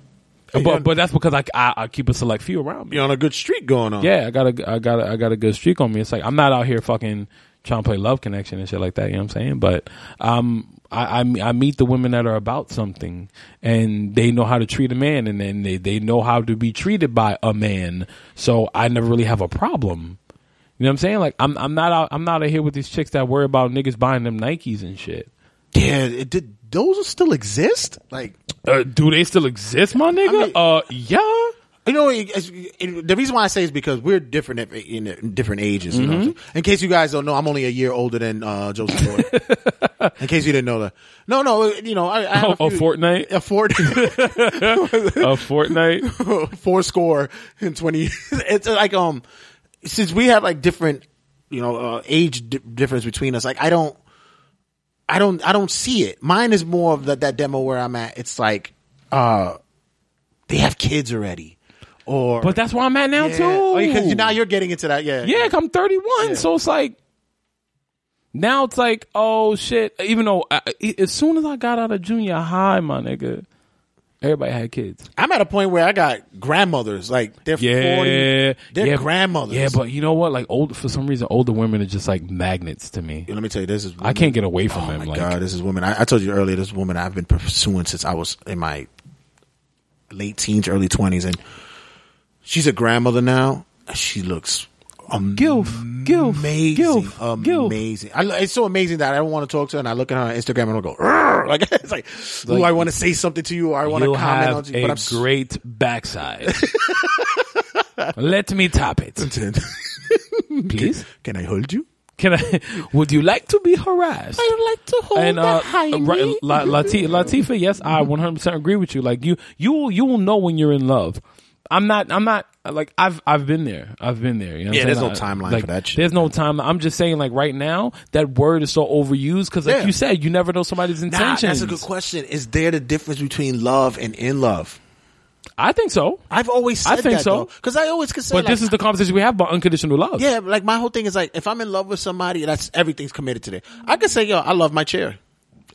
[SPEAKER 2] you're-
[SPEAKER 3] But but that's because I, I I keep a select few around me.
[SPEAKER 2] You're on a good streak going on.
[SPEAKER 3] Yeah, I got a I got a, I got a good streak on me. It's like I'm not out here fucking trying to play love connection and shit like that. You know what I'm saying? But um, I I, me- I meet the women that are about something and they know how to treat a man and then they they know how to be treated by a man. So I never really have a problem. You know what I'm saying? Like I'm I'm not out I'm not out here with these chicks that worry about niggas buying them Nikes and shit.
[SPEAKER 2] Yeah, it did those still exist? Like
[SPEAKER 3] Uh, do they still exist, my nigga?
[SPEAKER 2] mean-
[SPEAKER 3] uh, yeah.
[SPEAKER 2] you know, it, it's- it- the reason why I say is because we're different at, in different ages. You know what I'm saying? in case you guys don't know, I'm only a year older than uh, Joseph. Gordon. in case you didn't know that, no, no, you know, I, I have
[SPEAKER 3] Oh, a
[SPEAKER 2] few-
[SPEAKER 3] Fortnite?
[SPEAKER 2] a fort,
[SPEAKER 3] A Fortnite.
[SPEAKER 2] four score and twenty. It's like um, since we have like different, you know, uh, age di- difference between us. Like I don't, I don't, I don't see it. Mine is more of that that demo where I'm at. It's like uh, they have kids already, or
[SPEAKER 3] But that's where I'm at now
[SPEAKER 2] Yeah.
[SPEAKER 3] too.
[SPEAKER 2] Oh, because you- now you're getting into that. Yeah,
[SPEAKER 3] Yeah, 'cause I'm 31, so it's like now it's like oh shit. Even though I, I- as soon as I got out of junior high, my nigga, everybody had kids.
[SPEAKER 2] I'm at a point where I got grandmothers. Like they're forty. They're
[SPEAKER 3] yeah,
[SPEAKER 2] grandmothers.
[SPEAKER 3] Yeah, but you know what? Like old for some reason, older women are just like magnets to me.
[SPEAKER 2] let me tell you, this is
[SPEAKER 3] I can't get away from
[SPEAKER 2] Oh
[SPEAKER 3] them.
[SPEAKER 2] my
[SPEAKER 3] like
[SPEAKER 2] god, this is woman. I, I told you earlier, this woman I've been pursuing since I was in my late teens, early twenties, and she's a grandmother now. She looks
[SPEAKER 3] gilf, gilf,
[SPEAKER 2] amazing,
[SPEAKER 3] gilf, gilf.
[SPEAKER 2] amazing. I, lo- it's so amazing that I don't want to talk to her, and I look at her on Instagram and I go, "Rrr," like it's like, ooh, I want to say something to you, or I want to
[SPEAKER 3] You
[SPEAKER 2] comment on
[SPEAKER 3] have
[SPEAKER 2] you, but
[SPEAKER 3] a
[SPEAKER 2] I'm s-
[SPEAKER 3] great backside. Let me tap it, please.
[SPEAKER 2] Can I hold you?
[SPEAKER 3] Can I? Would you like to be harassed?
[SPEAKER 2] would like to hold
[SPEAKER 3] and uh, right, La, Lati- Latifa, yes, I 100% agree with you. Like you, you will, you will know when you're in love. I'm not, I'm not like I've, I've been there. I've been there. You know what
[SPEAKER 2] Yeah,
[SPEAKER 3] I'm
[SPEAKER 2] there's
[SPEAKER 3] saying?
[SPEAKER 2] no
[SPEAKER 3] I-
[SPEAKER 2] timeline
[SPEAKER 3] like,
[SPEAKER 2] for that shit.
[SPEAKER 3] There's no time. I'm just saying, like right now, that word is so overused because, like
[SPEAKER 2] Yeah.
[SPEAKER 3] you said, you never know somebody's
[SPEAKER 2] Nah,
[SPEAKER 3] intentions.
[SPEAKER 2] that's a good question. Is there the difference between love and in love?
[SPEAKER 3] I think so.
[SPEAKER 2] I've always said
[SPEAKER 3] I think
[SPEAKER 2] that,
[SPEAKER 3] so.
[SPEAKER 2] because I always consider.
[SPEAKER 3] But
[SPEAKER 2] like,
[SPEAKER 3] this is the conversation we have about unconditional love.
[SPEAKER 2] yeah, like my whole thing is like if I'm in love with somebody, that's everything's committed to that. I could say, yo, I love my chair.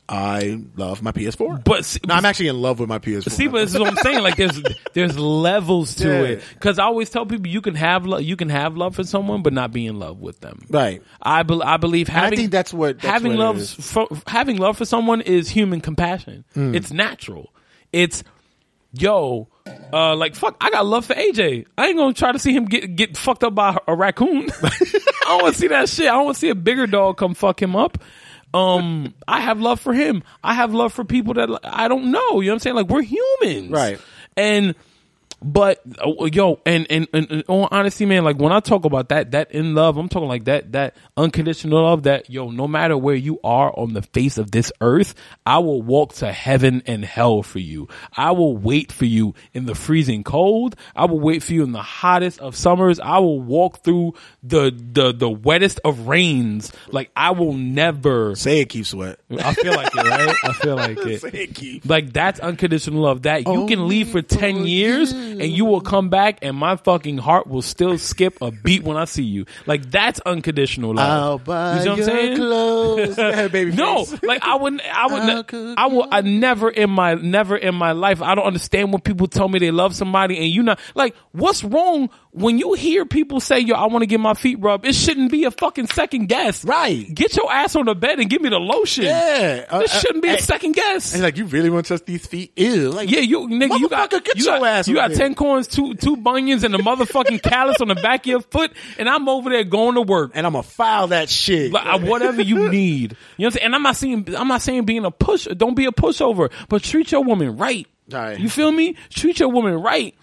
[SPEAKER 2] I love my PS4.
[SPEAKER 3] But see-
[SPEAKER 2] no, I'm actually in love with my PS4.
[SPEAKER 3] See, but this is what I'm saying. Like, there's there's levels to
[SPEAKER 2] Yeah.
[SPEAKER 3] it. Because I always tell people you can have lo- you can have love for someone, but not be in love with them.
[SPEAKER 2] Right.
[SPEAKER 3] I bel I believe having
[SPEAKER 2] think that's what- that's
[SPEAKER 3] having
[SPEAKER 2] what it
[SPEAKER 3] love
[SPEAKER 2] is. Hmm.
[SPEAKER 3] for, having love for someone is human compassion. It's natural. It's yo, uh, like fuck. I got love for AJ. I ain't gonna try to see him get get fucked up by a raccoon. I don't want to see that shit. I don't want to see a bigger dog come fuck him up. Um, I have love for him. I have love for people that like, I don't know. You know what I'm saying? Like we're humans,
[SPEAKER 2] Right.
[SPEAKER 3] And but uh, yo, and and and, and on honesty, man, like when I talk about that, that in love, I'm talking like that, that unconditional love. That yo, no matter where you are on the face of this earth, I will walk to heaven and hell for you. I will wait for you in the freezing cold. I will wait for you in the hottest of summers. I will walk through the the the wettest of rains. Like I will never.
[SPEAKER 2] Say it keeps wet.
[SPEAKER 3] I feel like it, right? I feel like it.
[SPEAKER 2] Say it keeps.
[SPEAKER 3] Like that's unconditional love. That you
[SPEAKER 2] Oh,
[SPEAKER 3] can leave for ten years and you will come back and my fucking heart will still skip a beat when I see you. Like that's unconditional love.
[SPEAKER 2] I'll buy
[SPEAKER 3] you know what I'm
[SPEAKER 2] your
[SPEAKER 3] saying?
[SPEAKER 2] clothes. Yeah, baby
[SPEAKER 3] no,
[SPEAKER 2] face.
[SPEAKER 3] like I wouldn't. I
[SPEAKER 2] I'll
[SPEAKER 3] would.
[SPEAKER 2] cook
[SPEAKER 3] not I will. I never in my never in my life. I don't understand when people tell me they love somebody and you not like. What's wrong when you hear people say, yo, I want to get my feet rubbed, it shouldn't be a fucking second guess.
[SPEAKER 2] Right.
[SPEAKER 3] Get your ass on the bed and give me the lotion.
[SPEAKER 2] Yeah. Uh,
[SPEAKER 3] This
[SPEAKER 2] uh,
[SPEAKER 3] shouldn't be a
[SPEAKER 2] hey.
[SPEAKER 3] second guess.
[SPEAKER 2] And like, you really want to touch these feet? Ew. Like,
[SPEAKER 3] Yeah, you nigga, you got
[SPEAKER 2] Motherfucker, get
[SPEAKER 3] you
[SPEAKER 2] your
[SPEAKER 3] got,
[SPEAKER 2] ass
[SPEAKER 3] you
[SPEAKER 2] over
[SPEAKER 3] got
[SPEAKER 2] here.
[SPEAKER 3] ten corns, two two bunions, and a motherfucking callus on the back of your foot, and I'm over there going to work.
[SPEAKER 2] and I'm gonna file that shit.
[SPEAKER 3] Like, I- whatever you need, you know. What I'm saying? And I'm not saying I'm not saying being a push. Don't be a pushover, but treat your woman right.
[SPEAKER 2] Right.
[SPEAKER 3] You feel me? Treat your woman right.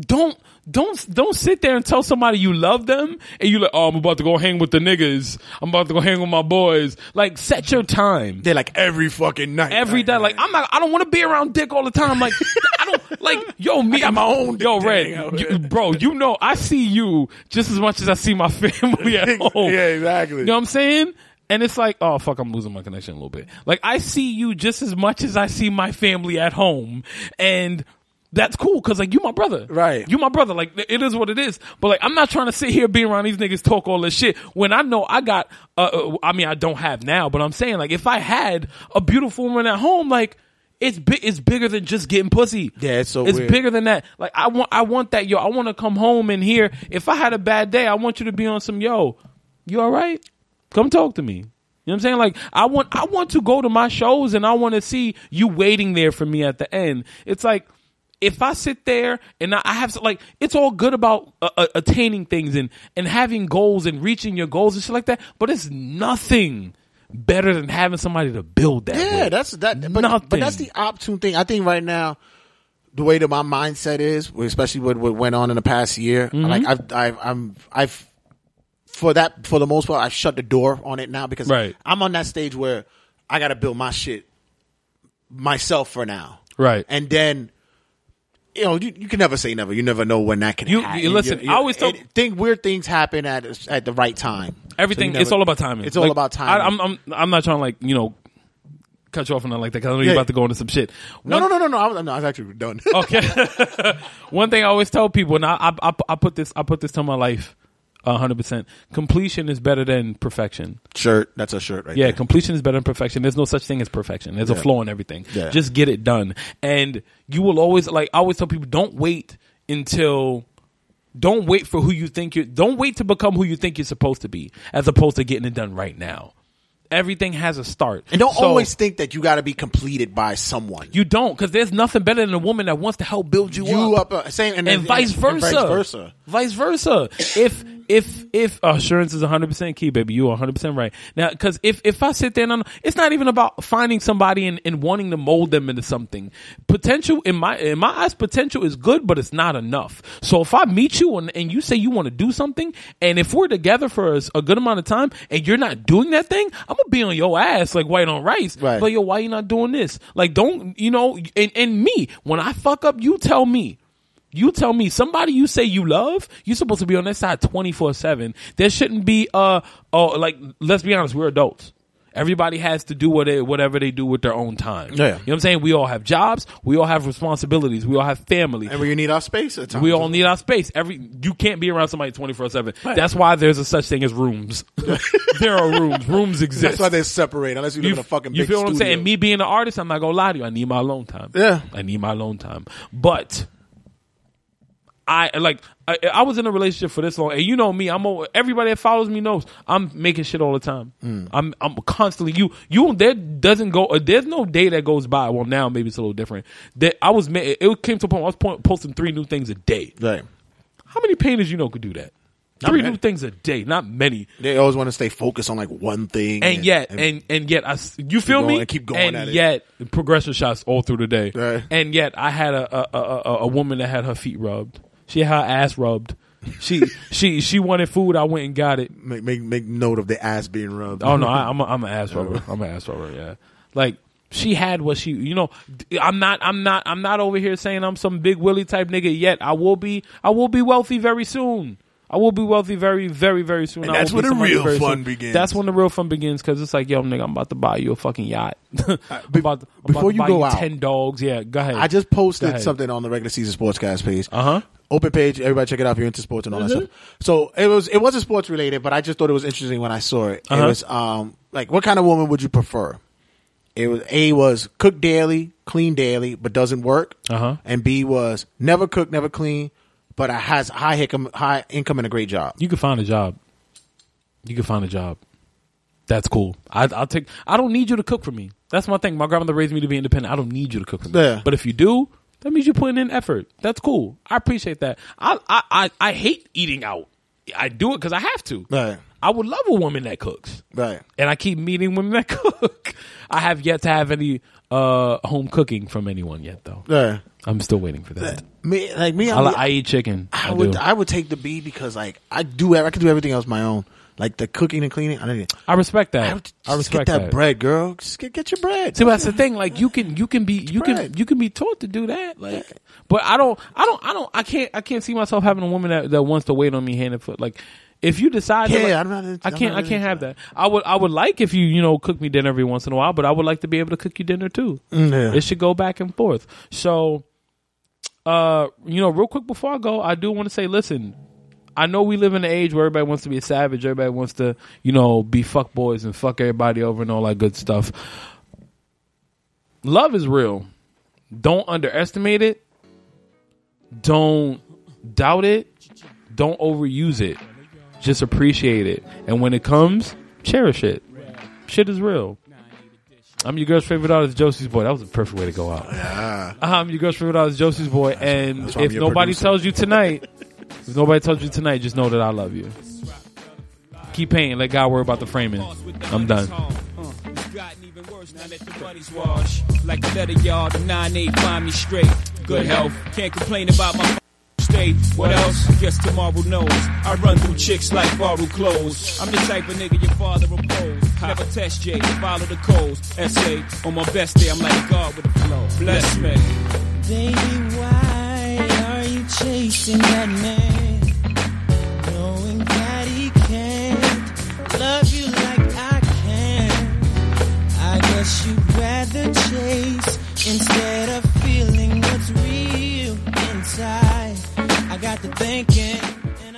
[SPEAKER 3] Don't don't don't sit there and tell somebody you love them and you like. Oh, I'm about to go hang with the niggas. I'm about to go hang with my boys. Like, set your time
[SPEAKER 2] They're like every fucking night.
[SPEAKER 3] every day. Like I'm not. I don't want to be around dick all the time. Like I don't like yo me. I'm
[SPEAKER 2] my own
[SPEAKER 3] yo
[SPEAKER 2] dick
[SPEAKER 3] red
[SPEAKER 2] thing out
[SPEAKER 3] you-
[SPEAKER 2] here.
[SPEAKER 3] bro. You know I see you just as much as I see my family at home.
[SPEAKER 2] Yeah, exactly.
[SPEAKER 3] You know what I'm saying? And it's like, oh fuck, I'm losing my connection a little bit. Like I see you just as much as I see my family at home, and. That's cool, cause like you my brother,
[SPEAKER 2] Right.
[SPEAKER 3] You my brother, like it is what it is. But like I'm not trying to sit here being around these niggas talk all this shit when I know I got. Uh, uh, I mean I don't have now, but I'm saying like if I had a beautiful woman at home, like it's big. It's bigger than just getting pussy.
[SPEAKER 2] Yeah, it's so
[SPEAKER 3] it's
[SPEAKER 2] weird.
[SPEAKER 3] bigger than that. Like I want, I want that, yo. I want to come home and hear. If I had a bad day, I want you to be on some, yo. You all right? Come talk to me. You know what I'm saying? Like I want, I want to go to my shows and I want to see you waiting there for me at the end. It's like if I sit there and I I have like it's all good about uh, uh, attaining things and and having goals and reaching your goals and shit like that, but it's nothing better than having somebody to build that.
[SPEAKER 2] Yeah,
[SPEAKER 3] with.
[SPEAKER 2] that's that.
[SPEAKER 3] Nothing.
[SPEAKER 2] But, but that's the opportune thing. I think right now, the way that my mindset is, especially what, what went on in the past year,
[SPEAKER 3] Mm-hmm.
[SPEAKER 2] like I've, I've, I'm, I've, for that, for the most part, I've shut the door on it now because
[SPEAKER 3] Right.
[SPEAKER 2] I'm on that stage where I got to build my shit myself for now,
[SPEAKER 3] Right.
[SPEAKER 2] And then. You know, you, you can never say never. You never know when that can
[SPEAKER 3] You-
[SPEAKER 2] happen.
[SPEAKER 3] you- listen, I always tell-
[SPEAKER 2] it- think weird things happen at at the right time.
[SPEAKER 3] Everything.
[SPEAKER 2] So you
[SPEAKER 3] it's
[SPEAKER 2] never-
[SPEAKER 3] all about timing.
[SPEAKER 2] It's all
[SPEAKER 3] Like,
[SPEAKER 2] about timing.
[SPEAKER 3] I, I'm, I'm, I'm not trying to like you know cut you off and nothing like that because I know you're
[SPEAKER 2] Yeah.
[SPEAKER 3] about to go into some shit.
[SPEAKER 2] no,
[SPEAKER 3] One,
[SPEAKER 2] no, no, no, no. I was, no, I was actually done.
[SPEAKER 3] Okay. One thing I always tell people, and I, I, I, I put this, I put this to my life, hundred percent. Completion is better than perfection.
[SPEAKER 2] shirt. That's a shirt right
[SPEAKER 3] Yeah,
[SPEAKER 2] there.
[SPEAKER 3] completion is better than perfection. There's no such thing as perfection. There's a flaw in everything.
[SPEAKER 2] Yeah.
[SPEAKER 3] Just get it done. And you will always like I always tell people don't wait until don't wait for who you think you're don't wait to become who you think you're supposed to be as opposed to getting it done right now. Everything has a start.
[SPEAKER 2] And don't
[SPEAKER 3] So-
[SPEAKER 2] always think that you got to be completed by someone.
[SPEAKER 3] you don't because there's nothing better than a woman that wants to help build you,
[SPEAKER 2] You
[SPEAKER 3] up.
[SPEAKER 2] up, uh, same- and-
[SPEAKER 3] and,
[SPEAKER 2] and-
[SPEAKER 3] vice
[SPEAKER 2] and
[SPEAKER 3] versa.
[SPEAKER 2] vice versa.
[SPEAKER 3] Vice versa. if if if oh, assurance is 100 percent key, baby, you are 100 percent right now. Because if if I sit there and I'm- it's not even about finding somebody and, and wanting to mold them into something. Potential in my in my eyes, potential is good, but it's not enough. So if I meet you and, and you say you want to do something, and if we're together for a, s- a good amount of time, and you're not doing that thing, I'm gonna be on your ass like white on rice.
[SPEAKER 2] Right.
[SPEAKER 3] But yo, why you not doing this? Like, don't you know? And and me, when I fuck up, you tell me. You tell me somebody you say you love, you're supposed to be on that side 24 7. There shouldn't be, uh, oh, like, let's be honest, we're adults. Everybody has to do what they, whatever they do with their own time.
[SPEAKER 2] Yeah.
[SPEAKER 3] You know what I'm saying? We all have jobs. We all have responsibilities. We all have family.
[SPEAKER 2] and we need our space at times.
[SPEAKER 3] We all need our space. Every you can't be around somebody twenty four seven. That's why there's a such thing as rooms. there are rooms. Rooms exist
[SPEAKER 2] That's why they separate unless you live in a fucking.
[SPEAKER 3] you
[SPEAKER 2] big
[SPEAKER 3] feel what I'm
[SPEAKER 2] studio.
[SPEAKER 3] saying? Me being an artist, I'm not gonna lie to you. I need my alone time.
[SPEAKER 2] Yeah.
[SPEAKER 3] I need my alone time. But I like I, I was in a relationship for this long, and you know me. I'm a, everybody that follows me knows I'm making shit all the time.
[SPEAKER 2] Mm.
[SPEAKER 3] I'm I'm constantly you you there doesn't go uh, there's no day that goes by. Well, now maybe it's a little different. That I was ma- it came to a point where I was po- posting three new things a day.
[SPEAKER 2] Right.
[SPEAKER 3] How many painters you know could do that? Three
[SPEAKER 2] many.
[SPEAKER 3] new things a day, not many
[SPEAKER 2] They always want to stay focused on like one thing.
[SPEAKER 3] and yet and and, yet I s- you feel
[SPEAKER 2] going-
[SPEAKER 3] me
[SPEAKER 2] and keep going
[SPEAKER 3] and
[SPEAKER 2] at it.
[SPEAKER 3] yet progression shots all through the day
[SPEAKER 2] Right.
[SPEAKER 3] and yet I had a a, a a a woman that had her feet rubbed she had her ass rubbed she she she wanted food I went and got it
[SPEAKER 2] make, make make note of the ass being rubbed.
[SPEAKER 3] oh no I, I'm a, I'm an ass rubber I'm an ass rubber yeah like she had what she you know d- I'm not I'm not I'm not over here saying I'm some big willy type nigga yet I will be I will be wealthy very soon. I will be wealthy very, very, very soon.
[SPEAKER 2] And
[SPEAKER 3] I will
[SPEAKER 2] that's
[SPEAKER 3] be
[SPEAKER 2] when the
[SPEAKER 3] somebody
[SPEAKER 2] real
[SPEAKER 3] very
[SPEAKER 2] fun
[SPEAKER 3] soon.
[SPEAKER 2] begins.
[SPEAKER 3] That's when the real fun begins because it's like, yo, nigga, I'm about to buy you a fucking yacht. I'm
[SPEAKER 2] Uh, be-
[SPEAKER 3] about to, I'm about
[SPEAKER 2] before
[SPEAKER 3] to
[SPEAKER 2] you
[SPEAKER 3] buy
[SPEAKER 2] go
[SPEAKER 3] you
[SPEAKER 2] out,
[SPEAKER 3] ten dogs. Yeah, go ahead.
[SPEAKER 2] I just
[SPEAKER 3] Go
[SPEAKER 2] posted
[SPEAKER 3] ahead.
[SPEAKER 2] something on the regular season sportscast page.
[SPEAKER 3] Uh-huh. Mm-hmm.
[SPEAKER 2] Open page, everybody check it out if you're into sports and all that stuff. So it was it wasn't sports related, but I just thought it was interesting when I saw it.
[SPEAKER 3] Uh-huh.
[SPEAKER 2] It was um like what kind of woman would you prefer? It was A was cook daily, clean daily, but doesn't work.
[SPEAKER 3] Uh-huh.
[SPEAKER 2] And B was never cook, never clean, but I has high income, high income, and a great job.
[SPEAKER 3] You can find a job. You can find a job. That's cool. I, I'll take. I don't need you to cook for me. That's my thing. My grandmother raised me to be independent. I don't need you to cook for me.
[SPEAKER 2] Yeah.
[SPEAKER 3] But if you do, that means you're putting in effort. That's cool. I appreciate that. I I I, I hate eating out. I do it because I have to.
[SPEAKER 2] Right.
[SPEAKER 3] I would love a woman that cooks.
[SPEAKER 2] Right.
[SPEAKER 3] And I keep meeting women that cook. I have yet to have any uh, home cooking from anyone yet, though.
[SPEAKER 2] Yeah.
[SPEAKER 3] I'm still waiting for that.
[SPEAKER 2] Me, like me, I,
[SPEAKER 3] I, li-
[SPEAKER 2] mean,
[SPEAKER 3] I eat chicken. I,
[SPEAKER 2] I would,
[SPEAKER 3] do.
[SPEAKER 2] I would take the B because like I do, I can do everything else my own, like the cooking and cleaning. I don't. Need,
[SPEAKER 3] I respect that.
[SPEAKER 2] I
[SPEAKER 3] I,
[SPEAKER 2] would, just
[SPEAKER 3] respect
[SPEAKER 2] get that,
[SPEAKER 3] that.
[SPEAKER 2] bread, girl. Just get, get your bread.
[SPEAKER 3] See, but that's the thing. Like you can, you can be, you can,
[SPEAKER 2] bread.
[SPEAKER 3] you can be taught to do that. Like, but I don't, I don't, I don't, I can't, I can't see myself having a woman that, that wants to wait on me hand and foot. Like, if you decide, to,
[SPEAKER 2] Yeah,
[SPEAKER 3] like-
[SPEAKER 2] I'm not into-
[SPEAKER 3] I
[SPEAKER 2] I'm
[SPEAKER 3] can't,
[SPEAKER 2] not
[SPEAKER 3] I can't
[SPEAKER 2] into
[SPEAKER 3] have that. I would, I would like if you, you know, cook me dinner every once in a while, but I would like to be able to cook you dinner too.
[SPEAKER 2] Mm, Yeah.
[SPEAKER 3] It should go back and forth. So, uh, you know, real quick before I go, I do want to say, listen, I know we live in an age where everybody wants to be a savage, everybody wants to, you know, be fuck boys and fuck everybody over and all that good stuff. Love is real. Don't underestimate it. Don't doubt it. Don't overuse it. Just appreciate it. And when it comes, cherish it. Shit is real. I'm your girl's favorite artist, Josie's boy. That was a perfect way to go out. I'm your girl's favorite artist, Josie's boy. And
[SPEAKER 2] why I'm
[SPEAKER 3] if
[SPEAKER 2] your
[SPEAKER 3] nobody
[SPEAKER 2] producer.
[SPEAKER 3] tells you tonight, if nobody tells you tonight, just know that I love you. Keep painting. Let God worry about the framing. I'm done.
[SPEAKER 4] Gotten even worse now that the money's wash. Like the letter yard, the 9-8 find me straight. Good health, can't complain about my state. What else? Guess tomorrow knows. I run through chicks like borrowed clothes. I'm the type of nigga your father opposed. Never test J, follow the codes. Essay, on my best day, I'm like God with the flow. Bless me.
[SPEAKER 7] Baby, why are you chasing that man? Knowing that he can't love you like I can. I guess you'd rather chase instead of feeling what's real inside. I got to thinking, and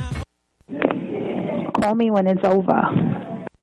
[SPEAKER 7] I
[SPEAKER 8] Call me when it's over.